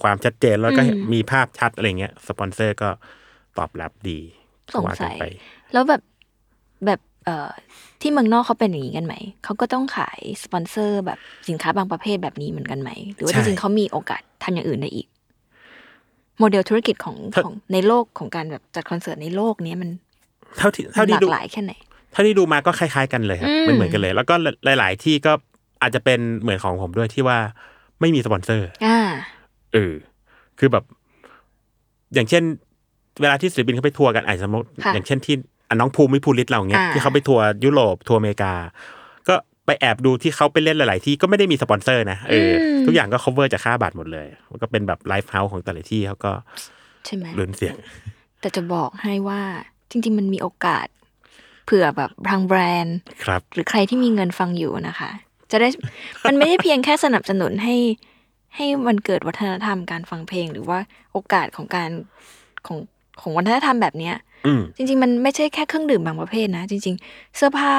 C: ความชัดเจนแล้วก็
B: อืม
C: มีภาพชัดอะไรเงี้ย สปอนเซอร์ก็ตอบรับดี
B: สงสัย
C: ว่ากันไป
B: แล้วแบบแบบเอ่อที่เมืองนอกเขาเป็นอย่างนี้กันไหม เขาก็ต้องขายสปอนเซอร์แบบสินค้าบางประเภทแบบนี้เหมือนกันไหม หรือว่าจริงๆเขามีโอกาสทำอย่างอื่นได้อีก โมเดลธุรกิจของของในโลกของการแบบจัดคอนเสิร์ตในโลกเนี้ยมัน
C: เท่าที่
B: มั
C: เท่าน
B: ห
C: ที่
B: ลาก
C: ดู
B: หลายแค่ไหน
C: เท่าที่ดูมาก็คล้าย ๆ กันเลยครับ
B: อืม
C: มันเหมือนกันเลย แล้วก็หลาย ๆ ที่ก็อาจจะเป็นเหมือนของผมด้วยที่ว่าไม่มีสปอนเซอร์
B: อ่า
C: เออ คือแบบ อย่างเช่น เวลาที่ศิลปินเขาไปทัวร์กันอาจจะสมมติ
B: ค่ะ
C: อย่างเช่นที่อ่ะน้องภูมิภูริศเราเงี้ย
B: อ่า
C: ที่เขาไปทัวร์ยุโรปทัวร์อเมริกา ก็ไปแอบดูที่เขาไปเล่นหลาย ๆ ที่ก็ไม่ได้มีสปอนเซอร์นะเอออทุกอย่างก็ cover จากค่าบัตรหมดเลย มันก็เป็นแบบไลฟ์เฮาส์ของแต่ละที่เขาก็
B: ใช่ไหม
C: ลุ้นเสียง
B: แต่จะบอกให้ว่าจริง ๆ มันมีโอกาส เผื่อแบบทางแบรนด์
C: ครับ
B: หรือใครที่มีเงินฟังอยู่นะคะ จะได้ มันไม่ได้เพียงแค่สนับสนุนให้ ให้มันเกิดวัฒนธรรมการฟังเพลง หรือว่าโอกาสของการของของวัฒนธรรมแบบเนี้ย
C: อืม
B: จริง ๆ มันไม่ใช่แค่เครื่องดื่มบางประเภทนะ จริง ๆ เสื้อผ้า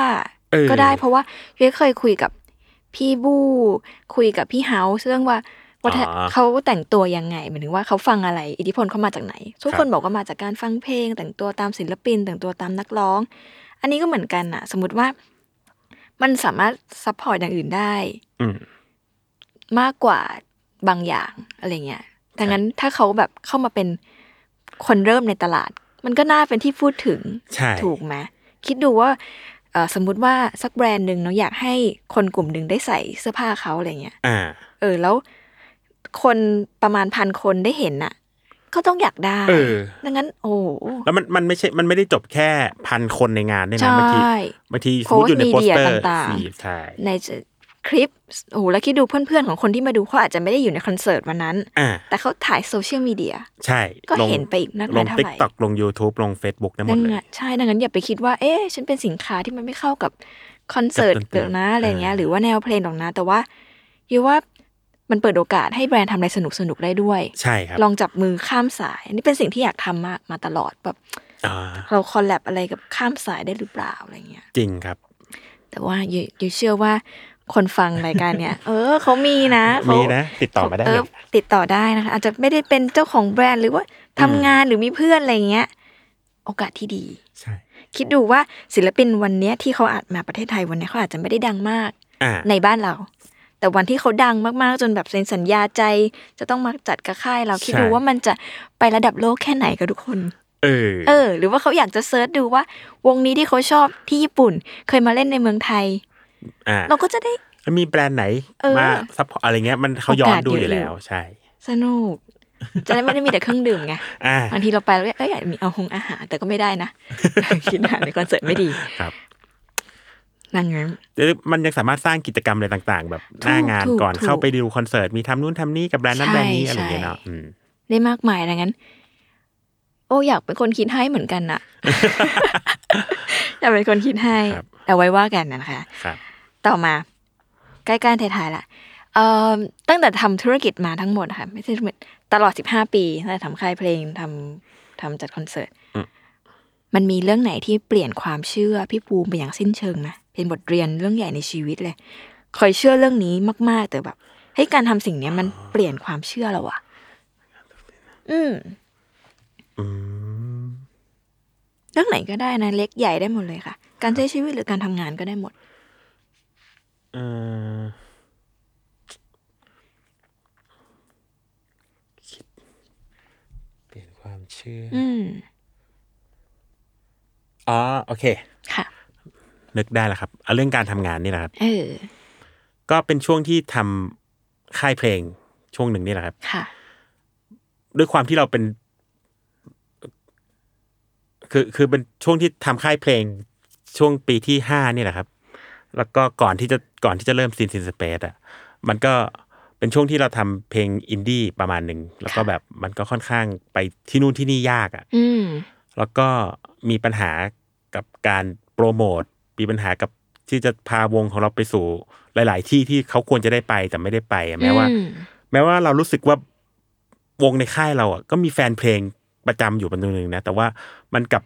C: เออ
B: ก็ได้เพราะว่าเย้เคยคุยกับพี่บู้คุยกับพี่เฮาส์เรื่องว่าวัฒน
C: อ๋อ
B: เขาแต่งตัวยังไงหมายถึงว่าเขาฟังอะไร อิทธิพลเขามาจากไหน ทุกคนบอกว่ามาจากการฟังเพลง แต่งตัวตามศิลปิน แต่งตัวตามนักร้อง อันนี้ก็เหมือนกันอะสมมติว่า มันสามารถซัพพอร์ตอย่างอื่นได้
C: อืม
B: มากกว่าบางอย่างอะไรเงี้ยดังนั้นถ้าเขาแบบเข้ามาเป็นคนเริ่มในตลาด มันก็น่าเป็นที่พูดถึง
C: ใช่
B: ถูกไหมคิดดูว่าเอ่อสมมุติว่าสักแบรนด์หนึ่งเนาะอยากให้คนกลุ่มหนึ่งได้ใส่เสื้อผ้าเขาอะไรเงี้ย
C: อ่า
B: เออแล้วคนประมาณพันคนได้เห็นน่ะ ก็ต้องอยากได้
C: เออ
B: ดังนั้น โอ้โห
C: แล้วมันมันไม่ใช่ มันไม่ได้จบแค่พันคนในงานด้วย
B: ใช
C: นะบางที่
B: ่
C: บางทีสมมติอยู่ในโปสเตอ
B: โพ
C: ร์
B: สต์มีเดียต่างๆ
C: สี่ใช่
B: ในคลิปโอ้โหแล้วคิดดูเพื่อนๆของคนที่มาดูเขาอาจจะไม่ได้อยู่ในคอนเสิร์ตวันนั้น
C: อ่า
B: แต่เขาถ่ายโซเชียลมีเดีย
C: ใช่
B: ก็
C: ลง
B: เห็นไปอีกนัก
C: ล
B: มาย
C: ง
B: เท่า
C: ติ๊ก
B: ไหร่
C: ต็อกลง YouTube ลง Facebook ได้หม
B: ดั
C: ด
B: ง
C: เลย
B: นั้นใช่ดังนั้นอย่าไปคิดว่า เอ๊ะฉันเป็นสินค้าที่มันไม่เข้ากับคอนเสิร์ต
C: กับดนตรี
B: เดี๋ยวนะอะไรเงี้ย
C: เออ
B: หรือว่าแนวเพลงหรอกนะ แต่ว่ายูว่ามันเปิดโอกาสให้แบรนด์ทำอะไรสนุกสนุกๆได้ด้วย
C: ใช่ครับ
B: ลองจับมือข้ามสายอันนี้เป็นสิ่งที่อยากทำมากมาตลอดแบบ
C: อ่า
B: เราคอลแลบอะไรกับข้ามสายได้หรือเปล่าอะไรเงี้ย
C: จริงครับ
B: แต่ว่ายูยูเชื่อว่าคนฟังรายการเนี้ย เออเขามีนะเขา
C: มีนะ ติดต่อมาได้
B: เอ
C: เล
B: อย ติดต่อได้นะคะ อาจจะไม่ได้เป็นเจ้าของแบรนด์หรือว่าทำงานหรือมีเพื่อนอะไรเงี้ย โอกาสที่ดี
C: ใช่
B: คิดดูว่าศิลปินวันเนี้ยที่เขาอาจมาประเทศไทยวันเนี้ยเขาอาจจะไม่ได้ดังมาก
C: อ่า
B: ในบ้านเรา แต่วันที่เขาดังมากๆ จนแบบเซ็นสัญญาใจ จะต้องมาจัดกับค่ายเราคิดดูว่ามันจะไประดับโลกแค่ไหนกับทุกคน
C: เออ
B: เออ หรือว่าเขาอยากจะเซิร์ชดูว่าวงนี้ที่เขาชอบที่ญี่ปุ่น เคยมาเล่นในเมืองไทย
C: อ่า
B: เราก็จะได้
C: แล้วมีแบรนด์ไหน
B: เออ
C: มาซัพพอร์ตอะไรเงี้ยมันเขาย้อนดูอ
B: โอกาสเยอะอ
C: ยู่
B: ยู่
C: แล้วใช่
B: สนุก จะได้ไม่ได้มีแต่เครื่องดื่ มไง
C: อ่า
B: บางทีเราไปแล้วก็เอ้ยอยากมีเอาหงอาหารแต่ก็ไม่ได้ นะ กินอาหารในคอนเสิร์ตไม่ดี
C: ครับ
B: นั่นงั้น
C: แต่มันยังสามารถสร้างกิจกรรมอะไรต่าง ๆ แบบหน้างาน
B: ถูก
C: ก่อน
B: ถูก
C: เข้าไปดูคอนเสิร์ตมีทำนู่นทำนี่กับแบรนด์นั้นแบรนด์นี้
B: ใช่
C: อะไรอย่างเงี้ยเนาะอืม
B: ได้มากมายดังนั้น โอ้อยากเป็นคนคิดให้เหมือนกัน น่ะ อยากเป็นคนคิดให้ เอาไว้ว่ากันนะคะ
C: ครับ
B: ต่อมา ใกล้ๆท้ายๆละเอ่อตั้งแต่ทำธุรกิจมาทั้งหมดค่ะ ไม่ใช่ธุรกิจตลอด 15 ปีตั้งแต่ทำค่ายเพลงทำทำจัดคอนเสิร์ต
C: อืม
B: มันมีเรื่องไหนที่เปลี่ยนความเชื่อพี่ภูมิไปอย่างสิ้นเชิงไหมเป็นบทเรียนเรื่องใหญ่ในชีวิตเลยเคยเชื่อเรื่องนี้มาก ๆ แต่แบบให้ยการทำสิ่งเนี้ยมันเปลี่ยนความเชื่อเราอะอืม
C: อืม
B: เรื่องไหนก็ได้นะเล็กใหญ่ได้หมดเลยค่ะ การใช้ชีวิตหรือการทำงานก็ได้หมด
C: เออคิดเปลี่ยนความเชื่ออ
B: อืม
C: อ๋อโอเค
B: ค่ะ
C: นึกได้แล้วครับเอาเรื่องการทำงานนี่แหละครับ
B: เออ
C: ก็เป็นช่วงที่ทำค่ายเพลงช่วงหนึ่งนี่แหละครับ
B: ค่ะ
C: ด้วยความที่เราเป็น คือคือเป็นช่วงที่ทำค่ายเพลงช่วงปีที่ห้านี่แหละครับ แล้วก็ก่อนที่จะก่อนที่จะเริ่มซีนซีนสเปซอ่ะมันก็เป็นช่วงที่เราทำเพลงอินดี้ประมาณหนึ่งแล้วก็
B: ค่ะ
C: แบบมันก็ค่อนข้างไปที่นู่นที่นี่ยากอ่ะ
B: อืม
C: แล้วก็มีปัญหากับการโปรโมท มีปัญหากับที่จะพาวงของเราไปสู่หลาย ๆ ที่ที่เขาควรจะได้ไปแต่ไม่ได้ไปอะแม้ว่า
B: อืม
C: แม้ว่าเรารู้สึกว่าวงในค่ายเราอ่ะก็มีแฟนเพลงประจำอยู่เป็นจำนวนหนึ่งนะ แต่ว่ามันกลับ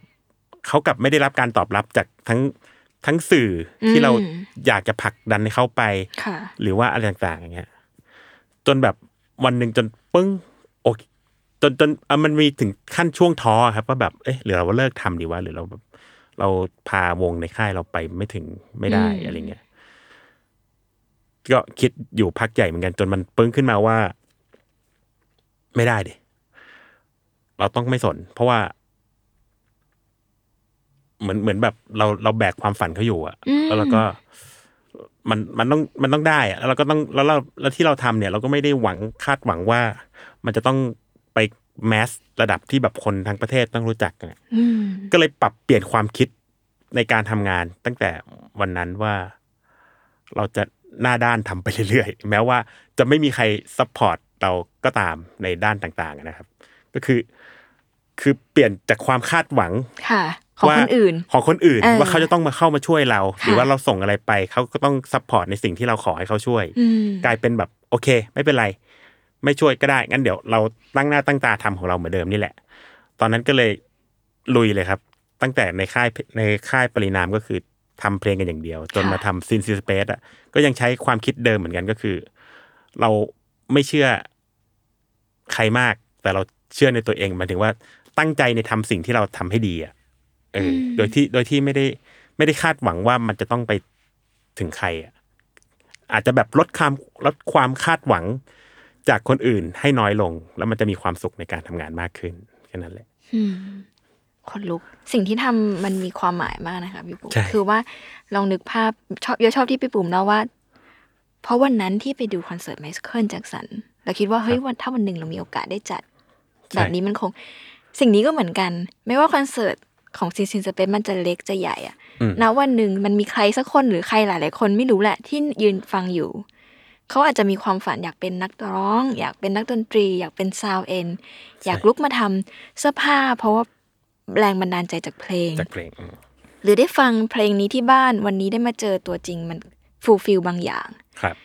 C: เขากลับไม่ได้รับการตอบรับจากทั้งทั้งสื่อที่เรา
B: อืม
C: อยากจะผลักดันให้เข้าไป
B: ค่ะ
C: หรือว่าอะไรต่างๆอย่างเงี้ยจนแบบวันหนึ่งจนปึ้งโอเคจนจนอ่ะมันมีถึงขั้นช่วงท้อครับว่าแบบเอ๊ะหรือเราเลิกทำดีวะหรือเราแบบเราพาวงในค่ายเราไปไม่ถึงไม่ได้
B: อืม
C: อะไรเงี้ยก็คิดอยู่พักใหญ่เหมือนกัน จนมันปึ้งขึ้นมาว่า ไม่ได้ดิเราต้องไม่สน เพราะว่า เหมือนเหมือนแบบเราเราแบกความฝันเขาอยู่อะ
B: อืม
C: แล้วเราก็มันมันต้องมันต้องได้อะแล้วเราก็ต้องแล้วเราแล้วที่เราทำเนี่ย เราก็ไม่ได้หวังคาดหวังว่า มันจะต้องไปแมสระดับที่แบบคนทั้งประเทศต้องรู้จักเนี่ย
B: อืม
C: ก็เลยปรับเปลี่ยนความคิดในการทำงาน ตั้งแต่วันนั้นว่า เราจะหน้าด้านทำไปเรื่อยๆ แม้ว่าจะไม่มีใครซัพพอร์ตเราก็ตามในด้านต่างๆนะครับ ก็คือ คือเปลี่ยนจากความคาดหวัง
B: ค่ะ ของ
C: ว่า
B: คนอื่น
C: ของคนอื่น
B: เออ
C: ว่าเขาจะต้องมาเข้ามาช่วยเรา
B: ค่ะ
C: หรือว่าเราส่งอะไรไปเขาก็ต้องซัพพอร์ตในสิ่งที่เราขอให้เขาช่วย
B: อืม
C: กลายเป็นแบบโอเค ไม่เป็นไร ไม่ช่วยก็ได้ งั้นเดี๋ยวเราตั้งหน้าตั้งตาทำของเราเหมือนเดิมนี่แหละ ตอนนั้นก็เลยลุยเลยครับ ตั้งแต่ในค่ายในค่ายปรินามก็คือทำเพลงกันอย่างเดียว จน
B: ค่ะ
C: มาทำซินซีสเปซอ่ะก็ยังใช้ความคิดเดิมเหมือนกันก็คือ เราไม่เชื่อใครมาก แต่เราเชื่อในตัวเองหมายถึงว่าตั้งใจในทำสิ่งที่เราทำให้ดีอ่ะเอออโดยที่โดยที่ไม่ได้ไม่ได้คาดหวังว่ามันจะต้องไปถึงใครอ่ะ อาจจะแบบลดความลดความคาดหวังจากคนอื่นให้น้อยลง แล้วมันจะมีความสุขในการทำงานมากขึ้นแค่นั้นแหละ
B: อืมคนลุก สิ่งที่ทำมันมีความหมายมากนะคะพี่ปุ๋ม
C: ใช่
B: คือว่าลองนึกภาพชอบเยอะชอบที่พี่ปุ๋มเล่าว่า เพราะวันนั้นที่ไปดูคอนเสิร์ตไมเคิลแจ็คสันเราคิดว่าเฮ้ยวันถ้าวันหนึ่งเรามีโอกาสได้จัด แบบนี้มันคง สิ่งนี้ก็เหมือนกัน ไม่ว่าคอนเสิร์ตของซีซินสเปซมันจะเล็กจะใหญ่อะ
C: อืม
B: ณวันหนึ่งมันมีใครสักคนหรือใครหลาย ๆ คนไม่รู้แหละที่ยืนฟังอยู่ เขาอาจจะมีความฝันอยากเป็นนักร้อง อยากเป็นนักดนตรี อยากเป็นซาวเอนอยากลุกมาทำเสื้อผ้า เพราะว่าแรงบันดาลใจจากเพลง
C: จากเพลงอืม
B: หรือได้ฟังเพลงนี้ที่บ้านวันนี้ได้มาเจอตัวจริงมันฟูลฟิลบางอย่าง
C: ครับ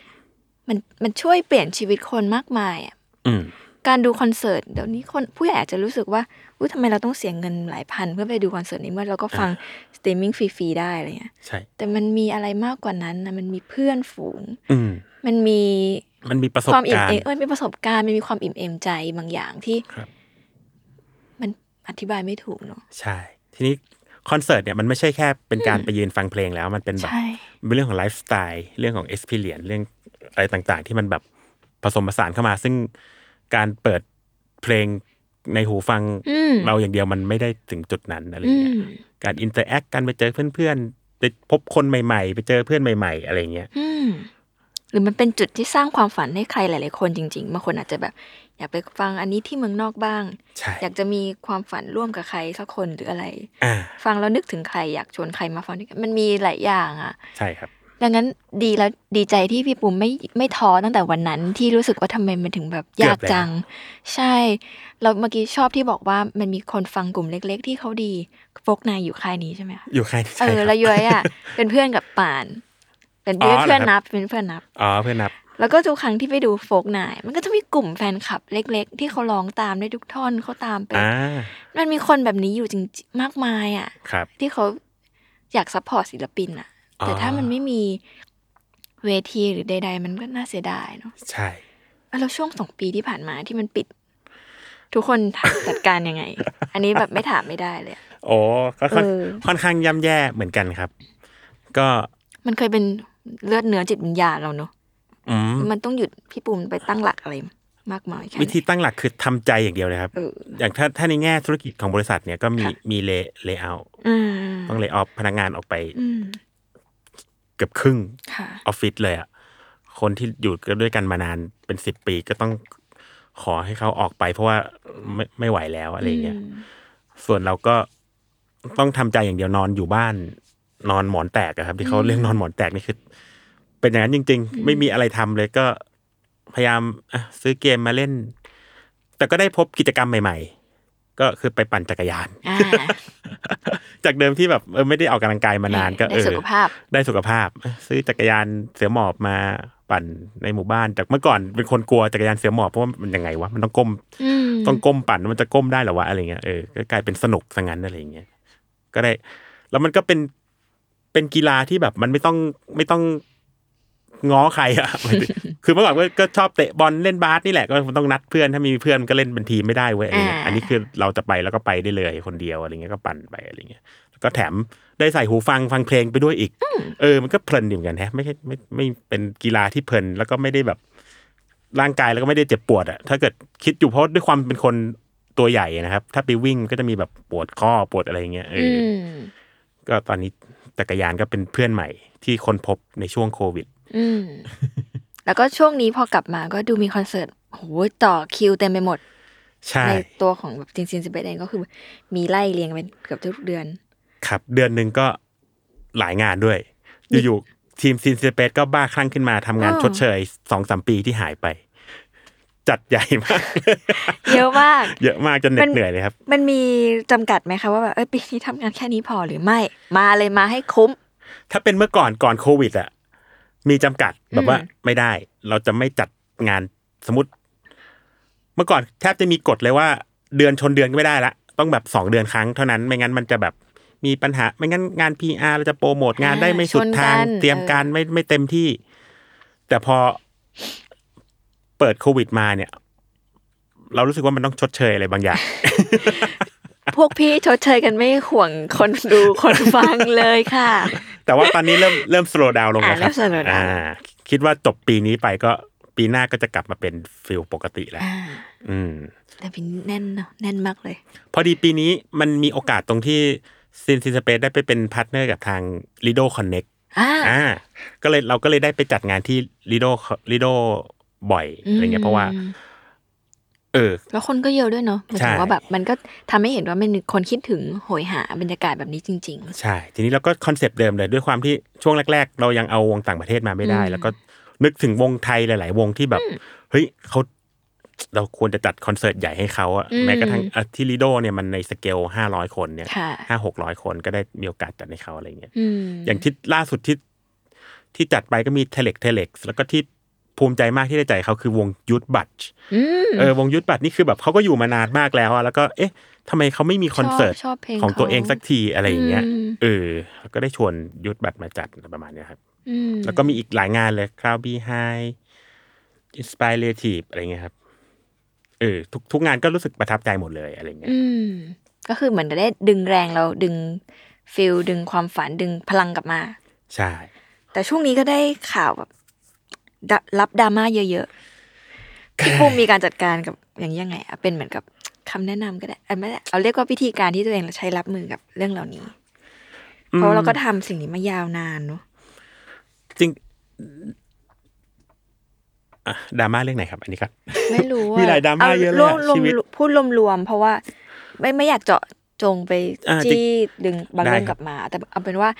B: มันมันช่วยเปลี่ยนชีวิตคนมากมายอะ
C: อืม
B: การดูคอนเสิร์ตเดี๋ยวนี้คนผู้ใหญ่อาจจะรู้สึกว่าอุ้ยทำไมเราต้องเสียเงินหลายพัน เพื่อไปดูคอนเสิร์ตนี้เมื่อเราก็ฟังสตรีมมิ่งฟรีๆได้อะไรเงี้ย
C: ใช่
B: แต่มันมีอะไรมากกว่านั้นนะมันมีเพื่อนฝูง
C: อืม
B: มันมี
C: มันมีประสบ
B: ความอิ่ม
C: การ
B: เอ
C: ณ์
B: มเอ้ยมีประสบการณ์มันมีความอิ่มเอมใจบางอย่างที่
C: ครับ
B: มันอธิบายไม่ถูกเนาะ
C: ใช่ ทีนี้คอนเสิร์ตเนี่ยมันไม่ใช่แค่เป็นการไปยืนฟังเพลงแล้ว มันเป็นแบบ
B: ใช่
C: เป็นเรื่องของไลฟ์สไตล์เรื่องของเอ็กซ์เพรียเรื่องอะไรต่างๆ ที่มันแบบผสมผสานเข้ามา ซึ่งการเปิดเพลงในหูฟัง
B: อืม
C: เราอย่างเดียวมันไม่ได้ถึงจุดนั้นอะไร
B: อื
C: เงี้ย
B: ม
C: การอินเตอร์แอคกันไปเจอเพื่อนๆไปพบคนใหม่ๆ ไปเจอเพื่อนใหม่ ๆ อะไรเงี้ย
B: อืม หรือมันเป็นจุดที่สร้างความฝันให้ใครหลาย ๆ คนจริง ๆ บางคนอาจจะแบบ อยากไปฟังอันนี้ที่เมืองนอกบ้าง
C: ใช่
B: อยากจะมีความฝันร่วมกับใครสักคนหรืออะไร
C: อ่า
B: ฟังแล้วนึกถึงใครอยากชวนใครมาฟังด้วยกันมันมีหลายอย่างอ่ะ
C: ใช่ครับ
B: ดังนั้นดีแล้วดีใจที่พี่ปุ่มไม่ไม่ท้อตั้งแต่วันนั้นที่รู้สึกว่าทำไมมันถึงแบบยาก
C: เกือบแล้ว
B: จัง ใช่เราเมื่อกี้ชอบที่บอกว่ามันมีคนฟังกลุ่มเล็ก ๆ ที่เขาดีโฟกนายอยู่ค่ายนี้ใช่ไหมคะ
C: อยู่ค่ายนี้
B: เอ
C: ใช่
B: อ
C: ครับ
B: แล้วย้อยอ่ะ เป็นเพื่อนกับป่าน เป็นเพื่อน
C: อ๋อเหรอครับ
B: เพื่อนนับเป็นเพื่อนนับ
C: อ๋อเพื่อนนับ
B: แล้วก็ทุกครั้งที่ไปดูโฟกนายมันก็จะมีกลุ่มแฟนคลับเล็ก ๆ ที่เขาร้องตามได้ทุกท่อนเขาตามไป
C: อ่า
B: มันมีคนแบบนี้อยู่จริงๆมากมายอ่ะ
C: ครับ
B: ที่เขาอยากซัพพอร์ตศิลปินอะ
C: อ๋อ
B: แต่ถ้ามันไม่มีเวทีหรือใด ๆ มันก็น่าเสียดายเนาะ
C: ใช่
B: แล้วช่วงสองปีที่ผ่านมาที่มันปิด ทุกคนถาม จัดการ ยังไง อันนี้แบบไม่ถามไม่ได้เลยอะ
C: โอ้ก็ค่อน
B: เออ
C: ค่อนข้างย่ำแย่เหมือนกันครับ ก็
B: มันเคยเป็นเลือดเนื้อจิตวิญญาณเราเนาะ
C: อืม
B: มันต้องหยุดพี่ปูมไปตั้งหลักอะไรมากมายแค่ไหน
C: วิธีตั้งหลักคือทำใจอย่างเดียวเลยครับ
B: เออ
C: อย่างถ้าถ้าในแง่ธุรกิจของบริษัทเนี่ยก็มี
B: ค่ะ
C: มีเลเลเยอร์
B: อืม
C: ต้องเลเยอร์พนักงานออกไป
B: อืม
C: เกือบครึ่ง
B: ค่ะ
C: ออฟฟิศเลยอะคนที่อยู่ด้วยกันมานานเป็นสิบปีก็ต้องขอให้เขาออกไป เพราะว่าไม่ไม่ไหวแล้วอะไรเงี้ย
B: อืม
C: ส่วนเราก็ต้องทำใจอย่างเดียวนอนอยู่บ้าน นอนหมอนแตกอะครับ ที่เขาเรียกนอนหมอนแตกนี่คือ เป็นอย่างนั้นจริง ๆ ไม่มีอะไรทำเลยก็พยายามอ่ะซื้อเกมมาเล่น แต่ก็ได้พบกิจกรรมใหม่ ๆ ก็คือไปปั่นจักรยาน
B: อ่า
C: จากเดิมที่แบบเออไม่ได้ออกกำลังกายมานานก็เอ
B: ได้
C: อ
B: สุขภาพ
C: ได้สุขภาพ ซื้อจักรยานเสือหมอบมาปั่นในหมู่บ้านจากเมื่อก่อนเป็นคนกลัวจักรยานเสือหมอบเพราะว่ามันยังไงวะมันต้องก้ม
B: อืม
C: ต้องก้มปั่นมันจะก้มได้เหรอวะอะไรเงี้ยเออก็กลายเป็นสนุกซะงั้นอะไรเงี้ยก็ได้ แล้วมันก็เป็นเป็นกีฬาที่แบบมันไม่ต้องไม่ต้องง้อใครอะ หมายถึง คือเมื่อก่อนก็ก็ชอบเตะบอลเล่นบาสนี่แหละก็มันต้องนัดเพื่อนถ้าไมมีเพื่อนก็เล่นเป็นทีมไม่ได้เว้ยอะไรเงี้ย
B: อ่า
C: อันนี้คือเราจะไปแล้วก็ไปได้เลยคนเดียวอะไรเงี้ยก็ปั่นไปอะไรเงี้ย แล้วก็แถมได้ใส่หูฟังฟังเพลงไปด้วยอีก เออ มันก็เพลินดีเหมือนกันแฮะ ไม่ใช่ไม่ไม่เป็นกีฬาที่เพลิน แล้วก็ไม่ได้แบบร่างกายแล้วก็ไม่ได้เจ็บปวดอะถ้าเกิดคิดอยู่เพราะด้วยความเป็นคนตัวใหญ่นะครับ ถ้าไปวิ่งก็จะมีแบบปวดข้อปวดอะไรอย่างเงี้ยเอออ
B: ม
C: ก็ตอนนี้จักรยานก็เป็นเพื่อนใหม่ ที่คนพบในช่วงโควิด
B: อืมแล้วก็ช่วงนี้พอกลับมาก็ดูมีคอนเสิร์ตโหต่อคิวเต็มไปหมด
C: ใช่
B: ในตัวของแบบจริงๆสิบเอ็ดเองก็คือมีไล่เรียงเป็นเกือบทุกเดือน
C: ครับ เดือนหนึ่งก็หลายงานด้วย อยู่ๆทีมซินเซเปสก็บ้าคลั่งขึ้นมาทำงาน
B: อ้าว
C: ชดเชยสองสามปีที่หายไป จัดใหญ่มาก
B: เยอะมาก
C: เยอะมากจนเหน็
B: มั
C: ด
B: น
C: เหนื่อยเลยครับ
B: มันมีจำกัดไหมคะว่าแบบเอ้ยปีนี้ทำงานแค่นี้พอหรือไม่ มาเลยมาให้คุ้ม
C: ถ้าเป็นเมื่อก่อนก่อนโควิดอะมีจำกัดแบบว่า
B: อืม
C: ไม่ได้ เราจะไม่จัดงานสมมติ เมื่อก่อนแทบจะมีกฎเลยว่า เดือนชนเดือนก็ไม่ได้ละต้องแบบสองเดือนครั้งเท่านั้นไม่งั้นมันจะแบบมีปัญหา ไม่งั้นงาน PR เราจะโปรโมทงานได้ไม่สุดทาง
B: ชนกัน
C: เตรียมการไม่ไม่เต็มที่ แต่พอเปิดโควิดมาเนี่ย เรารู้สึกว่ามันต้องชดเชยอะไรบางอย่าง
B: พวกพี่ชดเชยกันไม่ห่วงคนดูคนฟังเลยค่ะ
C: แต่ว่าตอนนี้เริ่มเริ่มสโลดาวลง
B: อ่า
C: แล้วครับ
B: เริ่ม slow down
C: อ่า คิดว่าจบปีนี้ไปก็ปีหน้าก็จะกลับมาเป็นฟิลปกติแล้ว
B: อ่า
C: อืม
B: แต่พี่แน่นเนอะแน่นมากเลย
C: พอดีปีนี้มันมีโอกาสตรงที่ซินซินสเปซได้ไปเป็นพาร์ทเนอร์กับทาง Lido Connect
B: อ่า
C: อ่า ก็เลยเราก็เลยได้ไปจัดงานที่ Lido Lido บ่อยอะไรเงี้ยเพราะว่า
B: อืม
C: เออ
B: แล้วคนก็เยอะด้วยเนาะหมายถึง
C: ใช่
B: ว่าแบบมันก็ทำให้เห็นว่ามันมีคนคิดถึงโหยหาบรรยากาศแบบนี้จริง
C: ใช่ ทีนี้เราก็คอนเซปต์เดิมเลยด้วยความที่ช่วงแรก ๆ เรายังเอาวงต่างประเทศมาไม่ได้
B: อืม
C: แล้วก็นึกถึงวงไทยหลาย ๆ วงที่แบบเฮ้ยเขาเราควรจะจัดคอนเสิร์ตใหญ่ให้เขาอะแม้กระทั่งอ่ะที่ลิโดเนี่ยมันในสเกลห้าร้อยคนเนี่ย
B: ๆ ค่ะ
C: ห้าหกร้อยคนก็ได้มีโอกาสจัดให้เขาอะไรเงี้ย
B: อืม
C: อย่างที่ล่าสุดที่ที่จัดไปก็มีเทเล็กเทเล็กแล้วก็ที่ภูมิใจมากที่ได้ใจดเขาคือวงยุทธบัตช
B: อืม
C: เออวงยุทธบัตชนี่คือแบบเขาก็อยู่มานานมากแล้วอะแล้วก็เอ๊ะทำไมเขาไม่มีคอนเสิร์ต
B: ชบชบพล
C: ของตัวเองสักทีอะไรอย่างเงี้ย
B: ม
C: เออแล้วก็ได้ชวนยุทธบัตรมาจัดอะไรประมาณเนี้ยครับ
B: อืม
C: แล้วก็มีอีกหลายงานเลยคราวบีไฮอินสปิเรทีฟอะไรเงี้ยครับ เออทุกทุกงานก็รู้สึกประทับใจหมดเลยอะไรเงี้ย
B: อืม ก็คือเหมือนจะได้ดึงแรงเราดึงฟิลดึงความฝันดึงพลังกลับมา
C: ใช่
B: แต่ช่วงนี้ก็ได้ข่าวแบบดะรับดราม่าเยอะๆพี่ปุ้มมีการจัดการกับอย่างนี้ยังไงอะเป็นเหมือนกับคำแนะนำก็ได้เอ้ยไม่ได้เอาเรียกว่าวิธีการที่ตัวเองใช้รับมือกับเรื่องเหล่านี้ เพราะเราก็ทำสิ่งนี้มายาวนานเนอะ
C: จริง อ่ะดราม่าเรื่องไหนครับ อันนี้ครับ
B: ไม่รู้ว่
C: มีหลายดราม่าเยอะเลย
B: ร
C: อะ
B: วมรวม
C: ชีวิต
B: พูดรวมๆเพราะว่าไม่ไม่อยากเจาะจงไป
C: อ่า
B: จี้ดึงบาง
C: ได้
B: เรื่อง
C: ค
B: ก
C: รับ
B: ลับมา แต่เอาเป็นว่า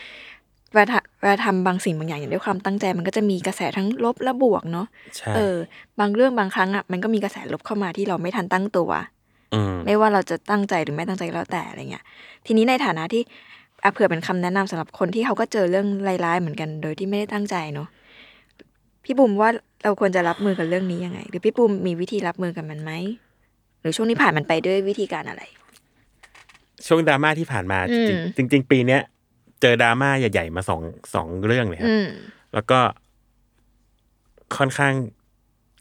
B: เวลาทำเวลาทำบางสิ่งบางอย่างอย่างด้วยความตั้งใจ มันก็จะมีกระแสทั้งลบและบวกเนาะ
C: ใช่
B: เออ บางเรื่องบางครั้งอ่ะมันก็มีกระแสลบเข้ามาที่เราไม่ทันตั้งตัว
C: ม
B: ไม่ว่าเราจะตั้งใจหรือไม่ตั้งใจก็แล้วแต่อะไรเงี้ย ทีนี้ในฐานะที่อ่ะเผื่อเป็นคำแนะนำสำหรับคนที่เขาก็เจอเรื่องร้ายๆเหมือนกัน โดยที่ไม่ได้ตั้งใจเนาะพี่บุ๋มว่าเราควรจะรับมือกับเรื่องนี้ยังไง หรือพี่บุ๋มมีวิธีรับมือกับมันไหมหรือช่วงนี้ผ่านมันไปด้วยวิธีการอะไร
C: ช่วงดราม่าที่ผ่านมา
B: อืม
C: จริงจริง ๆ ปีเนี้ยเจอดราม่าใหญ่ๆมาสองสองเรื่องเลยครับ
B: อืม
C: แล้วก็ค่อนข้าง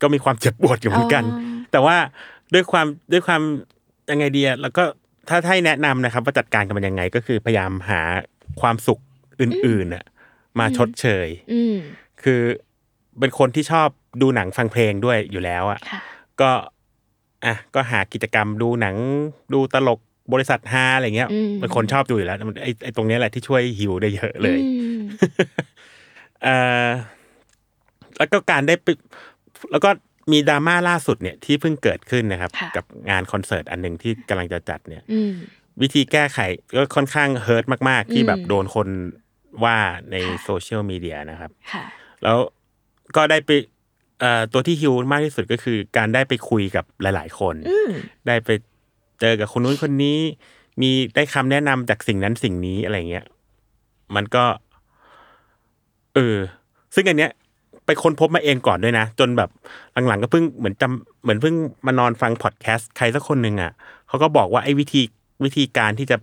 C: ก็มีความเจ็บปวดอยู่เหมือนกัน
B: อ๋อ
C: แต่ว่าด้วยความด้วยความยังไงเดียแล้วก็ถ้าให้แนะนำนะครับ ว่าจัดการกับมันยังไงก็คือพยายามหาความสุขอื่นๆน่ะมาชดเชย
B: อืม
C: คือเป็นคนที่ชอบดูหนังฟังเพลงด้วยอยู่แล้วอ่ะ
B: ค่ะ
C: ก็อ่ะก็หากิจกรรมดูหนังดูตลกบริษัทฮาอะไรเงี้ย
B: อืม
C: เป็นคนชอบดูอยู่แล้วมันไอ้ไอ้ตรงเนี้ยแหละที่ช่วยหิวได้เยอะเลย
B: อืม
C: เอ่อแล้วก็การได้ไปแล้วก็มีดราม่าล่าสุดเนี่ยที่เพิ่งเกิดขึ้นนะครับ
B: ค่ะ
C: กับงานคอนเสิร์ตอันหนึ่งที่กำลังจะจัดเนี่ย
B: อืม
C: วิธีแก้ไขก็ค่อนข้างเฮิร์ตมาก ๆ ที่
B: อืม
C: แบบโดนคนว่าใน
B: ค่ะ
C: โซเชียลมีเดียนะครับ
B: ค่ะ
C: แล้วก็ได้ไปเอ่อตัวที่ฮิวมากที่สุดก็คือ การได้ไปคุยกับหลาย ๆ คน
B: อืม
C: ได้ไปเจอกับคนนู้นคนนี้ มีได้คำแนะนำจากสิ่งนั้นสิ่งนี้อะไรเงี้ย มันก็ เออ ซึ่งอันเนี้ย ไปค้นพบมาเองก่อนด้วยนะ จนแบบหลังๆก็เพิ่งเหมือนจำเหมือนเพิ่งมานอนฟังพอดแคสต์ใครสักคนหนึ่งอ่ะเขาก็บอกว่าไอ้วิธีวิธีการที่จะ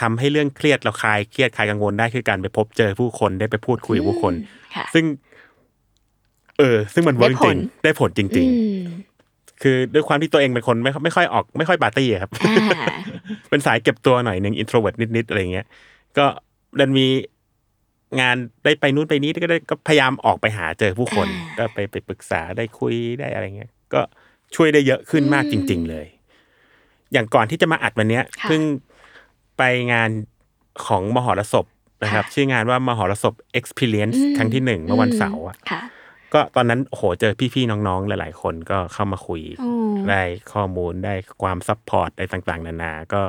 C: ทำให้เรื่องเครียดเราคลายเครียดคลายกังวลได้คือการไปพบเจอผู้คนได้ไปพูดคุยกับผู้คน
B: ค่ะ
C: ซึ่ง เออ ซึ่งมันเวิร์กจริงๆได้ผลจริง
B: อื
C: ๆ
B: ม
C: คือด้วยความที่ตัวเองเป็นคนไม่ค่อยไม่ค่อยออกไม่ค่อยปาร์ตี้อะครับ
B: อ่า
C: เป็นสายเก็บตัวหน่อยหนึ่งอินโทรเวิร์ดนิดๆอะไรเงี้ย ก็ดันมีงานได้ไปนู้นไปนี้ก็ได้ก็พยายามออกไปหาเจอผู้คน
B: อ่า
C: ก็ไปไปปรึกษาได้คุยได้อะไรเงี้ย ก็ช่วยได้เยอะขึ้นมากจริง ๆ เลย อย่างก่อนที่จะมาอัดวันเนี้ย
B: ค่ะ
C: เพิ่งไปงานของมหรสพนะครับ
B: ค่ะ
C: ชื่องานว่ามหรสพ Experience ครั้งที่หนึ่งเมื่อวันเสาร์อะ
B: ค่ะ
C: ก็ตอนนั้นโอ้โหเจอพี่ๆน้องๆ หลาย ๆ คนก็เข้ามาคุย
B: โอ้
C: ได้ข้อมูลได้ความซัพพอร์ตอะไรต่างๆ นานา ก็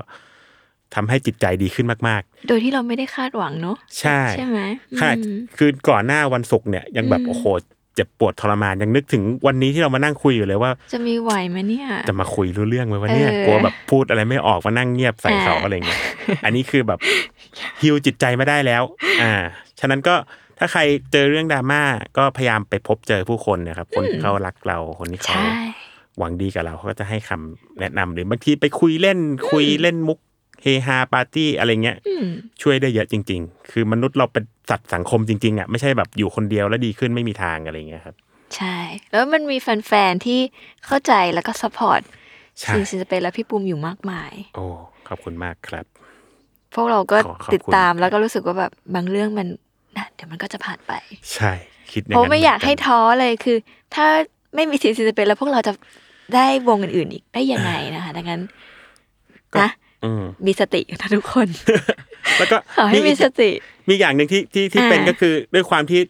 C: ทำให้จิตใจดีขึ้นมาก
B: โดยที่เราไม่ได้คาดหวังเนาะ
C: ๆ ใช่
B: ใช่ไหมอืม
C: ค่ะคือก่อนหน้าวันศุกร์เนี่ยยังแบบ
B: อืม
C: โอ้โหเจ็บปวดทรมาน ยังนึกถึงวันนี้ที่เรามานั่งคุยอยู่เลยว่า
B: จะมีไหวไหมเนี่ย
C: จะมาคุยรู้เรื่องไหมวะเนี่ย
B: เออก
C: ลัวแบบพูดอะไรไม่ออกมานั่งเงียบใส่เขา
B: อ่า
C: อะไรเงี้ย อันนี้คือแบบฮิวจิตใจมาได้แล้ว อ่า ฉะนั้นก็ถ้าใครเจอเรื่องดราม่าก็พยายามไปพบเจอผู้คนนะครับ คนที่เขารักเราคนที่เขา
B: ใช่
C: หวังดีกับเราเขาก็จะให้คำแนะนำหรือบางทีไปคุยเล่น คุยเล่นมุกเฮฮาปาร์ตี้อะไรเงี้ย
B: อืม
C: ช่วยได้เยอะจริง ๆ คือมนุษย์เราเป็นสัตว์สังคมจริงๆอ่ะไม่ใช่แบบอยู่คนเดียวแล้วดีขึ้นไม่มีทางอะไรเงี้ยครับ
B: ใช่ แล้วมันมีแฟนๆ ที่เข้าใจแล้วก็ซัพพอร์ต
C: ใช่
B: ซีซินสเปนและพี่ปูมอยู่มากมาย
C: โอ้ขอบคุณมากครับ
B: พวกเราก็
C: ขอขอบคุณ
B: ติดตามแล้วก็รู้สึกว่าแบบบางเรื่องมันนะเดี๋ยวมันก็จะผ่านไป
C: ใช่คิดอย่าง
B: เพราะ
C: นั้น
B: ไม่อยาก
C: เนน
B: ให้ท้อเลยคือ ถ้าไม่มีซีซินสเปนแล้วพวกเราจะได้วงอื่นๆอีกได้ยังไงนะคะ ดังนั้น
C: ก็
B: นะ
C: อืม
B: มีสตินะทุกคน
C: แล้วก็
B: ขอให้มี
C: อีก
B: สติ
C: มีอย่างหนึ่งที่ที่ที่
B: อ่า
C: เป็นก็คือด้วยความที่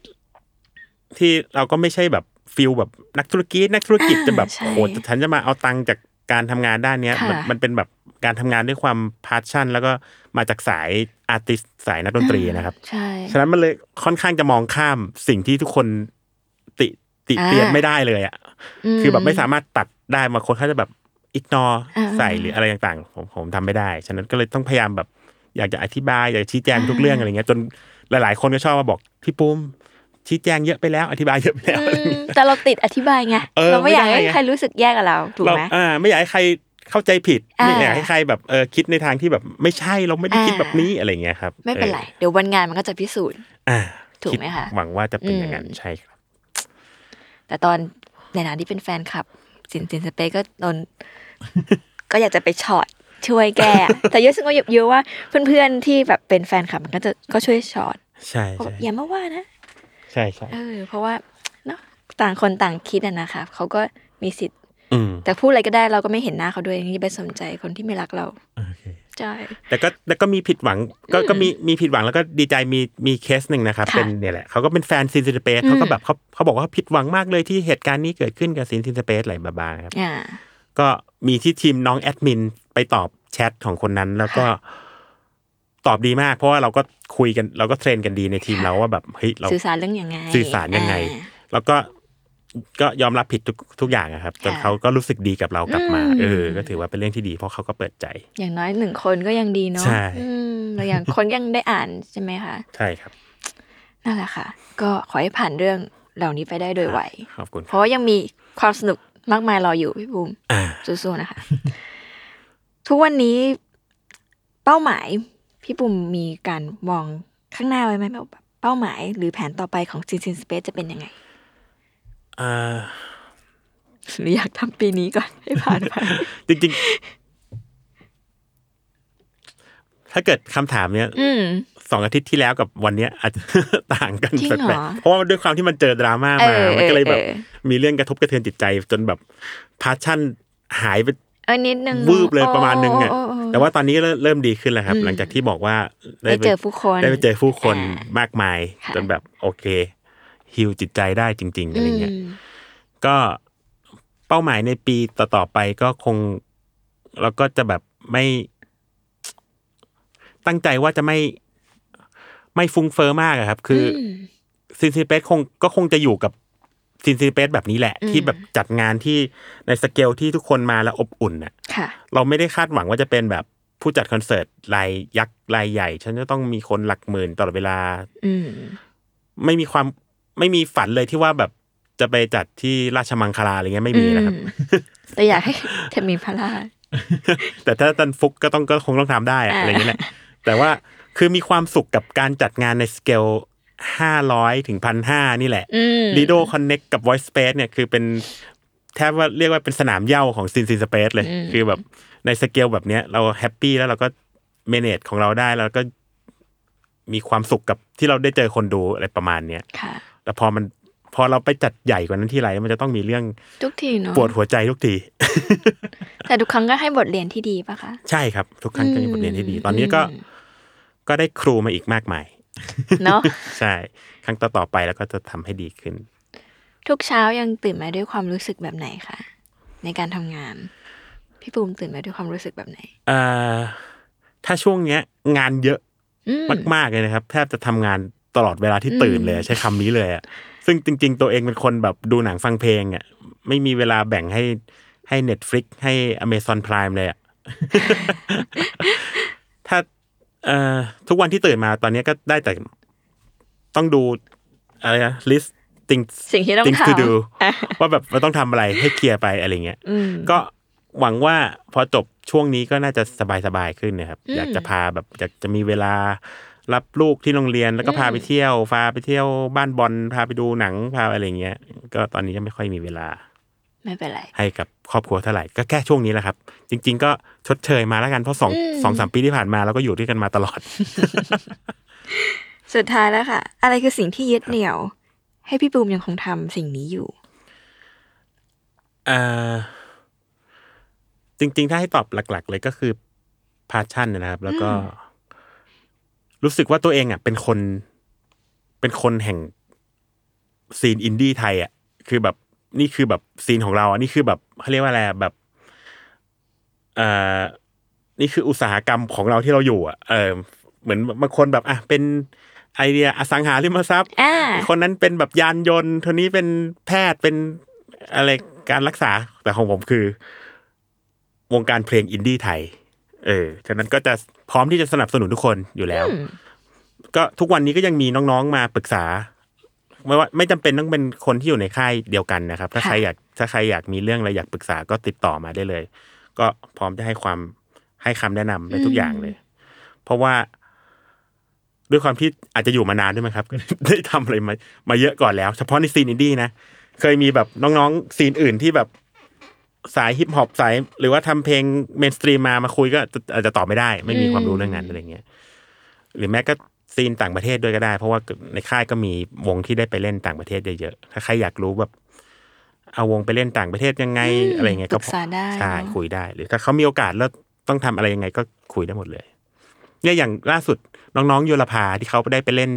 C: ที่เราก็ไม่ใช่แบบฟิลแบบนักธุรกิจนักธุรกิจ
B: อ่า
C: จะแบบ
B: ใช่
C: โอ้โหฉันจะมาเอาตังค์จากการทำงานด้านเนี้ยมัน
B: ค่ะ
C: มันเป็นแบบการทำงานด้วยความพาชั่น แล้วก็มาจากสายอาร์ติสสายนักดนตรี
B: อ่า
C: นะครับ
B: ใช่
C: ฉะนั้นมันเลยค่อนข้างจะมองข้ามสิ่งที่ทุกคนติติเตียนไม่ได้เลยอ่ะ คือแบบไม่สามารถตัดได้บางคนเขาจะแบบอิกนอ
B: อ่า
C: ใส่หรืออะไรต่างๆ ผมผมทำไม่ได้ ฉะนั้นก็เลยต้องพยายามแบบ อยากจะอธิบาย อยากชี้แจงทุกเรื่องอะไรเงี้ย จนหลาย ๆ คนก็ชอบมาบอกพี่ปุ้มชี้แจงเยอะไปแล้ว อ ธิบายเยอะไปแล้ว
B: อืมแต่เราติดอธิบายไง
C: เออ
B: เราไม่อยาก
C: ไม่ได้
B: ให้
C: ไง
B: ใครรู้สึกแย่กับเราถูก
C: เรา
B: ไหม
C: อ่าไม่อยากให้ใครเข้าใจผิด
B: อ่า
C: ไม่อยากให้ใครแบบเออคิดในทางที่แบบไม่ใช่เราไม่ได้คิด
B: อ่า
C: แบบนี้อะไรเงี้ยครับ
B: ไม่เป็นไร เดี๋ยววันงานมันก็จะพิสูจน์
C: อ่า
B: ถูกไหมคะ
C: ดหวังว่าจะเป็น
B: อืม
C: อย่างนั้นใช่ครับ
B: แต่ตอนในฐานะที่เป็นแฟนคลับ สินสินสเปซก็โดน ก็อยากจะไปช็อตช่วยแก แต่เยอะซึ่งก็เยอะว่าเพื่อนๆที่แบบเป็นแฟนคลับมันก็จะก็ช่วยช็อต
C: ใช่
B: บอก
C: ใช่
B: อย่ามาว่านะ
C: ใช่ใช่
B: เออ เพราะว่าเนาะต่างคนต่างคิดอะนะคะเขาก็มีสิทธิ์
C: อืม
B: แต่พูดอะไรก็ได้เราก็ไม่เห็นหน้าเขาด้วยนี่ไปสนใจคนที่ไม่รักเรา
C: โอเค
B: ใช่
C: แต่ก็แต่ก็มีผิดหวังก็
B: อืม
C: ก็มีมีผิดหวังแล้วก็ดีใจมีมีเคสหนึ่งนะครับ
B: ค่ะ
C: เป็นเนี่ยแหละเขาก็เป็นแฟนซินซินเปส
B: อืม
C: เขาก็แบบเขาเขาบอกว่าผิดหวังมากเลยที่เหตุการณ์นี้เกิดขึ้นกับซินซินเปสอะไรบาบาๆครับ
B: อ่า
C: ก็มีที่ทีมน้องแอดมินไปตอบแชทของคนนั้น แล้วก็ตอบดีมาก เพราะว่าเราก็คุยกัน เราก็เทรนกันดีในทีม
B: ค่ะ
C: เราว่าแบบเฮ้ยเรา
B: สื่อสารเรื่องยังไง
C: สื่อสารยังไง
B: อ่า
C: แล้วก็ก็ยอมรับผิดทุกทุกอย่างอะครับจน
B: ค่ะ
C: เขาก็รู้สึกดีกับเรากลับมา
B: อืม
C: เออ ก็ถือว่าเป็นเรื่องที่ดีเพราะเขาก็เปิดใจ
B: อย่างน้อยหนึ่งคนก็ยังดีเนาะ
C: ใช่
B: อืมแล้วอย่างคนยังได้อ่านใช่ไหมคะ
C: ใช่ครับ
B: นั่นแหละค่ะ ก็ขอให้ผ่านเรื่องเหล่านี้ไปได้โดยไว
C: ขอบคุณ
B: เพ
C: ครับ
B: ราะว่ายังมีความสนุกมากมายรออยู่พี่บูม
C: อ่า
B: สู้ๆนะคะ ทุกวันนี้เป้าหมายพี่บูมมีการมองข้างหน้าไว้ไหมแบบเป้าหมายหรือแผนต่อไปของซินซินสเปซจะเป็นยังไง
C: อ่า
B: หรืออยากทำปีนี้ก่อนให้ผ่านไป
C: จริงๆ ถ้าเกิดคำถามเนี้ย
B: อื ม
C: สองอาทิตย์ที่แล้วกับวันเนี้ยอาจจะ ต่างกัน
B: จริง
C: แป
B: เหรอ
C: ลกๆเพราะว่าด้วยความที่มันเจอดราม่า
B: เอ
C: มา
B: อ
C: มันก็เลยแบบ
B: ออ
C: มีเรื่องกระทบกระเทือนจิตใจ จนแบบพาชั่นหายไป
B: เออนิดนึง
C: วืบเลยประมาณนึงอะ
B: โโโ
C: แต่ว่าตอนนี้เริ่มเริ่มดีขึ้นแล้วครับ
B: อืม
C: หลังจากที่บอกว่า
B: ได้เจอผู้คน
C: ได้ไปเจอผู้คน
B: อ่าม
C: มากมาย
B: ค่ะ
C: จนแบบโอเคฮิวจิตใจได้จริง ๆอะไรเงี้ย ก็เป้าหมายในปีต่อๆไปก็คงเราก็จะแบบไม่ ตั้งใจว่าจะไม่ไม่ฟุ้งเฟอ้อมากอะครับ คืออ
B: ม
C: ซินซิเปสคงก็คงจะอยู่กับซินซิเปสแบบนี้แหละ
B: อืม
C: ที่แบบจัดงานที่ในสเกลที่ทุกคนมาแล้วอบอุ่นน่ะ
B: ค่ะ
C: เราไม่ได้คาดหวังว่าจะเป็นแบบผู้จัดคอนเสิร์ตรายยักษ์รายใหญ่ ฉันจะต้องมีคนหลักหมื่นตลอดเวลา
B: อืม
C: ไม่มีความไม่มีฝันเลยที่ว่าแบบจะไปจัดที่ราชมังคลาอะไรเงี้ยไม่มีนะครับ
B: อืมแต่อยากให้เทมิพารา
C: แต่ถ้าตันฟุกก็ต้องก็คงต้องทำได้อะ
B: อ่า
C: อะไรเงี้ยแหละแต่ว่าคือมีความสุขกับการจัดงานในสเกลห้าร้อยถึงพันห้านี่แหละ
B: อืม
C: Lido Connect กับ Voice Space เนี่ยคือเป็นแทบว่าเรียกว่าเป็นสนามเหย่าของซินซินสเปซเลย
B: อืม
C: คือแบบในสเกลแบบเนี้ยเราแฮปปี้แล้วเราก็เมเนจของเราได้แล้วก็มีความสุขกับที่เราได้เจอคนดูอะไรประมาณเนี้ย
B: ค่ะ
C: แต่พอมันพอเราไปจัดใหญ่กว่านั้นที่ไรมันจะต้องมีเรื่อง
B: ทุกทีเนาะ
C: ปวดหัวใจทุกที
B: แต่ทุกครั้งก็ให้บทเรียนที่ดีป่ะคะ
C: ใช่ครับ ทุกครั้งก็มีบทเรียนที่ดี ตอนนี้ก็
B: อืม
C: ก็ได้ครูมาอีกมากมาย
B: เนาะ
C: ใช่ ครั้งต่อๆไปแล้วก็จะทำให้ดีขึ้น
B: ทุกเช้ายังตื่นมาด้วยความรู้สึกแบบไหนคะในการทำงาน พี่ปูมตื่นมาด้วยความรู้สึกแบบไหน
C: เอ่อถ้าช่วงเนี้ย งานเยอะ
B: อืม
C: มากๆเลยนะครับ แทบจะทำงานตลอดเวลาที่ตื่นเลย
B: อืม
C: ใช้คำนี้เลยอะซึ่งจริง ๆ ตัวเองเป็นคนแบบดูหนังฟังเพลงอ่ะไม่มีเวลาแบ่งให้ให้ Netflix ให้ Amazon Prime เลยอ่ะ ถ้าเอ่อทุกวันที่ตื่นมาตอนเนี้ยก็ได้แต่ต้องดูอะไรนะ list things
B: สิ่งที่ต้อง
C: things
B: ท
C: to do
B: ำ
C: ว่าแบบเราต้องทำอะไรให้เคลียร์ไปอะไรเงี้ย
B: อืม
C: ก็หวังว่าพอจบช่วงนี้ก็น่าจะสบายๆขึ้นนะครับ
B: อืม
C: อยากจะพาแบบอยากจะมีเวลารับลูกที่โรงเรียนแล้วก็พาไปเที่ยวพาไปเที่ยวบ้านบอลพาไปดูหนังพาอะไรเงี้ย ก็ตอนนี้ยังไม่ค่อยมีเวลา
B: ไม่เป็นไร
C: ให้กับครอบครัวเท่าไหร่ก็แค่ช่วงนี้แหละครับ จริง ๆ ก็ชดเชยมาแล้วกันเพราะสอง
B: อืม
C: สองสามปีที่ผ่านมาเราก็อยู่ด้วยกันมาตลอด
B: สุดท้ายแล้วค่ะ อะไรคือสิ่งที่ยึดเหนี่ยว ให้พี่ปูมยังคงทำสิ่งนี้อยู่
C: เอ่อจริง ๆ ถ้าให้ตอบหลัก ๆ เลยก็คือพาชั่นนะครับ แล้วก็
B: อืม
C: รู้สึกว่าตัวเองอ่ะ เป็นคน เป็นคนแห่งซีนอินดี้ไทยอ่ะ คือแบบนี่คือแบบซีนของเราอ่ะนี่คือแบบเขาเรียกว่าอะไรอะแบบ เอ่อนี่คืออุตสาหกรรมของเราที่เราอยู่อ่ะเออเหมือนบางคนแบบ อ่ะ เป็นไอเดียอสังหาริมทรัพย์
B: อ่า
C: คนนั้นเป็นแบบยานยนต์คนนี้เป็นแพทย์เป็นอะไรการรักษา แต่ของผมคือ วงการเพลงอินดี้ไทย เออ ฉะนั้นก็จะพร้อมที่จะสนับสนุนทุกคนอยู่แล้ว
B: อืม
C: ก็ทุกวันนี้ก็ยังมีน้องๆมาปรึกษา ไม่ว่าไม่จำเป็นต้องเป็นคนที่อยู่ในค่ายเดียวกันนะครับ ถ้า
B: ค่ะ
C: ใครอยากถ้าใครอยากมีเรื่องอะไรอยากปรึกษาก็ติดต่อมาได้เลย ก็พร้อมจะให้ความให้คำแนะนำในทุกอย่างเลย เพราะว่า ด้วยความที่อาจจะอยู่มานานด้วยมั้งครับ ก็ได้ทำอะไรมามาเยอะก่อนแล้ว เฉพาะในซีนอินดี้นะ เคยมีแบบน้องๆซีนอื่นที่แบบสายฮิปฮอปสาย หรือว่าทำเพลงเมนสตรีมมามาคุยก็อาจจะตอบไม่ได้ ไม่มีความรู้เรื่องนั้นอะไรเงี้ย หรือแม้ก็ซีนต่างประเทศด้วยก็ได้ เพราะว่าในค่ายก็มีวงที่ได้ไปเล่นต่างประเทศเยอะๆถ้าใครอยากรู้แบบ เอาวงไปเล่นต่างประเทศยังไง อะไรเงี้ย
B: ปรึกษาได้
C: ใช่
B: เนอะ
C: คุยได้ หรือถ้าเขามีโอกาสแล้ว ต้องทำอะไรยังไงก็คุยได้หมดเลย เนี่ยอย่างล่าสุดน้องๆโยลภาที่เขาได้ไปเล่น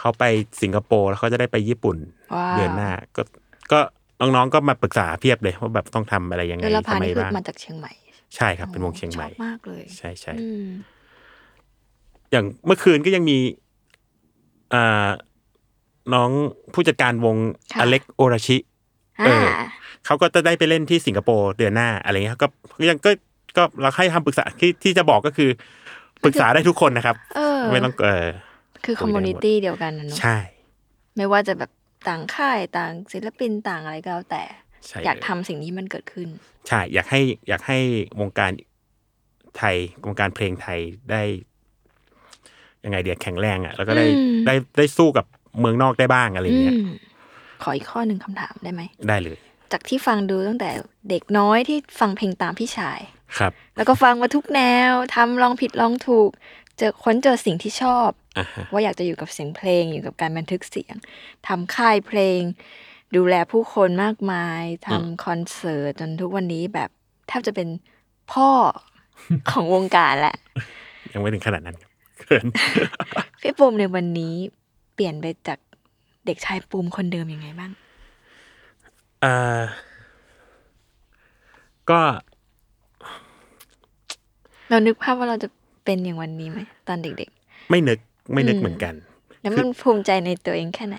C: เขาไปสิงคโปร์แล้วเขาจะได้ไปญี่ปุ่น
B: ว้าว
C: เดือนหน้า ก็ก็น้องๆก็มาปรึกษาเพียบเลยว่าแบบต้องทำอะไรยังไง
B: เดือนละพัน
C: ทำไม
B: นี่คือ
C: บ้าง
B: มาจากเชียงใหม่
C: ใช่ครับเป็นวงเชียงใหม่
B: ชอบมากเลย
C: ใช่ใช่
B: อืม
C: อย่างเมื่อคืนก็ยังมีอ่าน้องผู้จัดการวง
B: ะ
C: อเล็กโอราชิ เออ
B: อ่า
C: เขาก็จะได้ไปเล่นที่สิงคโปร์เดือนหน้าอะไรเงี้ยก็ก็ยังก็ก็เราให้คำปรึกษาที่ที่จะบอกก็คือปรึกษาได้ทุกคนนะครับ
B: เออ
C: ไม่ต้องเออ
B: คือ
C: คุ
B: คอย ม
C: ได้หมด
B: มูนิตี้เดียวกันนะเนอะ
C: ใช่
B: ไม่ว่าจะแบบต่างค่ายต่างศิลปินต่างอะไรก็แล้วแต่
C: ใช่
B: อยาก
C: เลย
B: ทำสิ่งนี้มันเกิดขึ้น
C: ใช่ อยากให้อยากให้วงการไทยวงการเพลงไทยได้ยังไงเดียวแข็งแรงอะ่ะ แล้วก็ได้
B: อืม
C: ได้ได้สู้กับเมืองนอกได้บ้างอะไรอย่างเงี้ย
B: มขออีกข้อหนึ่งคำถามได้ไหม
C: ได้เลย
B: จากที่ฟังดูตั้งแต่เด็กน้อยที่ฟังเพลงตามพี่ชาย
C: ครับ
B: แล้วก็ฟังมาทุกแนวทำลองผิดลองถูก เจอค้นเจอสิ่งที่ชอบ
C: อ่าฮะ
B: ว่าอยากจะอยู่กับเสียงเพลงอยู่กับการบันทึกเสียงทำค่ายเพลง ดูแลผู้คนมากมายทำคอนเสิร์ตจนทุกวันนี้แบบแทบจะเป็นพ่อ ของวงการแหละ
C: ยังไม่ถึงขนาดนั้นครับเกิน
B: พี่ปูมในวันนี้เปลี่ยนไปจากเด็กชายปูมคนเดิมยังไงบ้าง
C: อ่าก็
B: เรานึกภาพว่าเราจะเป็นอย่างวันนี้ไหมตอนเด็ก
C: ไม่นึกไม่นึก
B: อืม
C: เหมือนกัน
B: ๆ แล้วมันภูมิใจในตัวเองแค่ไหน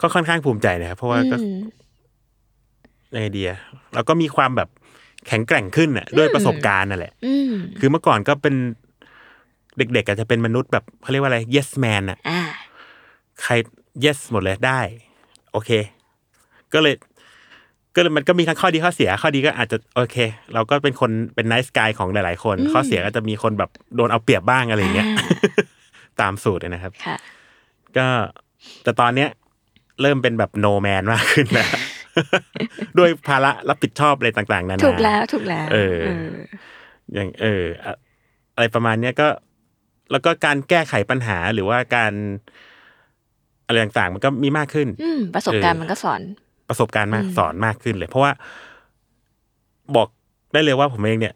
C: ก็ค่อนข้างภูมิใจนะครับ เพราะว่าก็
B: อืม
C: ในไอเดียแล้วก็มีความแบบแข็งแกร่งขึ้นอ่ะด้วยประสบการณ์นั่นแหละ
B: อืม
C: คือเมื่อก่อนก็เป็นเด็กๆอาจจะเป็นมนุษย์แบบเขาเรียกว่าอะไร yes man อ่ะ
B: อ่า
C: ใคร yes หมดเลยได้ โอเค ก็เลย ก็เลยมันก็มีทั้งข้อดีข้อเสีย ข้อดีก็อาจจะโอเค เราก็เป็นคนเป็น nice guy ของหลาย ๆ คน
B: อืม
C: ข้อเสียก็จะมีคนแบบโดนเอาเปรียบบ้างอะไรอย่างเงี้ย
B: อ่า
C: ตามสูตรเลยนะครับ
B: ค่ะ
C: ก็แต่ตอนเนี้ย เริ่มเป็นแบบ no man มากขึ้น แล้ว ด้วยภาระรับผิดชอบอะไรต่างๆนานา
B: ถูกแล้วถูกแล้ว
C: เออ อย่างเอออะอะไรประมาณเนี้ยก็ แล้วก็การแก้ไขปัญหาหรือว่าการ อะไรต่างๆ มันก็มีมากขึ้น
B: อืม ประสบการ
C: เอ
B: ณ์
C: อ
B: มันก็สอน
C: ประสบการณ์มาก
B: อืม
C: สอนมากขึ้นเลย เพราะว่าบอกได้เลยว่าผมเองเนี่ย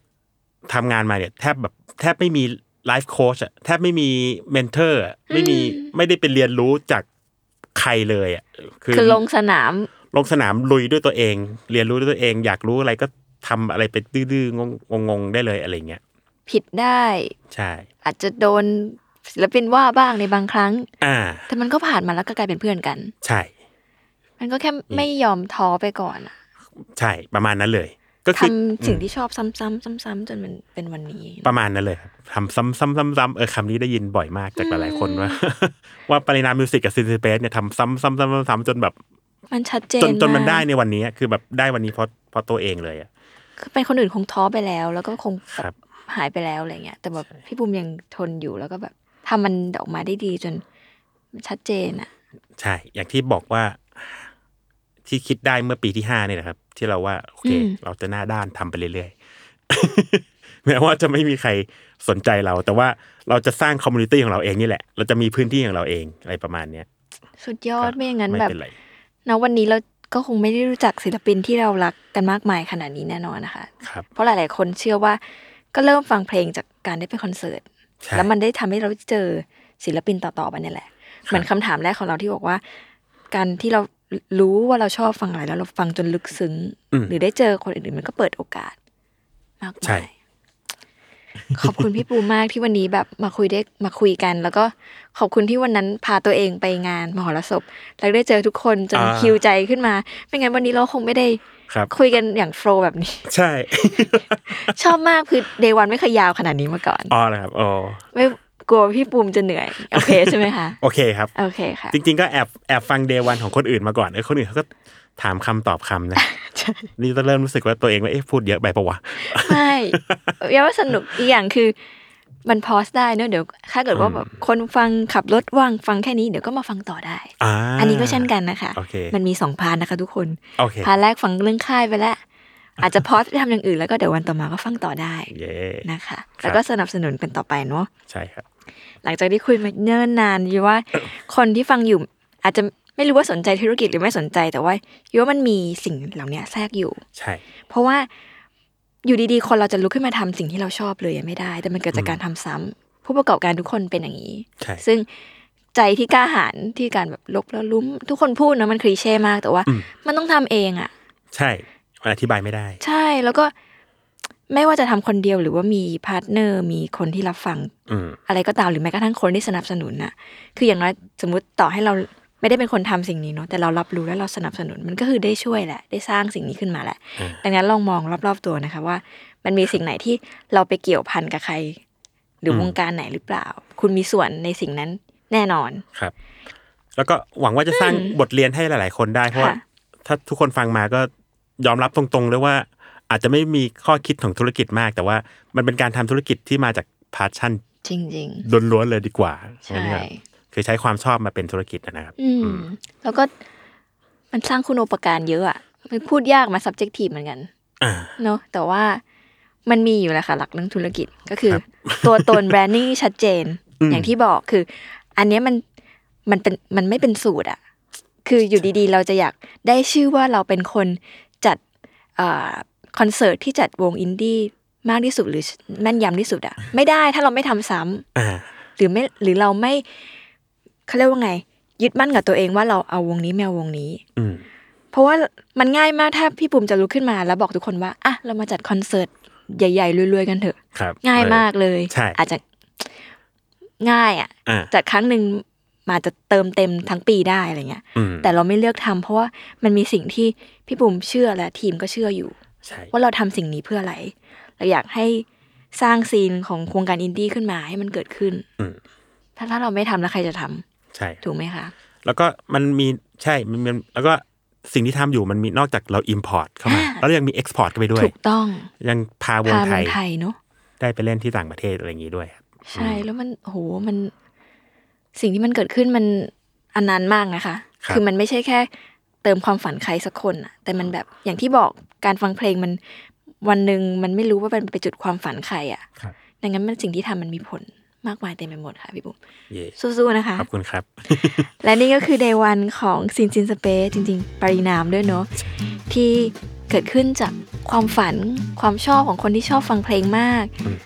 C: ทำงานมาเนี่ย แทบแบบแทบไม่มีไลฟ์โค้ชอะแทบไม่มีเมนเทอร์อะไม่มีไม่ได้ไปเรียนรู้จากใครเลยอะคือ
B: คือลงสนาม
C: ลงสนามลุยด้วยตัวเอง เรียนรู้ด้วยตัวเอง อยากรู้อะไรก็ทำอะไรไปดื้อๆงงงๆได้เลยอะไรเงี้ย
B: ผิดได้
C: ใช่
B: อาจจะโดนศิลปินว่าบ้างในบางครั้ง
C: อ่า
B: แต่มันก็ผ่านมาแล้วก็กลายเป็นเพื่อนกัน
C: ใช่
B: มันก็แค่ไม่ยอมท้อไปก่อนอะ
C: ใช่ประมาณนั้นเลย ก็
B: ทำ
C: คือ
B: สิ่ง
C: อืม
B: ที่ชอบซ้ำๆซ้ำๆจนมันเป็นวันนี้
C: ประมาณนั้นเลยครับทำซ้ำๆซ้ำๆเออคำนี้ได้ยินบ่อยมากจากหลายๆคนว่า ว่าปรินามิวสิกกับซินเซเปสเนี่ยทำซ้ำๆซ้ำๆซ้ำๆจนแบบ
B: มันชัดเจน
C: จนจนมัน
B: าก
C: ได้ในวันนี้อะคือแบบได้วันนี้เพราะเพราะตัวเองเลยอ่ะ
B: คือเป็นคนอื่นคงท้อไปแล้ว แล้วก็คง
C: ครับ
B: หายไปแล้วอะไรเงี้ย แต่แบบพี่บุมยังทนอยู่แล้วก็แบบทำมันออกมาได้ดีจนมันชัดเจนอ่ะ
C: ใช่ อย่างที่บอกว่าที่คิดได้เมื่อปีที่ห้าเนี่ยนะครับ ที่เราว่าโอเค
B: อืม
C: เราจะหน้าด้านทำไปเรื่อยๆ แม้ว่าจะไม่มีใครสนใจเรา แต่ว่าเราจะสร้างคอมมูนิตี้ของเราเองนี่แหละ เราจะมีพื้นที่ของเราเองอะไรประมาณเนี้ย
B: สุดยอดไม่อย่างนั้น
C: ไม่
B: แบบ
C: เป็นไร
B: ณวันนี้เราก็คงไม่ได้รู้จักศิลปินที่เรารักกันมากมายขนาดนี้แน่นอนนะคะ
C: ครับ
B: เพราะหลาย ๆ คนเชื่อว่าก็เริ่มฟังเพลงจากการได้ไปคอนเสิร์ต
C: ใช่
B: แล้วมันได้ทำให้เราเจอศิลปินต่อๆไปเนี่ยแหละ เหมือนคำถามแรกของเราที่บอกว่า การที่เรารู้ว่าเราชอบฟังอะไรแล้วเราฟังจนลึกซึ้ง
C: อืม
B: หรือได้เจอคนอื่นๆมันก็เปิดโอกาสมาก
C: ใช่
B: มายขอบคุณพี่ปูมากที่วันนี้แบบมาคุยได้มาคุยกัน แล้วก็ขอบคุณที่วันนั้นพาตัวเองไปงานมหรสพแล้วได้เจอทุกคนจน
C: อ่า
B: คิวใจขึ้นมา ไม่งั้นวันนี้เราคงไม่ได้
C: ครับ
B: คุยกันอย่างโฟลว์แบบนี้
C: ใช่
B: ชอบมากคือเดวันไม่เคยยาวขนาดนี้มาก่อน
C: อ๋อนะครับอ๋อ
B: ไม่กลัวพี่ปูมจะเหนื่อย โอเคใช่ไหมคะ
C: โอเคครับ
B: โอเคค่ะ
C: จริงๆก็แอบแอบฟังเดวันของคนอื่นมาก่อนเออคนอื่นเขาก็ถามคำตอบคำนะ
B: ใช่
C: นี่จะเริ่มรู้สึกว่าตัวเองว่าเอ๊ะพูดเยอะไปปะวะ
B: ไม่เรียกว่าสนุกอีกอย่างคือ มันพอสได้เนอะเดี๋ยวถ้าเกิดว่าแบบคนฟังขับรถว่างฟังแค่นี้เดี๋ยวก็มาฟังต่อได้
C: อ่า
B: อันนี้ก็เช่นกันนะคะ
C: โอเค
B: มันมีสองพาร์ทนะคะทุกคน
C: โอเค
B: พาร์ทแรกฟังเรื่องค่ายไปแล้ว อาจจะพอสไปทำอย่างอื่นแล้วก็เดี๋ยววันต่อมาก็ฟังต่อได้
C: เย้
B: นะคะ แล้วก็สนับสนุนกันต่อไปเนาะ
C: ใช่ครับ
B: หลังจากที่คุยมาเนิ่นนานยูว่า คนที่ฟังอยู่ อาจจะไม่รู้ว่าสนใจธุรกิจหรือไม่สนใจแต่ว่ายูว่ามันมีสิ่งเหล่าเนี้ยแทรกอยู่
C: ใช่
B: เพราะว่า อยู่ดีๆ คนเราจะลุกขึ้นมาทำสิ่งที่เราชอบเลยยังไม่ได้ แต่มันเกิดจากการทำซ้ำผู้ประกอบการทุกคนเป็นอย่างนี้
C: ใช่
B: ซึ่งใจที่กล้าหาญที่การแบบลกแล้วลุ้ม ทุกคนพูดนะมันคลีเช่มากแต่ว่า มันต้องทำเองอ่ะ
C: ใช่มันอธิบายไม่ได้
B: ใช่แล้วก็ ไม่ว่าจะทำคนเดียวหรือว่ามีพาร์ทเนอร์มีคนที่รับฟัง
C: อืม
B: อะไรก็ตามหรือแม้กระทั่งคนที่สนับสนุนน่ะ คืออย่างน้อยสมมติต่อให้เราไม่ได้เป็นคนทำสิ่งนี้เนาะแต่เรารับรู้และเราสนับสนุนมันก็คือได้ช่วยแหละ ได้สร้างสิ่งนี้ขึ้นมาแหละ
C: อ่า
B: ดังนั้นลองมองรอบๆตัวนะคะว่า มันมีสิ่งไหนที่เราไปเกี่ยวพันกับใคร หรือวงการไหนหรือเปล่า คุณมีส่วนในสิ่งนั้นแน่นอน
C: ครับ แล้วก็หวังว่าจะสร้างบทเรียนให้หลาย ๆ คนได้เพราะว่า
B: ค่ะ
C: ถ้าทุกคนฟังมาก็ยอมรับตรงๆเลยว่า อาจจะไม่มีข้อคิดของธุรกิจมาก แต่ว่ามันเป็นการทำธุรกิจที่มาจากพาชั่น
B: จริง
C: ล้วนๆเลยดีกว่า
B: ๆ
C: งั้
B: ใช่
C: นเนี่ยคือใช้ความชอบมาเป็นธุรกิจนะครับ
B: อืม แล้วก็มันสร้างคุณูปการเยอะอะมันพูดยากมา subjective เหมือนกัน
C: อ่า
B: เนอะแต่ว่ามันมีอยู่แหละค่ะหลักเรื่องธุรกิจก็คือ
C: ครับ
B: ตัวตนแบรนด์นี่ชัดเจน
C: อืม
B: อย่างที่บอกคือ อันเนี้ยมันมันเป็นมันไม่เป็นสูตรอะคืออยู่ดีๆ เราจะอยากได้ชื่อว่าเราเป็นคนจัดคอนเสิร์ตที่จัดวงอินดี้มากที่สุดหรือแม่นยำที่สุดอะไม่ได้ถ้าเราไม่ทำซ้ำ
C: อ่า
B: หรือไม่หรือเราไม่เขาเรียกว่าไง ยึดมั่นกับตัวเองว่าเราเอาวงนี้แมววงนี้
C: อืม
B: เพราะว่ามันง่ายมากถ้าพี่ปุ่มจะลุกขึ้นมาแล้วบอกทุกคนว่าอ่ะเรามาจัดคอนเสิร์ตใหญ่ๆรวยๆกันเถอะ
C: ครับ
B: ง่าย
C: เออ
B: มากเลย
C: ใช่
B: อาจจะง่ายอ่ะ
C: อ่า
B: จัดครั้งหนึ่งมนอาจจะเติมเต็มทั้งปีได้อะไรเงี้ย
C: อืม
B: แต่เราไม่เลือกทำเพราะว่ามันมีสิ่งที่พี่ปุ่มเชื่อและทีมก็เชื่ออยู่
C: ใช่
B: ว่าเราทำสิ่งนี้เพื่ออะไร เราอยากให้สร้างซีนของโครงการอินดี้ขึ้นมาให้มันเกิดขึ้น
C: อืม
B: ถ้าถ้าเราไม่ทำแล้วใครจะทำ
C: ใช่
B: ถูกไหมคะ
C: แล้วก็มันมีใช่มันมันแล้วก็สิ่งที่ทำอยู่มันมีนอกจากเรา import เข้ามา
B: อ่า
C: แล้วยังมี export เข้าไปด้วย
B: ถูกต้อง
C: ยังพาวง
B: พา
C: ไท
B: เมือย งไทยเนอะ
C: ได้ไปเล่นที่ต่างประเทศอะไรอย่างนี้ด้วยครับ
B: ใช่แล้วมันโหมันสิ่งที่มันเกิดขึ้นมันอันนั้นมากนะคะ
C: ครับ
B: อมันไม่ใช่แค่ เติมความฝันใครสักคนอะแต่มันแบบอย่างที่บอกการฟังเพลงมันวันหนึ่งมันไม่รู้ว่ามันไปจุดความฝันใครอะ
C: ครับ
B: ดังนั้นมันสิ่งที่ทำมันมีผลมากมายเต็มไปหมดค่ะพี่บุ๋ม
C: เย่
B: สู้ๆนะคะ
C: ขอบคุณครับ
B: และนี่ก็คือ day one ของซินซินสเปซจริงๆ ปรินามด้วยเนาะที่เกิดขึ้นจากความฝันความชอบของคนที่ชอบฟังเพลงมาก
C: อืม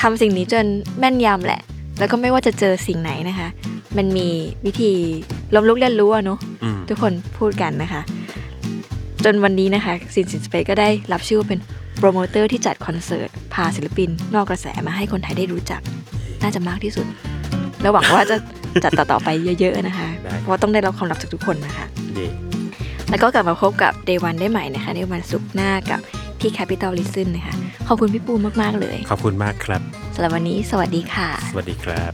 B: ทำสิ่งนี้จนแม่นยำแหละ แล้วก็ไม่ว่าจะเจอสิ่งไหนนะคะ มันมีวิธีล้มลุกเรียนรู้อะเนาะ
C: อืม
B: ทุกคนพูดกันนะคะ จนวันนี้นะคะซินซินสเปซก็ได้รับชื่อว่าเป็นโปรโมเตอร์ที่จัดคอนเสิร์ต พาศิลปิน นอกกระแสมาให้คนไทยได้รู้จัก น่าจะมากที่สุด แล้วหวังว่าจะ จัดต่อๆไปเยอะ ๆ นะคะ
C: ได้
B: เพราะว่าต้องได้รับความรับจากทุกคนนะคะ
C: เย่
B: แล้วก็กลับมาพบกับ Day One ได้ใหม่นะคะ ในวันศุกร์หน้ากับที่ Capital Listen นะคะ ขอบคุณพี่ปูมาก ๆ เลย
C: ขอบคุณมากครับ
B: สำหรับวันนี้สวัสดีค่ะ
C: สวัสดีครับ